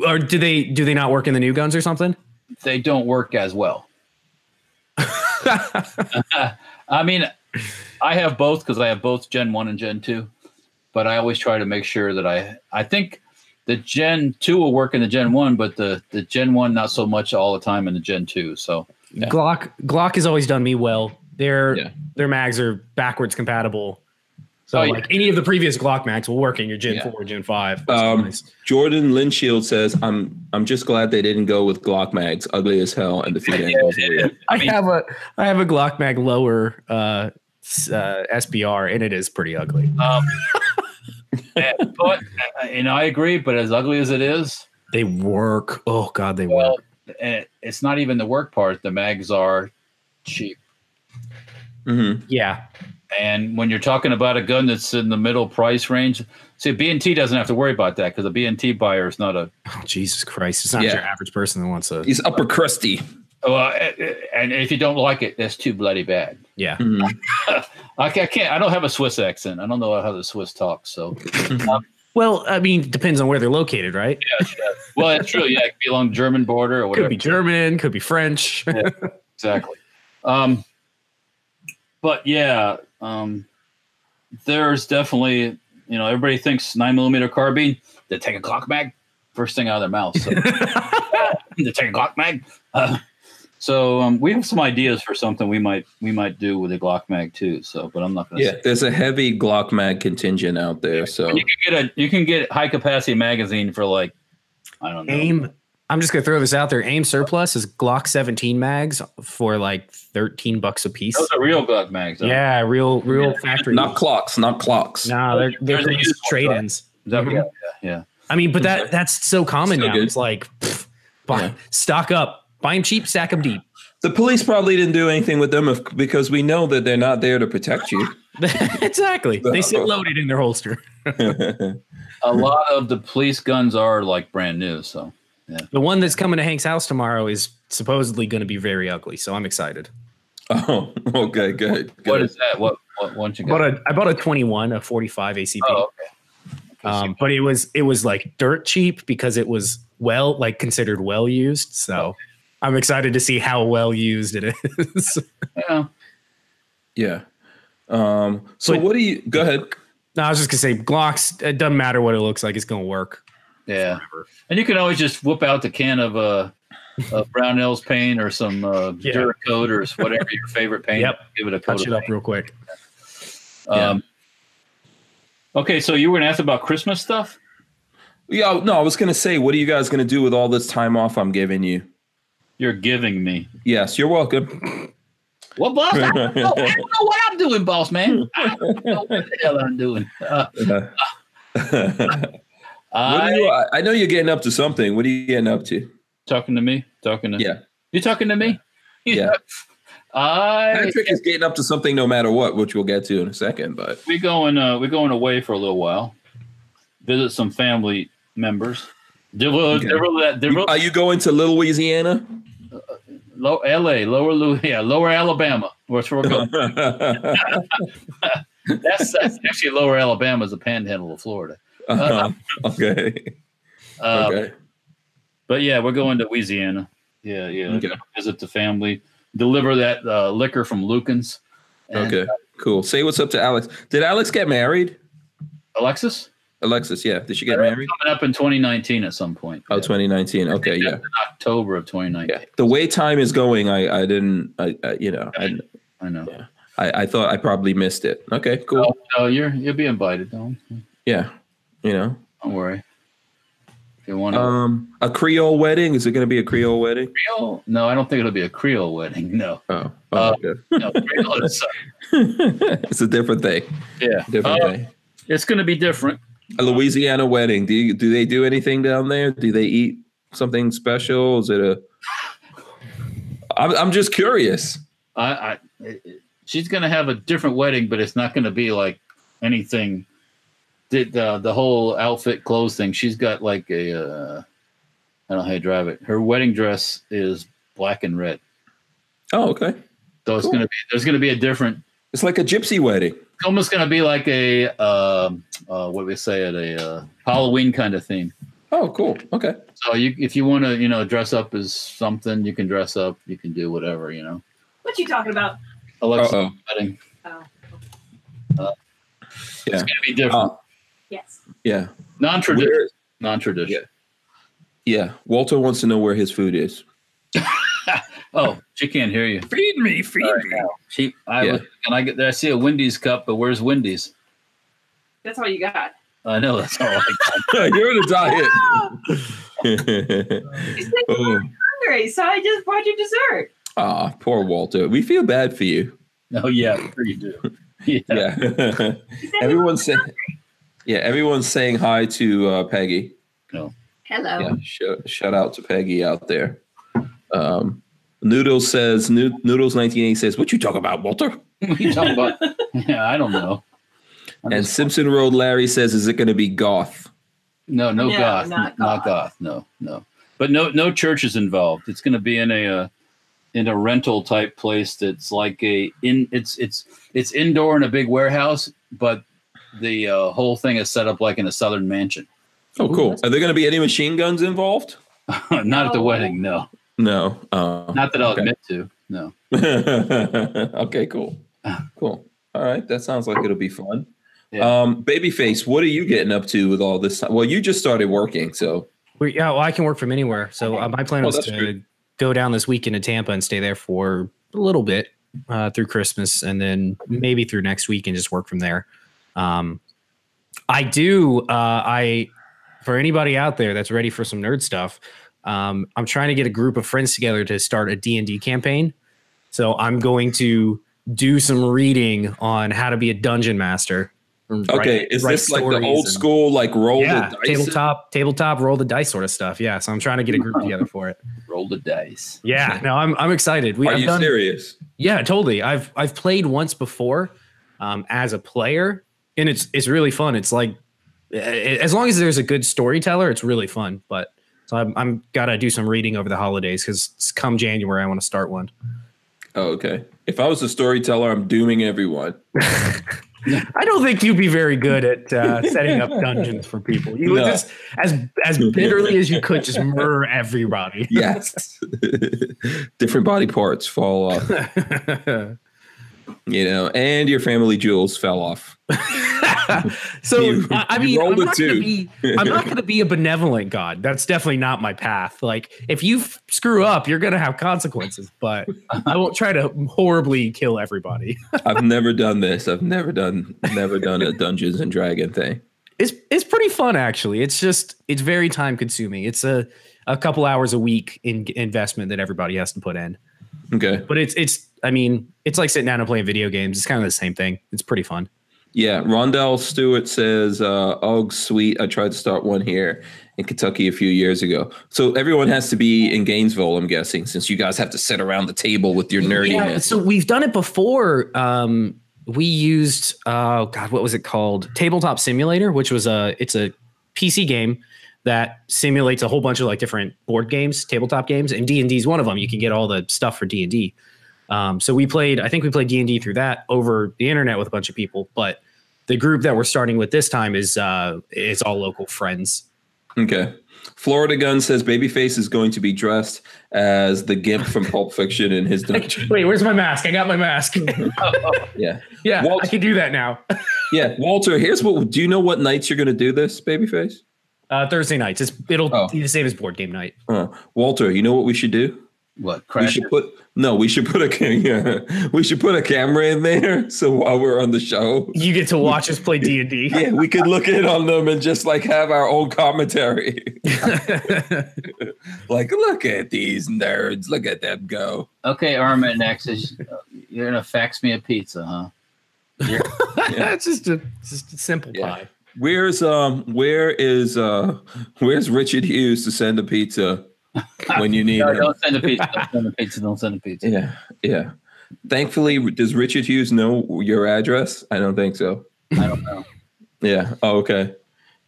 Or do they do they not work in the new guns or something? They don't work as well. I mean, I have both because I have both Gen One and Gen Two, but I always try to make sure that I I think the Gen Two will work in the Gen One, but the the Gen One not so much all the time in the Gen Two. So Yeah. Glock Glock has always done me well. Their Yeah. their mags are backwards compatible. So Oh, yeah. like any of the previous Glock mags will work in your Gen Yeah. 4 or Gen 5. which is um, nice. Jordan Linshield says, "I'm I'm just glad they didn't go with Glock mags, ugly as hell, and the feed angles are weird." I, mean- have a I have a Glock mag lower uh, s- uh SBR and it is pretty ugly. Um, and- but eh, and I agree, but as ugly as it is, They work. Oh god, they well, work. eh, it's not even the work part. The mags are cheap, Mhm. Yeah. and when you're talking about a gun that's in the middle price range, see B and T doesn't have to worry about that because a B and T buyer is not a Oh, Jesus Christ. It's not Yeah. your average person that wants a He's upper crusty. well, eh, eh, and if you don't like it, that's too bloody bad. Yeah. Mhm. I ca- I can't. I don't have a Swiss accent. I don't know how the Swiss talk. So, Well, I mean, depends on where they're located, right? well, that's true. Yeah, it could be along the German border or whatever. Could be German, could be French. exactly. Um, but yeah, um, there's definitely you know everybody thinks nine millimeter carbine. They take a Glock mag first thing out of their mouth. So they take a Glock mag. Uh, so um, we have some ideas for something we might we might do with a Glock mag too. So, but I'm not going to. Yeah, there's a heavy Glock mag contingent out there. So you can get a you can get high capacity magazine for like I don't know. aim i'm just gonna throw this out there aim surplus is glock 17 mags for like 13 bucks a piece Those are real Glock mags. though. yeah real real factory not clocks, not clocks. nah, they're, they're There's a just used one, right? trade-ins Is that what you Mhm. got? yeah, i mean but that that's so common Still now good. it's like pff, buy, Yeah. stock up buy them cheap stack them deep The police probably didn't do anything with them if, because we know that they're not there to protect you. exactly they sit loaded in their holster yeah. A lot of the police guns are like brand new. So the one that's coming to hank's house tomorrow is supposedly going to be very ugly so i'm excited oh, okay, good. good. what is that? What what what you I bought got? a, I bought a 21 a 45 acp oh, okay. um, but it was it was like dirt cheap because it was well like considered well used so I'm excited to see how well used it is. Yeah. Yeah. Um, so Wait. what do you go ahead? no, I was just gonna say Glocks. It doesn't matter what it looks like; it's gonna work. Yeah. And you can always just whoop out the can of uh, of Brownells paint or some uh, Yeah. Duracoat or whatever your favorite paint. Yep. Give it a coat. Touch of it up real quick. Um, Okay, so you were gonna ask about Christmas stuff? Yeah, no, I was gonna say, what are you guys gonna do with all this time off I'm giving you? You're giving me. Yes, you're welcome. What boss? I don't know, I don't know what I'm doing, boss man. I don't know what the hell I'm doing. Uh, Uh, what I are you, I I know you're getting up to something. What are you getting up to? talking to me? Talking to Yeah, You talking to me? Yeah. I Patrick is getting up to something no matter what, which we'll get to in a second. But we going uh we going away for a little while. Visit some family members. Devo- Okay. Devo- Devo- are you going to Little Louisiana? Low, L.A. Lower Lou, yeah, Lower Alabama. Where's we're going? Uh-huh. that's, that's actually Lower Alabama is a panhandle of Florida. Um, Okay. Uh, Okay. But yeah, we're going to Louisiana. Yeah, yeah. Okay. Visit the family. Deliver that uh, liquor from Lukens. And uh, Okay. Cool. Say what's up to Alex. Did Alex get married? Alexis Alexis, yeah. Did she get married? coming up in 2019 at some point. Oh, Yeah, 2019. Okay, yeah. October of 2019. Yeah. The way time is going, I I didn't I, I you know, I, I know. Yeah. I I thought I probably missed it. Okay, Oh, cool. no, you're you'll be invited. Don't Yeah. You know. don't worry. If you want to Um a Creole wedding, is it going to be a Creole wedding? Creole? No, I don't think it'll be a Creole wedding. No, Oh. Uh, oh okay. no Creole is, it's a different thing. yeah, Different Uh, thing. it's going to be different. A Louisiana wedding. Do you, do they do anything down there? Do they eat something special? Is it a I'm I'm just curious. I, I it- it- she's going to have a different wedding, but it's not going to be like anything. Did uh, the whole outfit clothes thing? She's got like a uh, I don't know how you drive it. Her wedding dress is black and red, Oh, okay. so it's Cool. going to be there's going to be a different It's like a gypsy wedding. it's almost going to be like a um, uh, what do we say at a uh, Halloween kind of theme. Oh, cool. Okay. So you, if you want to, you know, dress up as something, you can dress up. You can do whatever, you know. What you talking about? Alexa, Uh-oh. wedding. Oh, Yeah. It's going to be different, yes. Yeah. non-traditional, Where, non-traditional. yeah. Walter wants to know where his food is. Oh, she can't hear you. Feed me, feed me. She, I Yeah. was, and I get there, I see a Wendy's cup, but where's Wendy's? That's all you got. I know that's all. I got. You're in a diet. Oh, oh, you said you were hungry, so I just brought you dessert. aw, poor Walter. We feel bad for you. No, yeah, sure you do. Yeah. Yeah. You said you everyone's saying. Yeah, everyone's saying hi to uh, Peggy. were- Hello. Yeah, sh- shout out to Peggy out there. Um, Noodles says, Noo- Noodles 1980 says, "What you talk about, Walter?" What are you talking about? Yeah, I don't know. I'm And just- Simpson Road Larry says, "Is it going to be goth?" no, no, No, goth, not not, goth. goth, no, no. But no, no church is involved. It's going to be in a uh, in a rental type place that's like a in. It's it's it's indoor in a big warehouse, but the uh, whole thing is set up like in a southern mansion. Oh, cool. Are there going to be any machine guns involved? not at the No. wedding, no. No. Uh, Not that I'll Okay. admit to. No. okay, cool. Uh. Cool. All right. That sounds like it'll be fun. Yeah. Um, Babyface, what are you getting up to with all this time? Well, you just started working, so We, yeah, well, I can work from anywhere. So uh, my plan Oh, was that's to good. go down this weekend to Tampa and stay there for a little bit uh, through Christmas, and then maybe through next week and just work from there. Um, I do. Uh, I for anybody out there that's ready for some nerd stuff, um, I'm trying to get a group of friends together to start a D and D campaign. So I'm going to do some reading on how to be a dungeon master. and write- okay. is write this like the stories old and- school, like roll yeah, the dice? tabletop, tabletop, roll the dice sort of stuff. Yeah, so I'm trying to get a group together for it. Roll the dice. Yeah, no, I'm I'm excited. We, Are I've you done, serious? yeah, totally. I've I've played once before, um, as a player, and it's it's really fun. It's like eh, as long as there's a good storyteller, it's really fun. But so I'm I'm gotta do some reading over the holidays because come January I want to start one. Oh, okay. If I was a storyteller, I'm dooming everyone. I don't think you'd be very good at uh, setting up dungeons for people. You would No. just as as bitterly as you could just murder everybody. yes. Different body parts fall off, you know, and your family jewels fell off. So You- I I you mean, rolled I'm a not, gonna two. be, I'm not gonna be a benevolent god. That's definitely not my path. Like if you f- screw up, you're gonna have consequences. But I won't try to horribly kill everybody. I've never done this. I've never done never done a Dungeons and Dragon thing. It's it's pretty fun actually. It's just it's very time consuming. It's a a couple hours a week in investment that everybody has to put in. Okay. But it's it's I mean, it's like sitting down and playing video games. It's kind of the same thing. It's pretty fun. Yeah, Rondell Stewart says, uh, "Oh, sweet! I tried to start one here in Kentucky a few years ago. So everyone has to be in Gainesville, I'm guessing, since you guys have to sit around the table with your nerdiness. so we've done it before. Um we used oh god, what was it called? Tabletop Simulator, which was a it's a PC game that simulates a whole bunch of like different board games, tabletop games, and D&D is one of them. You can get all the stuff for D&D. Um, so we played, I think we played D and D through that over the internet with a bunch of people. But the group that we're starting with this time is uh, is all local friends. Okay. Florida Gun says Babyface is going to be dressed as the Gimp from Pulp Fiction in his dungeon. wait, where's my mask? I got my mask. Yeah, yeah, Walt- I can do that now. yeah. Walter, here's what. Do you know what nights you're going to do this, Babyface? Uh, Thursday nights, it's it'll Oh. be the same as board game night. Uh, Walter, you know what we should do? What We crash? should put no. We should put a ca- yeah, we should put a camera in there. So while we're on the show, You get to watch us play D and D. yeah, we could look in on them and just like have our own commentary. like, look at these nerds. Look at them go. Okay, Armin next is uh, you're gonna fax me a pizza, huh? It's just a just a simple Yeah. pie. Where's um where is uh where's Richard Hughes to send a pizza when you need No, him? don't send a pizza. Don't send a pizza. Don't send a pizza. Yeah, yeah. Thankfully, does Richard Hughes know your address? I don't think so. I don't know. Yeah. Oh, okay.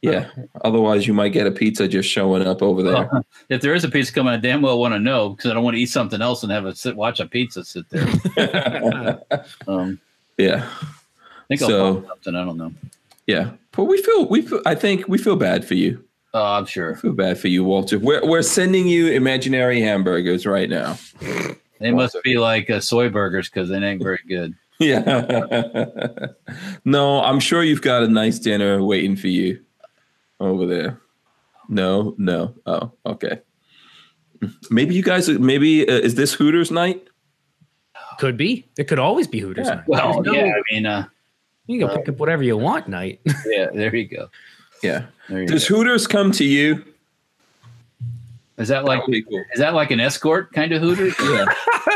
Yeah. Otherwise, you might get a pizza just showing up over there. If there is a pizza coming, I damn well want to know because I don't want to eat something else and have a sit watch a pizza sit there. Um, yeah. I think I'll So- find something. I don't know. Yeah. But we feel we feel, I think we feel bad for you. Oh, I'm I sure feel bad for you, Walter. We're we're sending you imaginary hamburgers right now. they must be like uh, soy burgers because they ain't very good. Yeah. no, I'm sure you've got a nice dinner waiting for you over there. No, no. Oh, okay. Maybe you guys. Maybe uh, is this Hooters night? Could be. It could always be Hooters Yeah. night. Well, There's no- yeah, I mean, uh, You can pick up whatever you want night. yeah, there you go. Yeah. There you Does go. Hooters come to you? Is that like That would be cool. is that like an escort kind of Hooters? Yeah.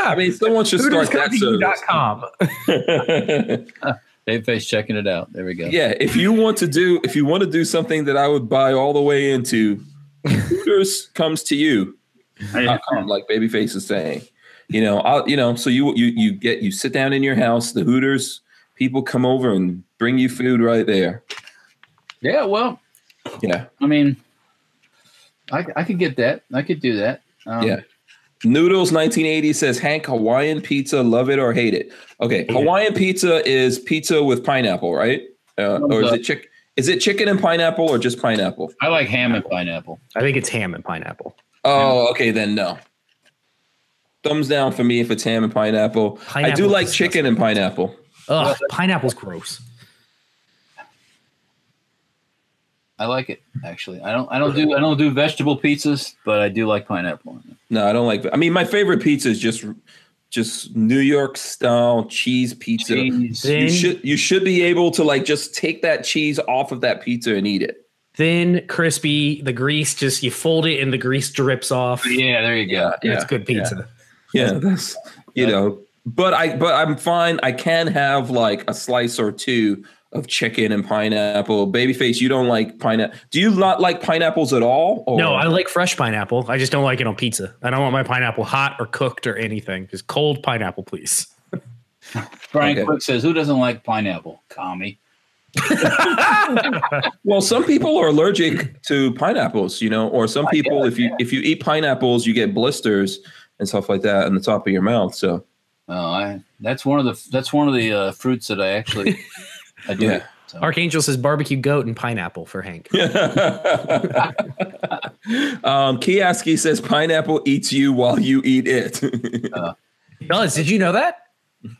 I mean, someone should start that service. Hooters.com. Dave Face checking it out. There we go. yeah, if you want to do if you want to do something that I would buy all the way into, Hooters comes to you. Uh, .com, like Babyface is saying, you know, I'll, you know, so you you you get you sit down in your house. The Hooters people come over and bring you food right there. Yeah. Well, Yeah, I mean, I, I could get that. I could do that. Um, yeah. Noodles 1980 says Hank Hawaiian pizza, love it or hate it. Okay, Hawaiian pizza is pizza with pineapple, right? Uh, or is it chick? Is it chicken and pineapple or just pineapple? I like ham and pineapple. I think it's ham and pineapple. Oh, okay, then no. Thumbs down for me if it's ham and pineapple. I do Pineapple's like disgusting. chicken and pineapple. Ugh, pineapple's gross. I like it actually. I don't. I don't do. I don't do vegetable pizzas, but I do like pineapple. on it. No, I don't like. I mean, my favorite pizza is just just New York style cheese pizza. Cheese. You Thin, should you should be able to like just take that cheese off of that pizza and eat it. thin, crispy. The grease just you fold it and the grease drips off. Yeah. There you go. yeah, That's good pizza. yeah. That's you know, but I but I'm fine. I can have like a slice or two of chicken and pineapple. Babyface, you don't like pineapple. Do you not like pineapples at all? Or? No, I like fresh pineapple. I just don't like it on pizza. I don't want my pineapple hot or cooked or anything. Just cold pineapple, please. Brian Okay. Quick says, "Who doesn't like pineapple?" Commie. Well, some people are allergic to pineapples, you know, or some people if you if you eat pineapples, you get blisters and stuff like that on the top of your mouth. So uh, Oh, I. That's one of the. That's one of the uh, fruits that I actually I do. Yeah. So. Archangel says barbecue goat and pineapple for Hank. um, Kioski says pineapple eats you while you eat it. Does did you know that?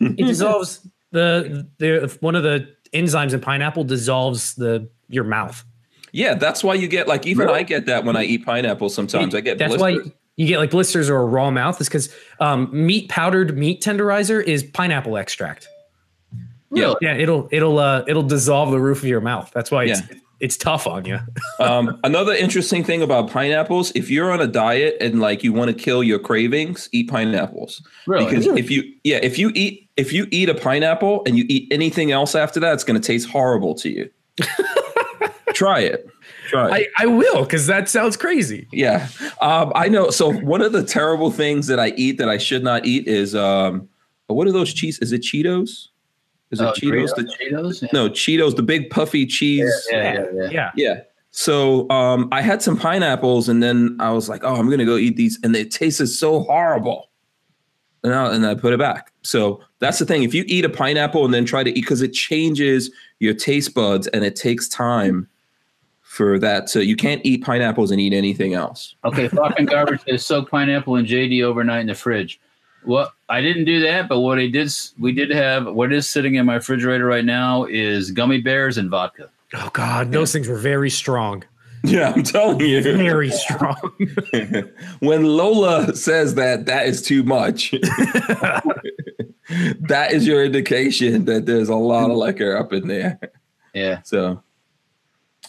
It dissolves the the one of the enzymes in pineapple dissolves the your mouth. yeah, that's why you get like even I get that when I eat pineapple. Sometimes I get That's blisters. why you get like blisters or a raw mouth is because um, meat powdered meat tenderizer is pineapple extract. Really? Yeah, it'll it'll uh, it'll dissolve the roof of your mouth. That's why it's it's tough on you. um, another interesting thing about pineapples, if you're on a diet and like you want to kill your cravings, eat pineapples. Really? Because if you yeah, if you eat if you eat a pineapple and you eat anything else after that, it's gonna taste horrible to you. Try it. Try it. I, I will because that sounds crazy. Yeah, um, I know. So one of the terrible things that I eat that I should not eat is um, what are those cheese? Is it Cheetos? Is it Oh, Cheetos? Doritos? The- Cheetos? Yeah. no, Cheetos, the big puffy cheese. Yeah, yeah, yeah. Yeah. Yeah. So um, I had some pineapples, and then I was like, "Oh, I'm gonna go eat these," and they tasted so horrible. And I, and I put it back. So that's the thing. If you eat a pineapple and then try to eat, because it changes your taste buds, and it takes time for that. So you can't eat pineapples and eat anything else. Okay, fucking garbage says soak pineapple and JD overnight in the fridge. Well, I didn't do that, but what I did, s- we did have, what is sitting in my refrigerator right now is gummy bears and vodka. Oh God, those things were very strong. Yeah, I'm telling you. Very strong. when Lola says that, that is too much. that is your indication that there's a lot of liquor up in there. Yeah. So,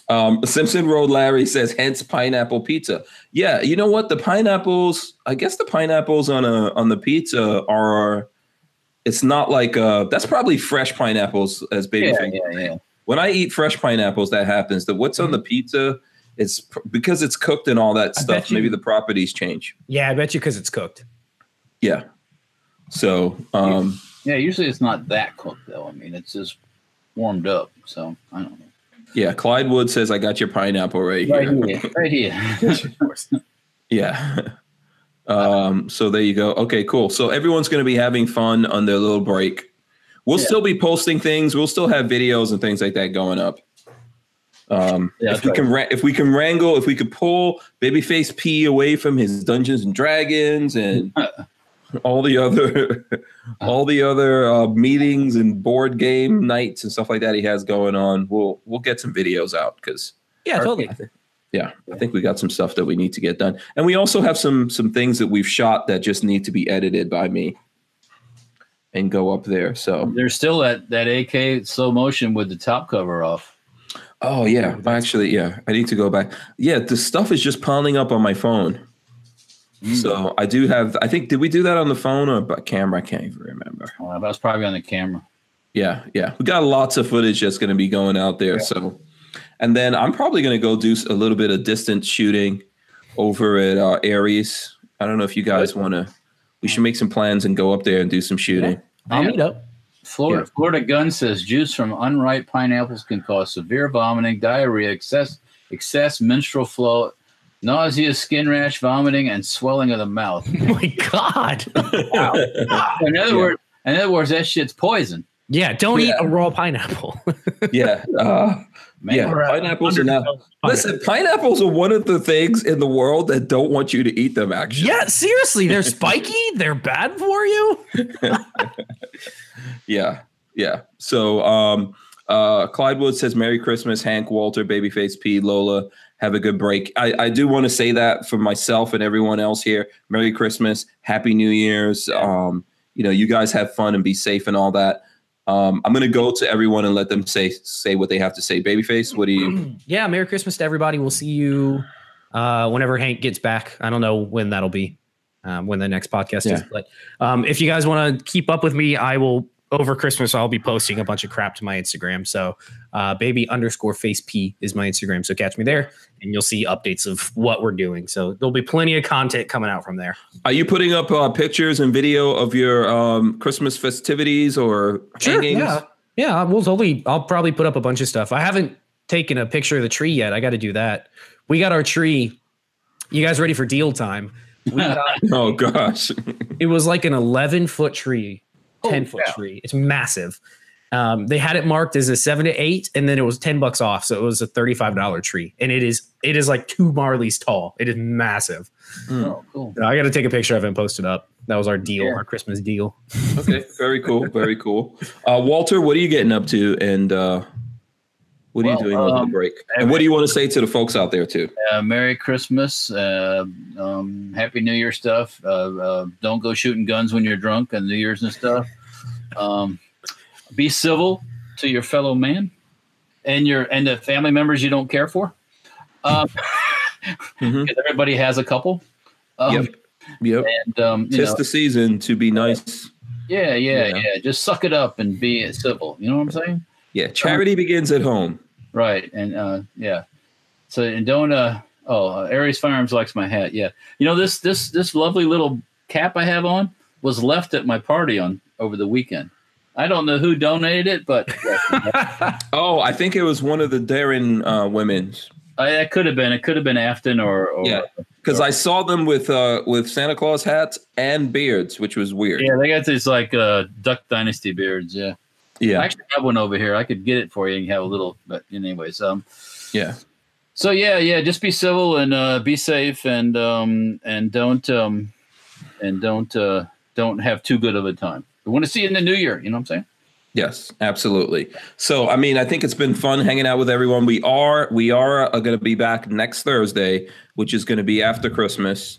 um, Simpson Road Larry says, hence pineapple pizza. Yeah, you know what? The pineapples, I guess the pineapples on a on the pizza are. It's not like uh, that's probably fresh pineapples, as baby Yeah, Fink yeah, yeah. when I eat fresh pineapples, that happens. That what's on the pizza is pr- because it's cooked and all that I stuff. bet you- maybe the properties change. yeah, I bet you because it's cooked. Yeah. So um, Yeah, usually it's not that cooked, though. I mean, it's just warmed up. So I don't know. yeah, Clyde Wood says I got your pineapple right here. Right here. Right here. Yeah. um, so there you go. Okay, cool. So everyone's going to be having fun on their little break. We'll Yeah. still be posting things. We'll still have videos and things like that going up. Um, Yeah, if that's we right. can, ra- if we can wrangle, if we could pull Babyface P away from his Dungeons and Dragons and all the other, all the other uh, meetings and board game nights and stuff like that he has going on, we'll we'll get some videos out because Yeah, totally. yeah, I think we got some stuff that we need to get done, and we also have some some things that we've shot that just need to be edited by me and go up there. So, There's still that, that AK slow motion with the top cover off. oh yeah, actually, yeah, I need to go back. Yeah, the stuff is just piling up on my phone. So I do have. I think did we do that on the phone or by camera? I can't even remember. Uh, that was probably on the camera. Yeah, yeah. We got lots of footage that's going to be going out there. So, and then I'm probably going to go do s- a little bit of distance shooting over at uh, Aries. I don't know if you guys want to. We should make some plans and go up there and do some shooting. I'll Yeah. meet up. Florida, Yeah. Florida Gun says juice from unripe pineapples can cause severe vomiting, diarrhea, excess excess menstrual flow, nausea, skin rash, vomiting, and swelling of the mouth. Oh my God. in other words, in other words, that shit's poison. Yeah, don't eat Yeah. a raw pineapple. Yeah, uh, Man. yeah. Pineapples are not. Listen, pineapples are one of the things in the world that don't want you to eat them. Actually, Yeah, seriously, they're spiky. They're bad for you. Yeah, yeah. So, um, uh, Clyde Wood says, "Merry Christmas, Hank, Walter, Babyface P, Lola. Have a good break." I, I do want to say that for myself and everyone else here. Merry Christmas, Happy New Year's. Um, you know, you guys have fun and be safe and all that. Um, I'm gonna go to everyone and let them say say what they have to say. Babyface, what do you? Yeah, Merry Christmas to everybody. We'll see you uh, whenever Hank gets back. I don't know when that'll be, um, when the next podcast is. Yeah. But um, if you guys want to keep up with me, I will over Christmas. I'll be posting a bunch of crap to my Instagram. So uh, baby underscore face p is my Instagram. So catch me there, and you'll see updates of what we're doing. So there'll be plenty of content coming out from there. Are you putting up uh, pictures and video of your um, Christmas festivities or hangings? Yeah. Yeah. We'll totally, I'll probably put up a bunch of stuff. I haven't taken a picture of the tree yet. I got to do that. We got our tree. You guys ready for deal time? We got, Oh gosh. it was like an 11 foot tree, 10 foot cow. tree. It's massive. Um, they had it marked as a seven to eight, and then it was ten bucks off, so it was a thirty-five dollar tree, and it is it is like two Marleys tall. It is massive. Oh, cool. I got to take a picture of it and post it up. That was our deal, our Christmas deal. Okay, very cool, very cool. Uh, Walter, what are you getting up to, and uh, what are Well, you doing over um, the break? And what do you want to say to the folks out there too? Uh, Merry Christmas. Uh, um, Happy New Year stuff. Uh, uh, don't go shooting guns when you're drunk on New Year's and stuff. Um, be civil to your fellow man and your and the family members you don't care for. Um, Mhm. 'cause everybody has a couple. Um, Yep. Yep. And um, you It's know, the season to be nice. yeah, yeah, Yeah. yeah, Just suck it up and be civil. You know what I'm saying? Yeah, charity begins at home. Right. And uh yeah. So and don't uh oh uh, Aries Firearms likes my hat. Yeah. You know this this this lovely little cap I have on was left at my party on over the weekend. I don't know who donated it, but Oh, I think it was one of the Darren uh, women's I, it could have been it could have been Afton or, or Yeah. because I saw them with uh, with Santa Claus hats and beards, which was weird. Yeah, they got these like uh Duck Dynasty beards. Yeah. Yeah. I actually have one over here. I could get it for you and have a little, but anyways, um, Yeah. So yeah, yeah, just be civil and uh, be safe and um and don't um and don't uh don't have too good of a time. We want to see you in the new year. You know what I'm saying? Yes, absolutely. So, I mean, I think it's been fun hanging out with everyone. We are we are uh, going to be back next Thursday, which is going to be after Christmas.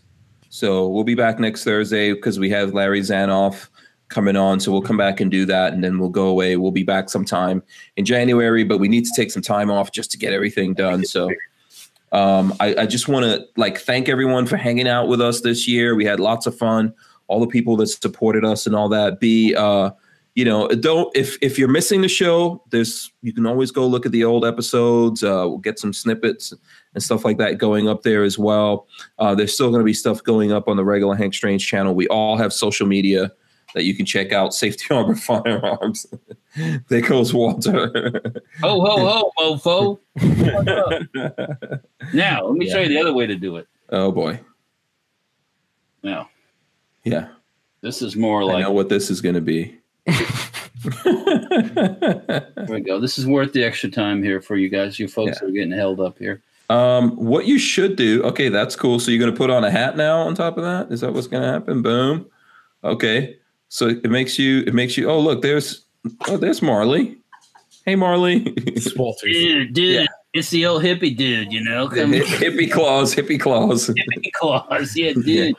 So we'll be back next Thursday because we have Larry Zanoff coming on. So we'll come back and do that, and then we'll go away. We'll be back sometime in January, but we need to take some time off just to get everything done. So. Um, I, I just want to like thank everyone for hanging out with us this year. We had lots of fun. All the people that supported us and all that. Be uh, you know don't if if you're missing the show there's you can always go look at the old episodes uh, we'll get some snippets and stuff like that going up there as well uh, there's still going to be stuff going up on the regular hank strange channel we all have social media that you can check out safety armor firearms there goes walter Ho ho ho, mofo. What's up? now let me show you the other way to do it. oh boy Now yeah this is more i like know what this is going to be there we go. This is worth the extra time here for you guys, you folks Yeah. that are getting held up here. um what you should do okay that's cool so you're going to put on a hat now on top of that is that what's going to happen boom Okay. So it makes you it makes you oh look, there's oh there's Marley. Hey Marley. It's Walters. Dude, dude, Yeah. it's the old hippie dude. You know, Come- hippie claws, hippie claws. Claus. Yeah, dude.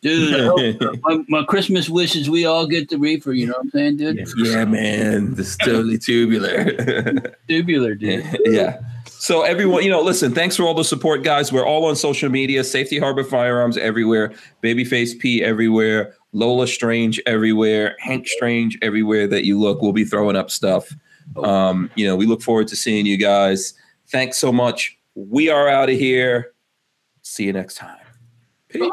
Dude, I hope- my, my Christmas wishes we all get the reefer. You know what I'm saying, dude? yeah, man. This is totally tubular. Tubular, dude. yeah. So everyone, you know, listen, thanks for all the support, guys. We're all on social media, Safety Harbor Firearms everywhere, Babyface P everywhere, Lola Strange everywhere, Hank Strange everywhere that you look. We'll be throwing up stuff. Um, you know, we look forward to seeing you guys. Thanks so much. We are out of here. See you next time. Peace.